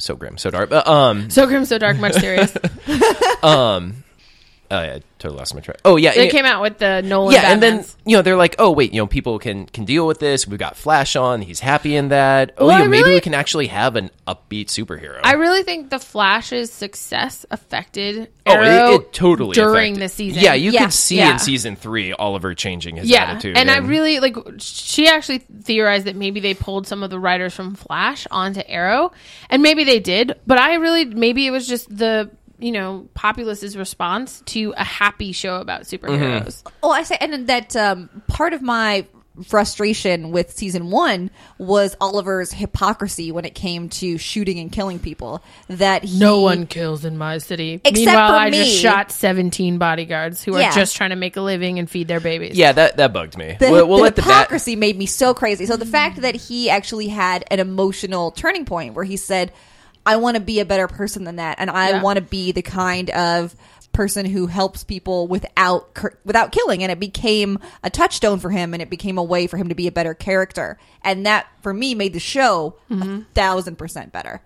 Speaker 4: So grim, so dark. But, um,
Speaker 2: So grim, so dark, much serious.
Speaker 4: oh, yeah, I totally lost my track. Oh yeah,
Speaker 2: they
Speaker 4: yeah.
Speaker 2: came out with the Nolan.
Speaker 4: yeah, and then
Speaker 2: Batmans.
Speaker 4: you know they're like, oh wait, you know people can can deal with this. We've got Flash on; he's happy in that. Oh,
Speaker 2: Well,
Speaker 4: yeah,
Speaker 2: I
Speaker 4: maybe
Speaker 2: really-
Speaker 4: we can actually have an upbeat superhero.
Speaker 2: I really think the Flash's success affected
Speaker 4: oh, it-
Speaker 2: Arrow
Speaker 4: it, totally
Speaker 2: during
Speaker 4: affected-
Speaker 2: the season.
Speaker 4: Yeah, you
Speaker 3: Yeah.
Speaker 4: could see
Speaker 2: Yeah.
Speaker 4: in season three Oliver changing his
Speaker 2: yeah,
Speaker 4: attitude,
Speaker 2: and I really like. She actually theorized that maybe they pulled some of the writers from Flash onto Arrow, and maybe they did. But I really, maybe it was just the you know populace's response to a happy show about
Speaker 4: Mm-hmm.
Speaker 2: superheroes.
Speaker 3: Well, Oh, I say, and that um, part of my frustration with season one was Oliver's hypocrisy when it came to shooting and killing people. That he,
Speaker 2: No one kills in my city.
Speaker 3: Except
Speaker 2: Meanwhile,
Speaker 3: for
Speaker 2: I
Speaker 3: me.
Speaker 2: just shot 17 bodyguards who
Speaker 3: Yeah.
Speaker 2: are just trying to make a living and feed their babies.
Speaker 4: yeah, that that bugged me.
Speaker 3: the,
Speaker 4: we'll we'll
Speaker 3: the
Speaker 4: let the bat.
Speaker 3: hypocrisy made me so crazy. So the fact that he actually had an emotional turning point where he said, "I want to be a better person than that, and I
Speaker 2: Yeah.
Speaker 3: want to be the kind of person who helps people without cur- without killing," and it became a touchstone for him, and it became a way for him to be a better character, and that for me made the show
Speaker 2: Mm-hmm.
Speaker 3: a thousand percent better.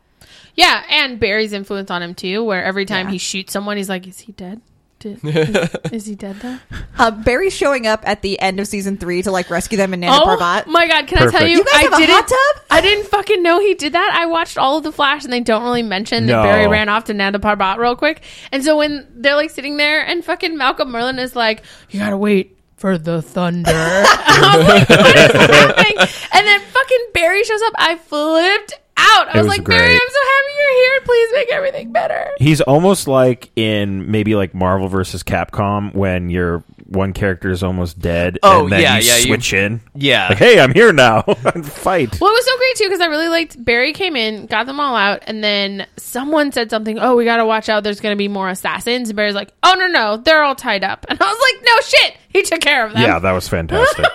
Speaker 2: Yeah, and Barry's influence on him too, where every time
Speaker 3: Yeah.
Speaker 2: he shoots someone, he's like, "Is he dead? Did, is, is he dead though?"
Speaker 3: Uh, Barry showing up at the end of season three to like rescue them and Nana
Speaker 2: Oh
Speaker 3: Parbat.
Speaker 2: my god! Can I
Speaker 1: Perfect.
Speaker 2: tell you?
Speaker 3: You guys
Speaker 2: I
Speaker 3: have a hot
Speaker 2: didn't.
Speaker 3: tub?
Speaker 2: I didn't fucking know he did that. I watched all of the Flash, and they don't really mention
Speaker 1: No.
Speaker 2: that Barry ran off to Nanda Parbat real quick. And so when they're like sitting there, and fucking Malcolm Merlin is like, "You gotta wait." For the thunder, I was like, "What is happening?" And then fucking Barry shows up. I flipped out. I
Speaker 1: It
Speaker 2: was,
Speaker 1: was
Speaker 2: like, "Barry,
Speaker 1: great.
Speaker 2: I'm so happy you're here. Please make everything better."
Speaker 1: He's almost like in maybe like Marvel versus Capcom when your one character is almost dead
Speaker 4: Oh,
Speaker 1: and then
Speaker 4: yeah,
Speaker 1: you
Speaker 4: yeah, you-
Speaker 1: switch in.
Speaker 4: Yeah.
Speaker 1: Like, hey, I'm here now. and fight.
Speaker 2: Well, it was so great too because I really liked Barry came in, got them all out, and then someone said something. Oh, we gotta watch out. There's gonna be more assassins. And Barry's like, Oh no, no, they're all tied up. And I was like, No shit, he took care of them.
Speaker 1: Yeah, that was fantastic.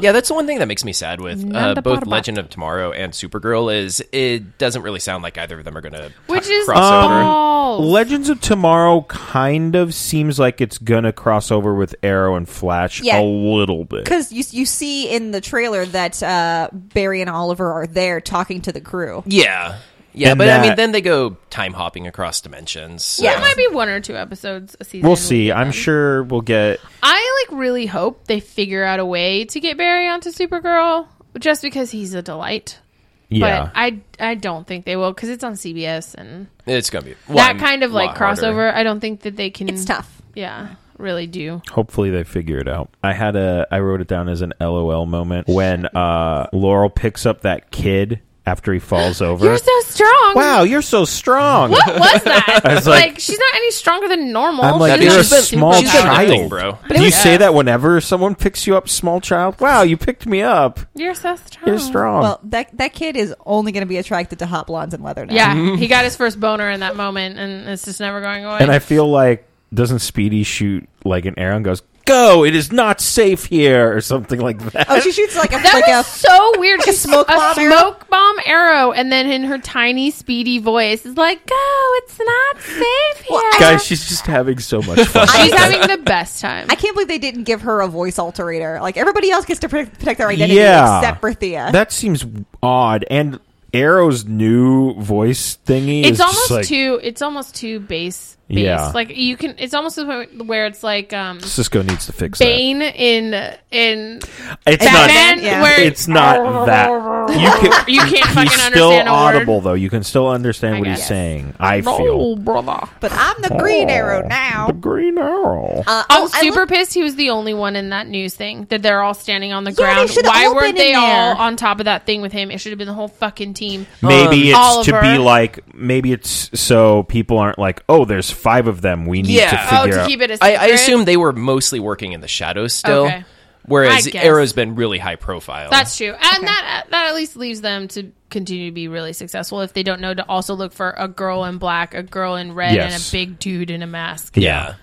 Speaker 4: yeah, that's the one thing that makes me sad with uh,
Speaker 2: Nanda
Speaker 4: both
Speaker 2: Parbat.
Speaker 4: Legend of Tomorrow and Supergirl is it doesn't really sound like either of them are going to
Speaker 2: which is
Speaker 4: crossover.
Speaker 2: balls.
Speaker 1: Legends of Tomorrow kind of seems like it's gonna cross over with Arrow and Flash
Speaker 3: Yeah.
Speaker 1: a little bit.
Speaker 3: Because you you see in the trailer that uh, Barry and Oliver are there talking to the crew.
Speaker 4: Yeah. Yeah,
Speaker 1: And
Speaker 4: but I mean,
Speaker 1: that-
Speaker 4: then they go time hopping across dimensions. so-
Speaker 2: There might be one or two episodes a season.
Speaker 1: We'll
Speaker 2: we
Speaker 1: see.
Speaker 2: get
Speaker 1: I'm
Speaker 2: them.
Speaker 1: sure we'll get
Speaker 2: I like really hope they figure out a way to get Barry onto Supergirl, just because he's a delight.
Speaker 1: yeah.
Speaker 2: But I I don't think they will because it's on CBS and
Speaker 4: It's going to be
Speaker 2: that
Speaker 4: one
Speaker 2: kind of like
Speaker 4: lot harder.
Speaker 2: crossover. I don't think that they can.
Speaker 3: It's tough.
Speaker 2: Yeah, really do.
Speaker 1: Hopefully they figure it out. I had a I wrote it down as an LOL moment when uh Laurel picks up that kid after he falls over.
Speaker 2: You're so strong.
Speaker 1: wow, you're so strong.
Speaker 2: What was that?
Speaker 1: was like-
Speaker 2: like, she's not any stronger than normal.
Speaker 1: I'm like
Speaker 4: She's
Speaker 1: you're a
Speaker 4: just been-
Speaker 1: small
Speaker 4: she's been
Speaker 1: child,
Speaker 4: lifting, bro. But
Speaker 1: Do you say that whenever someone picks you up, small child? Wow, you picked me up.
Speaker 2: You're so strong.
Speaker 1: You're strong.
Speaker 3: Well, that that kid is only going to be attracted to hot blondes and leather now.
Speaker 2: Yeah, he got his first boner in that moment, and it's just never going away.
Speaker 1: and I feel like doesn't Speedy shoot like an arrow and goes go! It is not safe here, or something like that.
Speaker 3: Oh, she shoots like a
Speaker 2: That
Speaker 3: like
Speaker 2: was
Speaker 3: a
Speaker 2: so weird. She
Speaker 3: a smoke
Speaker 2: a
Speaker 3: bomb arrow?
Speaker 2: smoke bomb arrow, and then in her tiny, speedy voice is like, "Go! It's not safe here."
Speaker 3: Well, I-
Speaker 1: Guys, she's just having so much fun.
Speaker 2: She's having the best time.
Speaker 3: I can't believe they didn't give her a voice alterator. Like everybody else gets to protect, protect their identity
Speaker 1: yeah,
Speaker 3: except Berthea.
Speaker 1: That seems odd. And Arrow's new voice thingy.
Speaker 2: it's
Speaker 1: is just
Speaker 2: almost
Speaker 1: like,
Speaker 2: too. It's almost too base. Base.
Speaker 1: Yeah.
Speaker 2: Like you can. It's almost to the point where it's like um,
Speaker 1: Cisco needs to fix
Speaker 2: Bane in in
Speaker 1: that. It's
Speaker 2: Batman,
Speaker 1: not.
Speaker 3: yeah.
Speaker 2: where
Speaker 1: It's not that. You can.
Speaker 2: you can't fucking
Speaker 1: He's still
Speaker 2: understand a word.
Speaker 1: audible though. You can still understand
Speaker 2: I
Speaker 1: what he's
Speaker 2: guess.
Speaker 1: saying. I
Speaker 2: Oh,
Speaker 1: feel
Speaker 2: brother.
Speaker 3: but I'm the Green
Speaker 1: Oh.
Speaker 3: Arrow
Speaker 1: The
Speaker 3: now.
Speaker 1: Green Arrow.
Speaker 3: Uh,
Speaker 2: I'm
Speaker 3: I
Speaker 2: super
Speaker 3: looked-
Speaker 2: pissed he was the only one in that news thing that they're all standing on the
Speaker 3: they
Speaker 2: ground.
Speaker 3: should've
Speaker 2: Why
Speaker 3: all
Speaker 2: weren't
Speaker 3: been
Speaker 2: they
Speaker 3: in
Speaker 2: all
Speaker 3: there.
Speaker 2: on top of that thing with him? It should have been the whole fucking team.
Speaker 1: Maybe it's to
Speaker 2: Oliver.
Speaker 1: be like maybe it's so people aren't like oh there's five of them we need to
Speaker 4: Yeah.
Speaker 1: figure
Speaker 2: Oh, to
Speaker 1: out
Speaker 2: keep it a
Speaker 4: I,
Speaker 2: secret.
Speaker 4: I assume they were mostly working in the shadows still,
Speaker 2: Okay.
Speaker 4: whereas
Speaker 2: I guess.
Speaker 4: Arrow's been really high profile.
Speaker 2: that's true, and that that at least leaves them to continue to be really successful if they don't know to also look for a girl in black, a girl in red, and
Speaker 1: Yes.
Speaker 2: a big dude in a mask.
Speaker 4: yeah.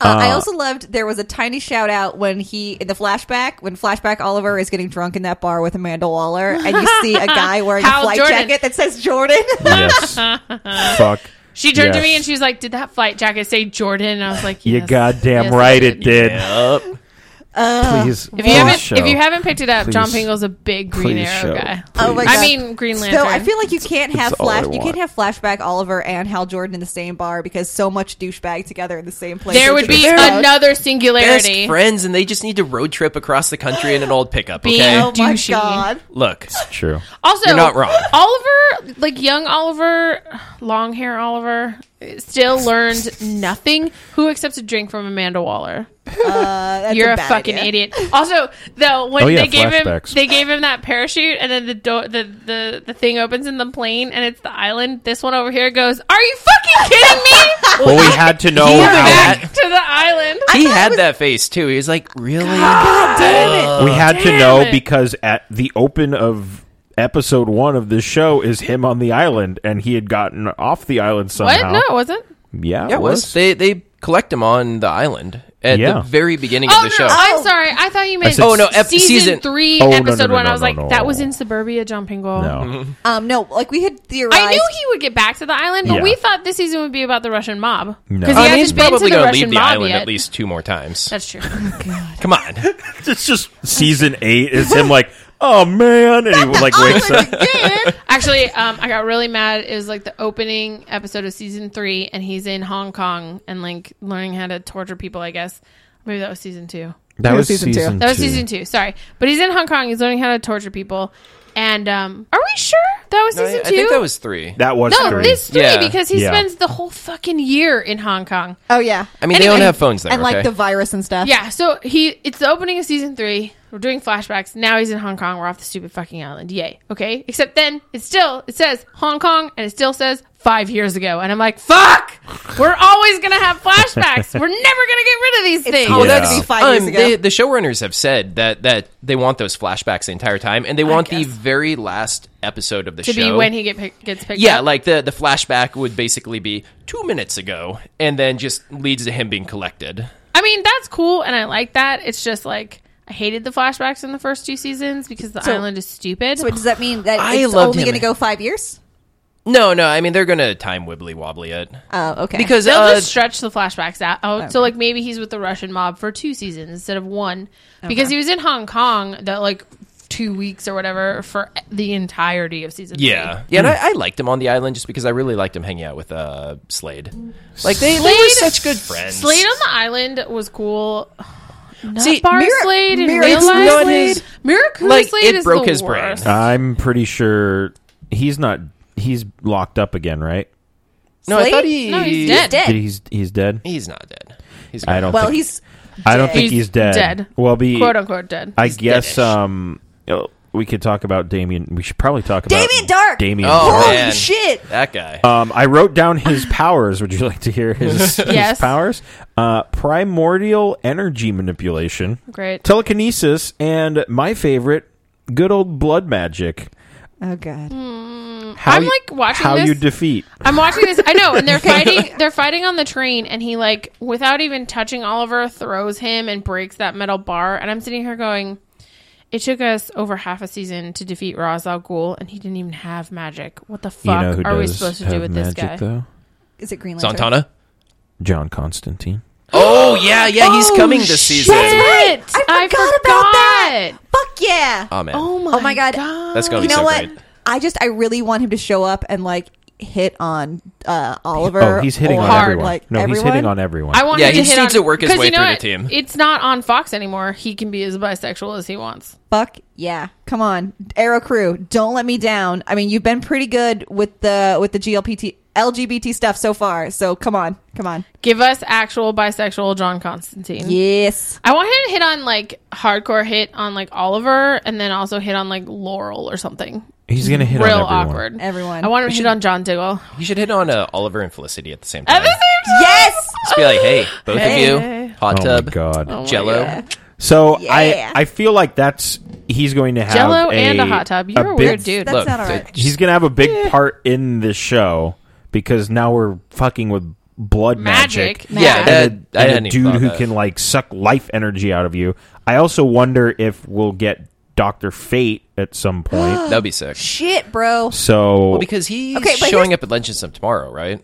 Speaker 3: Uh, I also loved there was a tiny shout out when he in the flashback when flashback Oliver is getting drunk in that bar with Amanda Waller and you see a guy wearing a
Speaker 2: Hal
Speaker 3: flight
Speaker 2: Jordan.
Speaker 3: jacket that says Jordan.
Speaker 1: yes fuck
Speaker 2: She turned to
Speaker 1: Yes.
Speaker 2: me and she was like, "Did that flight jacket say Jordan?" And I was like,
Speaker 1: you
Speaker 2: yes.
Speaker 1: goddamn
Speaker 2: Yes,
Speaker 1: right
Speaker 2: did."
Speaker 1: it did
Speaker 4: Yep.
Speaker 1: please
Speaker 2: If you
Speaker 1: please
Speaker 2: haven't,
Speaker 1: show.
Speaker 2: if you haven't picked it up, John
Speaker 1: Please.
Speaker 2: Pingle's a big Green
Speaker 1: Please show.
Speaker 2: Arrow guy.
Speaker 3: Oh my
Speaker 1: Please.
Speaker 2: I
Speaker 3: God.
Speaker 2: mean, Green Lantern.
Speaker 3: So I feel like you can't have
Speaker 1: all I
Speaker 3: flash. You
Speaker 1: want.
Speaker 3: can't have flashback Oliver and Hal Jordan in the same bar because so much douchebag together in the same place.
Speaker 2: there would
Speaker 3: It's
Speaker 2: be
Speaker 3: just gross.
Speaker 2: another
Speaker 4: Best
Speaker 2: singularity.
Speaker 4: friends, and they just need to road trip across the country in an old pickup.
Speaker 2: Be-
Speaker 4: Okay,
Speaker 3: Oh my
Speaker 2: douchey.
Speaker 3: god!
Speaker 4: look,
Speaker 1: true
Speaker 2: Also,
Speaker 4: You're not wrong.
Speaker 2: Oliver, like young Oliver, long hair Oliver, still learned nothing. Who accepts a drink from Amanda Waller?
Speaker 3: Uh, that's
Speaker 2: You're a,
Speaker 3: bad
Speaker 2: fucking
Speaker 3: idea.
Speaker 2: idiot. Also, though, when
Speaker 1: Oh, yeah,
Speaker 2: they gave
Speaker 1: flashbacks.
Speaker 2: him they gave him that parachute, and then the door the, the the thing opens in the plane, and it's the island. This one over here goes. Are you fucking kidding me?
Speaker 1: well we had to know
Speaker 4: Yeah.
Speaker 1: how
Speaker 2: Back to the island.
Speaker 4: he
Speaker 3: thought it
Speaker 4: had
Speaker 3: was-
Speaker 4: that face too. He was like, "Really?
Speaker 3: God damn it!
Speaker 1: we had to
Speaker 2: Uh, Damn
Speaker 1: know
Speaker 2: it.
Speaker 1: because at the open of episode one of this show is him on the island and he had gotten off the island
Speaker 2: What?
Speaker 1: somehow
Speaker 2: No, it wasn't.
Speaker 1: yeah,
Speaker 4: Yeah, it was. They they collect him on the island at
Speaker 1: Yeah.
Speaker 4: the very beginning
Speaker 2: Oh
Speaker 4: of
Speaker 2: no,
Speaker 4: the show.
Speaker 2: I'm sorry. I thought you meant.
Speaker 1: said-
Speaker 4: Oh, no, ep-
Speaker 2: season,
Speaker 4: season-
Speaker 2: three,
Speaker 1: Oh, no, no,
Speaker 2: episode
Speaker 1: no,
Speaker 2: one.
Speaker 1: no,
Speaker 2: I was like,
Speaker 1: no.
Speaker 2: that was in suburbia, John Pingle.
Speaker 1: no
Speaker 3: Um, no, like we had theorized.
Speaker 2: I knew he would get back to the island, but
Speaker 1: Yeah.
Speaker 2: we thought this season would be about the Russian mob
Speaker 1: No.
Speaker 2: because
Speaker 1: I
Speaker 2: he
Speaker 4: I mean,
Speaker 2: hasn't
Speaker 4: he's
Speaker 2: been to
Speaker 4: probably
Speaker 2: the
Speaker 4: going to
Speaker 2: Russian
Speaker 4: leave the
Speaker 2: mob
Speaker 4: island
Speaker 2: yet.
Speaker 4: at least two more times.
Speaker 2: That's true.
Speaker 4: Come on.
Speaker 1: it's just season eight is him like oh man and he like wakes up
Speaker 2: Actually, um, I got really mad. It was like the opening episode of season three, and he's in Hong Kong and like learning how to torture people. I guess maybe that was season two.
Speaker 1: that
Speaker 3: was season two.
Speaker 2: That was season two. Sorry, but he's in Hong Kong. He's learning how to torture people. And um, are we sure that was
Speaker 4: I,
Speaker 2: season two?
Speaker 4: I think that was three.
Speaker 1: that was
Speaker 2: no,
Speaker 1: three.
Speaker 2: this three
Speaker 4: Yeah.
Speaker 2: because he
Speaker 1: Yeah.
Speaker 2: spends the whole fucking year in Hong Kong.
Speaker 3: Oh yeah,
Speaker 4: I mean, they
Speaker 2: Anyway.
Speaker 4: don't have phones there.
Speaker 3: and like
Speaker 4: okay?
Speaker 3: the virus and stuff.
Speaker 2: Yeah, so he it's the opening of season three. We're doing flashbacks. Now he's in Hong Kong. We're off the stupid fucking island. Yay. Okay. Except then it still it says Hong Kong and it still says five years ago. And I'm like, fuck! We're always gonna have flashbacks. We're never gonna get rid of these things.
Speaker 3: always-
Speaker 1: Yeah.
Speaker 3: That'd be five years ago.
Speaker 4: Um, they- the showrunners have said that that they want those flashbacks the entire time, and they want the very last episode of the
Speaker 2: to
Speaker 4: show
Speaker 2: be when he get pick, gets picked
Speaker 4: Yeah,
Speaker 2: up.
Speaker 4: like the the flashback would basically be two minutes ago, and then just leads to him being collected.
Speaker 2: I mean, that's cool and I like that. It's just like I hated the flashbacks in the first two seasons because the
Speaker 3: So-
Speaker 2: island is stupid.
Speaker 3: So does that mean that
Speaker 4: I
Speaker 3: it's
Speaker 4: loved
Speaker 3: only
Speaker 4: him.
Speaker 3: going to go five years?
Speaker 4: No, no, I mean they're gonna time wibbly wobbly it
Speaker 3: Oh, okay.
Speaker 4: because
Speaker 2: They'll
Speaker 4: uh,
Speaker 2: just stretch the flashbacks out. Oh, so like maybe he's with the Russian mob for two seasons instead of one because he was in Hong Kong that like two weeks or whatever for the entirety of season.
Speaker 4: yeah,
Speaker 2: three.
Speaker 4: yeah. And I, I liked him on the island just because I really liked him hanging out with uh, Slade. Like they, they were
Speaker 2: Slade-
Speaker 4: such good friends.
Speaker 2: Slade on the island was cool. Not
Speaker 4: See,
Speaker 2: Bar
Speaker 4: Mira-
Speaker 2: Slade in
Speaker 4: Mira-
Speaker 2: real
Speaker 4: it's
Speaker 2: life.
Speaker 4: not
Speaker 2: Slade.
Speaker 4: his-
Speaker 2: Miracle
Speaker 4: like,
Speaker 2: Slade
Speaker 4: it
Speaker 2: is
Speaker 4: broke
Speaker 2: the
Speaker 4: his brain.
Speaker 2: worst.
Speaker 1: I'm pretty sure he's not. He's locked up again, right?
Speaker 4: no, I
Speaker 3: Slade?
Speaker 4: thought he
Speaker 2: No, he's
Speaker 3: he's
Speaker 2: dead.
Speaker 3: dead.
Speaker 1: He's he's dead.
Speaker 4: He's not dead. He's
Speaker 1: I don't.
Speaker 3: well,
Speaker 1: think,
Speaker 3: he's
Speaker 1: I don't think he's,
Speaker 2: He's
Speaker 1: dead.
Speaker 2: dead.
Speaker 1: Well, be
Speaker 2: Quote unquote dead.
Speaker 1: I guess
Speaker 4: deadish.
Speaker 1: um, oh, we could talk about Damien. We should probably talk about
Speaker 3: Damien Dark!
Speaker 1: Damien
Speaker 4: Oh,
Speaker 1: Dark.
Speaker 3: holy
Speaker 4: man.
Speaker 3: shit.
Speaker 4: that guy.
Speaker 1: Um, I wrote down his powers. Would you like to hear his, his
Speaker 2: Yes.
Speaker 1: powers? Uh, primordial energy manipulation,
Speaker 2: Great.
Speaker 1: telekinesis, and my favorite, good old blood magic.
Speaker 3: Oh god.
Speaker 1: How
Speaker 2: Mm. I'm,
Speaker 1: you-
Speaker 2: like, watching
Speaker 1: how
Speaker 2: this-
Speaker 1: you defeat.
Speaker 2: I'm watching this. I know, and they're fighting. They're fighting on the train, and he like, without even touching Oliver, throws him and breaks that metal bar. And I'm sitting here going, "It took us over half a season to defeat Ra's al Ghul, and he didn't even have magic. What the fuck
Speaker 1: you know who
Speaker 2: are we
Speaker 1: does
Speaker 2: supposed to
Speaker 1: have
Speaker 2: do with this
Speaker 1: magic,
Speaker 2: guy?"
Speaker 1: Though
Speaker 3: Is it Green Lantern?
Speaker 4: Zontana.
Speaker 1: John Constantine.
Speaker 4: Oh yeah, yeah, he's coming this
Speaker 3: shit.
Speaker 4: season.
Speaker 2: Shit!
Speaker 3: I forgot, about that.
Speaker 2: forgot.
Speaker 3: Fuck yeah.
Speaker 4: Oh man,
Speaker 2: Oh my,
Speaker 3: Oh my god.
Speaker 4: that's gonna
Speaker 3: you
Speaker 4: be
Speaker 3: know
Speaker 4: so
Speaker 3: what?
Speaker 4: great.
Speaker 3: I just I really want him to show up and like hit on uh Oliver.
Speaker 1: Oh, he's hitting
Speaker 3: or,
Speaker 1: on
Speaker 2: hard,
Speaker 1: everyone.
Speaker 3: Like
Speaker 1: no,
Speaker 3: everyone.
Speaker 1: he's hitting on everyone.
Speaker 2: I want
Speaker 4: Yeah,
Speaker 2: him to
Speaker 4: he
Speaker 2: hit
Speaker 4: needs
Speaker 2: on-
Speaker 4: to work his
Speaker 2: 'cause
Speaker 4: way
Speaker 2: you know
Speaker 4: through the
Speaker 2: what?
Speaker 4: team.
Speaker 2: It's not on Fox anymore. He can be as bisexual as he wants.
Speaker 3: Fuck yeah. Come on. Arrow crew, don't let me down. I mean, you've been pretty good with the with the GLPT LGBT stuff so far. So come on. Come on.
Speaker 2: Give us actual bisexual John Constantine.
Speaker 3: Yes.
Speaker 2: I want him to hit on like hardcore hit on like Oliver and then also hit on like Laurel or something.
Speaker 1: he's gonna hit
Speaker 2: Real
Speaker 1: on everyone.
Speaker 2: awkward.
Speaker 3: Everyone.
Speaker 2: I want him to hit on John Diggle.
Speaker 4: You should hit on uh, Oliver and Felicity at the same
Speaker 2: At
Speaker 4: time.
Speaker 2: the same time.
Speaker 3: Yes.
Speaker 4: Just be like, hey, both
Speaker 2: Hey.
Speaker 4: of you, hot
Speaker 1: Oh
Speaker 4: tub,
Speaker 1: my god.
Speaker 2: my
Speaker 4: Jello.
Speaker 2: God.
Speaker 1: So
Speaker 3: Yeah.
Speaker 1: I I feel like that's he's going to have
Speaker 2: Jello
Speaker 1: a,
Speaker 2: and a hot tub. You're a
Speaker 1: big-
Speaker 2: weird dude.
Speaker 3: That's
Speaker 4: Look,
Speaker 3: not all right.
Speaker 4: th-
Speaker 1: He's gonna have a big part in this show because now we're fucking with blood magic.
Speaker 2: Magic.
Speaker 4: yeah,
Speaker 2: Magic.
Speaker 4: that-
Speaker 1: and a,
Speaker 4: I
Speaker 1: and a
Speaker 4: hadn't even
Speaker 1: dude
Speaker 4: thought
Speaker 1: who
Speaker 4: of.
Speaker 1: can like suck life energy out of you. I also wonder if we'll get Doctor Fate at some point.
Speaker 4: That'd be sick.
Speaker 3: Shit, bro.
Speaker 1: So uh,
Speaker 4: Well, because he's
Speaker 3: Okay, but
Speaker 4: showing up at Legends of Tomorrow, right?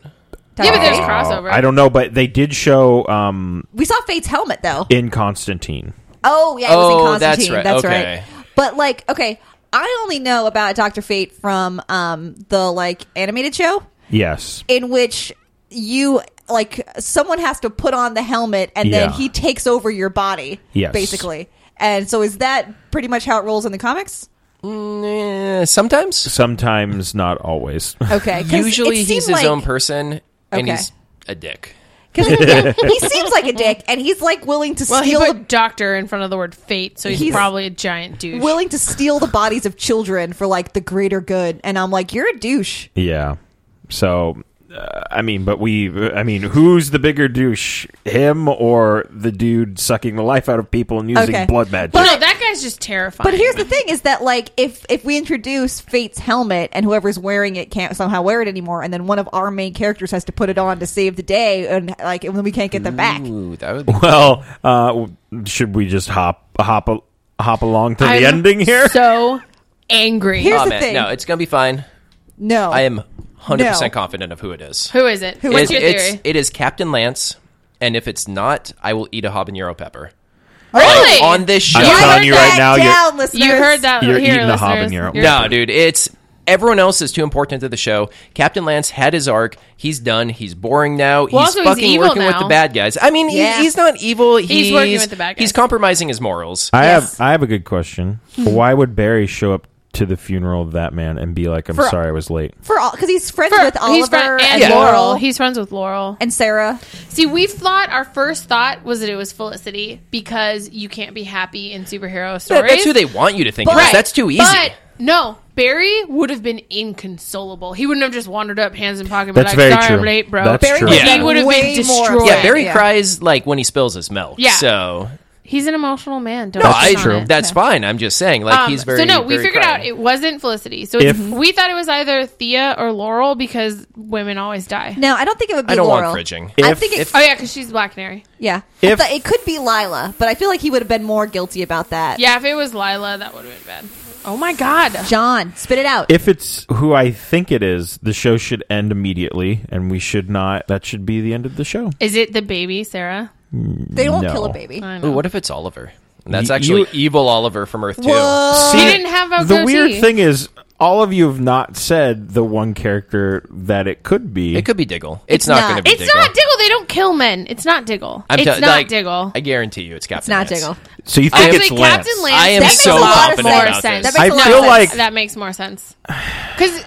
Speaker 2: Yeah, but there's
Speaker 1: uh,
Speaker 2: crossover.
Speaker 1: I don't know, but they did show um,
Speaker 3: we saw Fate's helmet though.
Speaker 1: in Constantine.
Speaker 3: Oh yeah, it was
Speaker 4: Oh,
Speaker 3: in
Speaker 4: that's
Speaker 3: Constantine.
Speaker 4: right.
Speaker 3: That's
Speaker 4: Okay.
Speaker 3: right. But like, okay, I only know about Doctor Fate from um the like animated show
Speaker 1: Yes,
Speaker 3: in which you like someone has to put on the helmet and then
Speaker 1: Yeah.
Speaker 3: he takes over your body.
Speaker 1: Yes.
Speaker 3: basically. And so is that pretty much how it rolls in the comics?
Speaker 4: Mm, eh, sometimes.
Speaker 1: sometimes not always.
Speaker 3: Okay, 'cause it
Speaker 4: Usually he's
Speaker 3: seemed
Speaker 4: his
Speaker 3: like-
Speaker 4: own person, and
Speaker 3: Okay.
Speaker 4: he's a dick.
Speaker 3: 'cause he- yeah, he seems like a dick, and he's like willing to
Speaker 2: well, he
Speaker 3: steal the
Speaker 2: put doctor in front of the word fate, so he's,
Speaker 3: He's-
Speaker 2: probably a giant douche.
Speaker 3: willing to steal the bodies of children for like the greater good. And I'm like, you're a douche.
Speaker 1: yeah. So uh, I mean, but we. I mean, who's the bigger douche, him or the dude sucking the life out of people and using
Speaker 3: Okay.
Speaker 1: blood magic?
Speaker 2: but no, that guy's just terrifying.
Speaker 3: But here's the thing: is that like if if we introduce Fate's helmet and whoever's wearing it can't somehow wear it anymore, and then one of our main characters has to put it on to save the day, and like and then we can't get them back.
Speaker 4: Ooh, that would be.
Speaker 1: well, uh, w- should we just hop hop a, hop along to the
Speaker 2: I'm
Speaker 1: ending here?
Speaker 2: So angry.
Speaker 3: Here's
Speaker 4: Oh,
Speaker 3: the
Speaker 4: man.
Speaker 3: thing.
Speaker 4: No, it's gonna be fine.
Speaker 3: No,
Speaker 4: I am 100%
Speaker 3: No.
Speaker 4: confident of who it is.
Speaker 2: Who is it?
Speaker 4: It-
Speaker 2: What's your
Speaker 4: it's,
Speaker 2: theory?
Speaker 4: It is Captain Lance, and if it's not, I will eat a habanero pepper.
Speaker 2: really?
Speaker 4: Oh, On this show.
Speaker 1: I'm telling you right
Speaker 3: Back
Speaker 1: now, you're,
Speaker 3: down, listeners.
Speaker 2: you heard that
Speaker 1: You're
Speaker 2: here,
Speaker 1: eating a
Speaker 2: listeners.
Speaker 1: habanero.
Speaker 2: You're-
Speaker 4: No, dude, it's everyone else is too important to the show. Captain Lance had his arc. He's done. He's boring now. he's
Speaker 2: also, he's
Speaker 4: fucking
Speaker 2: evil
Speaker 4: working with
Speaker 2: now.
Speaker 4: the bad guys. I mean, he-
Speaker 3: Yeah.
Speaker 4: he's not evil. He's,
Speaker 2: working with the bad guys.
Speaker 4: He's compromising his morals.
Speaker 1: I
Speaker 3: Yes.
Speaker 1: have I have a good question. Why would Barry show up to the funeral of that man and be like, "I'm
Speaker 3: For-
Speaker 1: sorry, I was late"?
Speaker 3: for all because he's friends
Speaker 2: For-
Speaker 3: with Oliver
Speaker 2: he's friend-
Speaker 3: and
Speaker 2: and
Speaker 3: Laurel
Speaker 2: Laurel. He's friends with Laurel.
Speaker 3: and Sarah.
Speaker 2: See, we thought our first thought was that it was Felicity because you can't be happy in superhero
Speaker 4: That-
Speaker 2: stories.
Speaker 4: that's who they want you to think. But, That's too easy.
Speaker 2: But no, Barry would have been inconsolable. He wouldn't have just wandered up, hands in pocket, and
Speaker 1: That's
Speaker 2: be like,
Speaker 1: very
Speaker 2: "Sorry,
Speaker 1: true.
Speaker 2: I'm late, bro."
Speaker 1: That's
Speaker 3: Barry
Speaker 1: true.
Speaker 3: would
Speaker 4: Yeah.
Speaker 3: be
Speaker 2: He would have been
Speaker 3: way more
Speaker 2: destroyed.
Speaker 4: yeah, Barry
Speaker 3: Yeah.
Speaker 4: cries like when he spills his milk.
Speaker 2: Yeah.
Speaker 4: So
Speaker 2: He's an emotional man. Don't
Speaker 4: no,
Speaker 2: shit
Speaker 4: I,
Speaker 2: on it.
Speaker 4: that's fine. I'm just saying, like
Speaker 2: Um,
Speaker 4: he's very.
Speaker 2: so no, we
Speaker 4: very
Speaker 2: figured
Speaker 4: crying.
Speaker 2: out it wasn't Felicity. So
Speaker 1: If-
Speaker 2: it's, we thought it was either Thea or Laurel because women always die.
Speaker 3: No, I don't think it would be
Speaker 4: I don't want
Speaker 3: Laurel.
Speaker 4: fridging.
Speaker 3: I
Speaker 1: If-
Speaker 3: think it,
Speaker 4: if-
Speaker 2: Oh yeah, because she's Black Canary.
Speaker 3: yeah.
Speaker 1: If-
Speaker 3: I thought it could be Lila, but I feel like he would have been more guilty about that.
Speaker 2: Yeah, if it was Lila, that would have been bad. Oh my god.
Speaker 3: John, spit it out.
Speaker 1: If it's who I think it is, the show should end immediately, and we should not. That should be the end of the show.
Speaker 2: Is it the baby, Sarah?
Speaker 3: they don't
Speaker 1: no.
Speaker 3: kill a baby.
Speaker 2: I
Speaker 4: Ooh,
Speaker 2: know.
Speaker 4: what if it's Oliver? And that's
Speaker 1: You-
Speaker 4: actually
Speaker 1: you-
Speaker 4: evil Oliver from Earth Two.
Speaker 3: Whoa.
Speaker 2: He didn't have a
Speaker 1: the
Speaker 2: goatee.
Speaker 1: weird thing is, all of you have not said the one character that it could be.
Speaker 4: It could be Diggle. It's,
Speaker 3: It's
Speaker 4: not,
Speaker 3: not.
Speaker 4: going to be.
Speaker 2: It's
Speaker 4: Diggle.
Speaker 2: not Diggle. They don't kill men. It's not Diggle.
Speaker 4: I'm
Speaker 2: it's
Speaker 4: t-
Speaker 2: not
Speaker 4: like,
Speaker 2: Diggle.
Speaker 4: I guarantee you, it's Captain.
Speaker 3: It's not
Speaker 4: Lance.
Speaker 3: Diggle.
Speaker 1: so you think
Speaker 4: I-
Speaker 1: it's
Speaker 2: Actually,
Speaker 1: Lance?
Speaker 2: Captain Lance.
Speaker 4: I am
Speaker 2: that makes
Speaker 4: so
Speaker 2: a lot
Speaker 4: confident
Speaker 2: more
Speaker 4: about
Speaker 2: sense.
Speaker 4: this.
Speaker 3: That makes a
Speaker 1: I
Speaker 3: lot
Speaker 1: feel
Speaker 3: of sense.
Speaker 1: like-
Speaker 2: that makes more sense. Because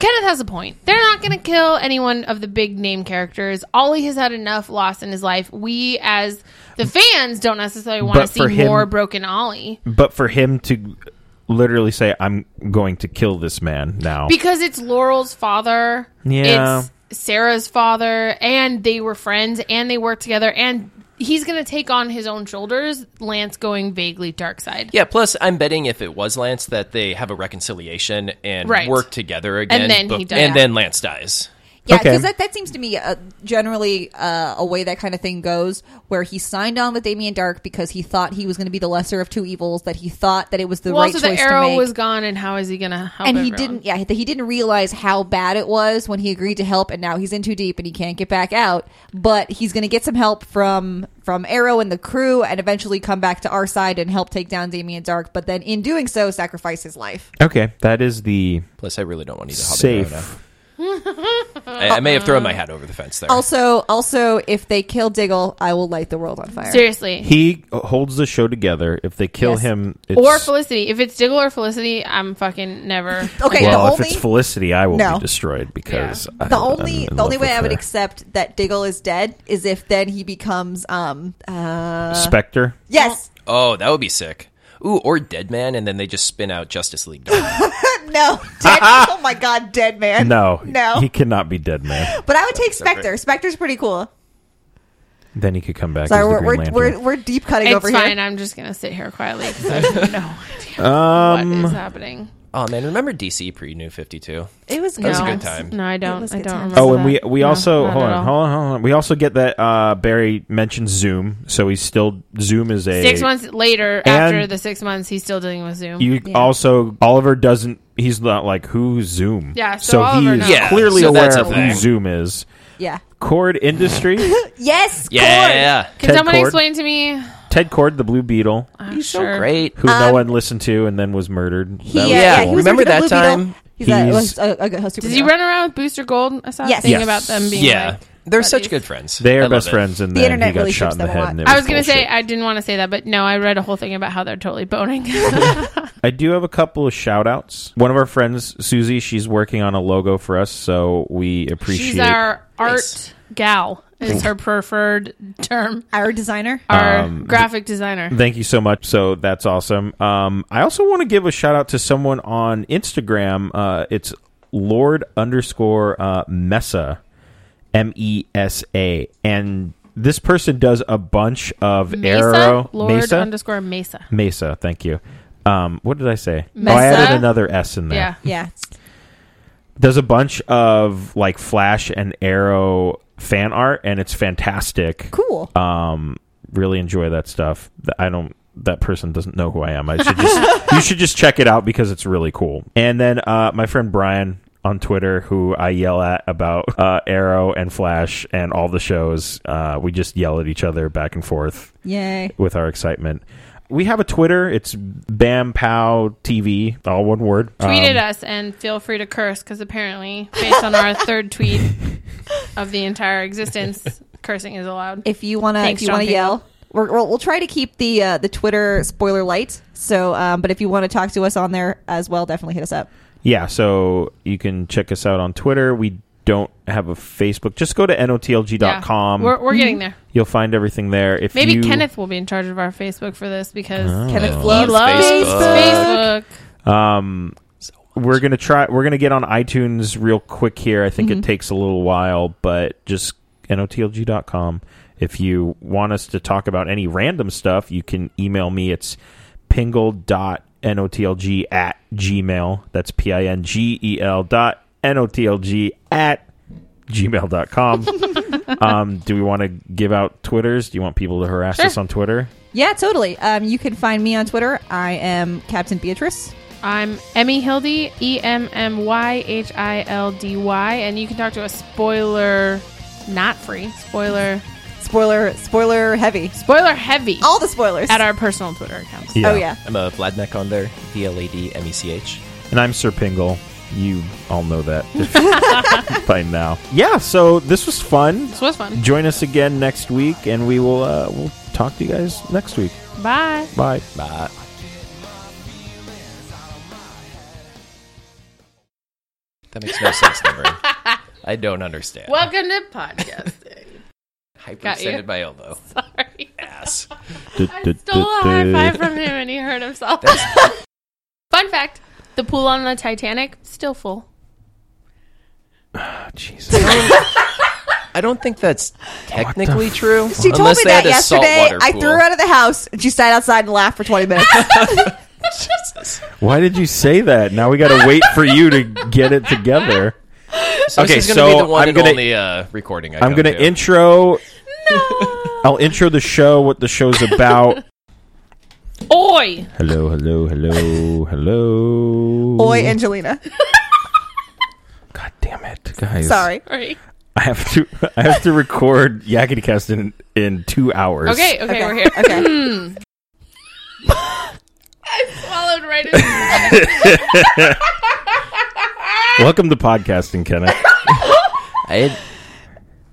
Speaker 2: Kenneth has a point. They're not going to kill anyone of the big name characters. Ollie has had enough loss in his life. We, as the fans, don't necessarily want to
Speaker 1: But
Speaker 2: see
Speaker 1: for him-
Speaker 2: more broken Ollie
Speaker 1: but for him to literally say, "I'm going to kill this man now,"
Speaker 2: because it's Laurel's father.
Speaker 1: Yeah.
Speaker 2: It's Sarah's father, and they were friends, and they worked together, and he's gonna take on his own shoulders. Lance going vaguely dark side.
Speaker 4: Yeah, plus I'm betting if it was Lance that they have a reconciliation and
Speaker 2: Right.
Speaker 4: work together again.
Speaker 2: And then he
Speaker 4: bef-
Speaker 2: dies.
Speaker 4: And then Lance dies.
Speaker 3: Yeah,
Speaker 1: Okay.
Speaker 3: because that, that seems to me uh, generally uh, a way that kind of thing goes, where he signed on with Damien Dark because he thought he was going to be the lesser of two evils, that he thought that it was the
Speaker 2: well,
Speaker 3: right
Speaker 2: also the
Speaker 3: choice to
Speaker 2: arrow
Speaker 3: make.
Speaker 2: was gone, and how is he gonna help?
Speaker 3: and he
Speaker 2: everyone?
Speaker 3: didn't, yeah, that he didn't realize how bad it was when he agreed to help, and now he's in too deep and he can't get back out. But he's going to get some help from from Arrow and the crew, and eventually come back to our side and help take down Damien Dark. But then, in doing so, sacrifice his life.
Speaker 1: Okay, that is the
Speaker 4: Plus, I really don't want to eat a habanero now.
Speaker 1: safe.
Speaker 4: I, I may have thrown my hat over the fence there.
Speaker 3: Also, also, if they kill Diggle, I will light the world on fire.
Speaker 2: Seriously,
Speaker 1: He holds the show together. If they kill
Speaker 3: Yes.
Speaker 1: him, it's,
Speaker 2: or Felicity. If it's Diggle or Felicity, I'm fucking never.
Speaker 3: Okay,
Speaker 1: well,
Speaker 3: the
Speaker 1: if
Speaker 3: only
Speaker 1: it's Felicity, I will
Speaker 3: No.
Speaker 1: be destroyed because I,
Speaker 3: the
Speaker 1: I'm
Speaker 3: only
Speaker 1: in
Speaker 3: the only
Speaker 1: love with
Speaker 3: way I would
Speaker 1: her.
Speaker 3: accept that Diggle is dead is if then he becomes um uh
Speaker 1: Spectre.
Speaker 3: yes
Speaker 4: oh, that would be sick. Ooh, or Dead Man, and then they just spin out Justice League. Dark.
Speaker 3: no dead, oh my god dead man
Speaker 1: No,
Speaker 3: no
Speaker 1: he cannot be dead man.
Speaker 3: but I would take Spectre Spectre's pretty cool
Speaker 1: Then he could come back.
Speaker 3: sorry
Speaker 1: as the
Speaker 3: we're
Speaker 1: Green
Speaker 3: we're,
Speaker 1: Lantern.
Speaker 3: we're we're deep cutting
Speaker 2: It's
Speaker 3: over
Speaker 2: fine.
Speaker 3: here
Speaker 2: I'm just gonna sit here quietly because I don't know
Speaker 1: Uh,
Speaker 2: um, what is happening.
Speaker 4: oh man, remember DC pre New Fifty Two?
Speaker 3: it was
Speaker 4: was a
Speaker 2: no,
Speaker 4: good time.
Speaker 2: No, I
Speaker 3: It was
Speaker 2: don't. I
Speaker 3: good
Speaker 2: don't.
Speaker 3: times.
Speaker 2: Remember
Speaker 1: Oh, and we
Speaker 2: that.
Speaker 1: we
Speaker 2: No,
Speaker 1: also
Speaker 2: not
Speaker 1: hold
Speaker 2: at
Speaker 1: on,
Speaker 2: all.
Speaker 1: hold on, hold on. We also get that uh, Barry mentions Zoom, so he's still Zoom is a
Speaker 2: Six months later,
Speaker 1: And-
Speaker 2: after the six months, he's still dealing with Zoom.
Speaker 1: You
Speaker 3: Yeah.
Speaker 1: also Oliver doesn't. He's not like who Zoom.
Speaker 2: Yeah, so Oliver
Speaker 1: he's
Speaker 2: knows. Yeah,
Speaker 1: clearly
Speaker 4: so
Speaker 1: aware
Speaker 4: that's a
Speaker 1: of who
Speaker 4: thing.
Speaker 1: Zoom is.
Speaker 3: yeah
Speaker 1: Cord Industry.
Speaker 3: yes
Speaker 4: Yeah,
Speaker 2: Can
Speaker 1: Ted
Speaker 2: someone
Speaker 1: Cord.
Speaker 2: explain to me? Ah,
Speaker 1: Ted Cord, the Blue Beetle,
Speaker 2: He's so
Speaker 4: great.
Speaker 1: who no one listened to and then was murdered.
Speaker 3: Um, He, uh,
Speaker 1: was
Speaker 3: yeah,
Speaker 4: cool.
Speaker 3: he was
Speaker 4: Remember
Speaker 3: working at
Speaker 4: that
Speaker 3: Blue Beetle.
Speaker 4: time?
Speaker 3: he's,
Speaker 1: He's-
Speaker 3: a, a, a, a superhero.
Speaker 2: Does he run around with Booster Gold? I saw a
Speaker 3: Yes.
Speaker 2: thing
Speaker 1: Yes.
Speaker 2: about them being.
Speaker 4: Yeah,
Speaker 2: like-
Speaker 4: they're
Speaker 2: buddies.
Speaker 4: such good friends.
Speaker 1: They
Speaker 4: I
Speaker 1: are
Speaker 4: love
Speaker 1: best
Speaker 4: it.
Speaker 1: friends, and
Speaker 3: The
Speaker 1: then
Speaker 3: internet
Speaker 1: he got
Speaker 3: really
Speaker 1: shot
Speaker 3: ships
Speaker 1: in the
Speaker 3: them a lot.
Speaker 1: head. And it
Speaker 2: I was gonna say
Speaker 1: bullshit.
Speaker 2: I didn't want to say that, but no, I read a whole thing about how they're totally boning.
Speaker 1: I do have a couple of shout outs. One of our friends, Susie, she's working on a logo for us, so we appreciate
Speaker 2: She's our art
Speaker 4: Nice.
Speaker 2: gal. Is her preferred term.
Speaker 3: our designer
Speaker 1: Um,
Speaker 2: Our graphic designer.
Speaker 1: Thank you so much. So that's awesome. Um, I also want to give a shout out to someone on Instagram. Uh, it's Lord underscore uh, Mesa, M E S A, and this person does a bunch of arrow
Speaker 2: Lord
Speaker 1: Mesa
Speaker 2: underscore Mesa.
Speaker 1: Mesa. Thank you. Um, what did I say?
Speaker 2: Mesa?
Speaker 1: Oh, I added another S in there.
Speaker 2: Yeah.
Speaker 3: yeah
Speaker 1: There's a bunch of like Flash and Arrow fan art, and it's fantastic
Speaker 3: cool
Speaker 1: um really enjoy that stuff Th- i don't that person doesn't know who i am i should just you should just check it out because it's really cool and then uh my friend brian on twitter who i yell at about uh arrow and flash and all the shows uh we just yell at each other back and forth
Speaker 3: yay
Speaker 1: with our excitement we have a twitter it's bam pow tv all one word
Speaker 2: Tweeted
Speaker 1: Um,
Speaker 2: us and feel free to curse because apparently, based on our third tweet of the entire existence, cursing is allowed.
Speaker 3: if you want to if
Speaker 2: Thanks,
Speaker 3: you want to
Speaker 2: John
Speaker 3: yell we're, we'll, we'll try to keep the uh, the twitter spoiler light so um, but if you want to talk to us on there as well definitely hit us up
Speaker 1: yeah so you can check us out on twitter we don't have a facebook just go to
Speaker 2: Yeah.
Speaker 1: notlg.com
Speaker 2: We're, we're getting there.
Speaker 1: You'll find everything there. If
Speaker 2: Maybe
Speaker 1: you,
Speaker 2: Kenneth will be in charge of our Facebook for this because
Speaker 3: Kenneth
Speaker 2: he
Speaker 3: loves
Speaker 2: loves
Speaker 4: Facebook.
Speaker 2: Facebook.
Speaker 1: um, we're gonna try. We're gonna get on iTunes real quick here. I think it takes a little while, but just notlg.com. If you want us to talk about any random stuff, you can email me. It's pingle.notlg at gmail. That's p i n g e l dot notlg at gmail.com. um, do we want to give out Twitters? Do you want people to harass us on Twitter?
Speaker 3: Yeah, totally. Um, you can find me on Twitter. I am Captain Beatrice.
Speaker 2: I'm Emmy Hildy, E M M Y H I L D Y, and you can talk to us spoiler not free, spoiler
Speaker 3: Spoiler, spoiler heavy.
Speaker 2: spoiler heavy
Speaker 3: All the spoilers.
Speaker 2: at our personal Twitter accounts.
Speaker 3: oh yeah.
Speaker 4: I'm a Vladmec on there. V L A D M E C H.
Speaker 1: And I'm Sir Pingle. You all know that if- by now. Yeah, so this was fun.
Speaker 2: This was fun.
Speaker 1: Join us again next week, and we will uh, we'll talk to you guys next week.
Speaker 2: Bye.
Speaker 1: Bye.
Speaker 4: Bye. That makes no sense, never. I don't understand.
Speaker 2: Welcome to podcasting.
Speaker 4: Hyperextended my elbow.
Speaker 2: Sorry.
Speaker 4: Ass.
Speaker 2: I stole a high five from him and he hurt himself. fun fact the pool on the Titanic, still full.
Speaker 1: Oh, Jesus.
Speaker 4: I I don't think that's technically true.
Speaker 3: She told
Speaker 4: unless
Speaker 3: me
Speaker 4: they
Speaker 3: that
Speaker 4: had a
Speaker 3: yesterday.
Speaker 4: saltwater
Speaker 3: I
Speaker 4: pool.
Speaker 3: threw her out of the house and she sat outside and laughed for 20 minutes.
Speaker 1: Why did you say that? Now we got to wait for you to get it together.
Speaker 4: So
Speaker 1: Okay,
Speaker 4: this is gonna
Speaker 1: so
Speaker 4: be the one
Speaker 1: I'm
Speaker 4: and
Speaker 1: gonna-
Speaker 4: only uh, recording. I
Speaker 1: I'm
Speaker 4: come
Speaker 1: going to
Speaker 4: to.
Speaker 1: intro. I'll intro the show, what the show's about.
Speaker 2: Oi!
Speaker 1: hello, hello, hello, hello.
Speaker 3: Boy, Angelina.
Speaker 1: God damn it, guys.
Speaker 3: Sorry.
Speaker 2: Right.
Speaker 1: I have to I have to record Yakety Cast in, in two hours.
Speaker 2: Okay, okay, we're here.
Speaker 3: Okay.
Speaker 2: Swallowed right in.
Speaker 1: Welcome to podcasting, Kenneth.
Speaker 4: I,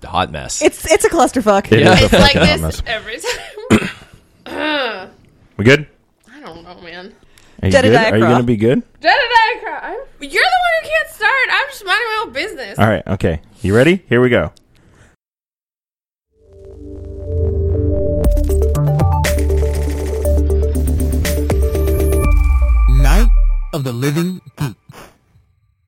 Speaker 4: the hot mess.
Speaker 3: It's it's a clusterfuck.
Speaker 1: It is a
Speaker 2: It's like
Speaker 1: fucking hot mess.
Speaker 2: this every time.
Speaker 1: We good?
Speaker 2: I don't know, man.
Speaker 1: Are you
Speaker 3: Jedediah
Speaker 1: good? Are you
Speaker 3: Croft.
Speaker 1: going to be good?
Speaker 2: Jedediah Crow, I'm, you're the one who can't start. I'm just minding my own business.
Speaker 1: All right. Okay. You ready? Here we go.
Speaker 5: Night of the Living Geek.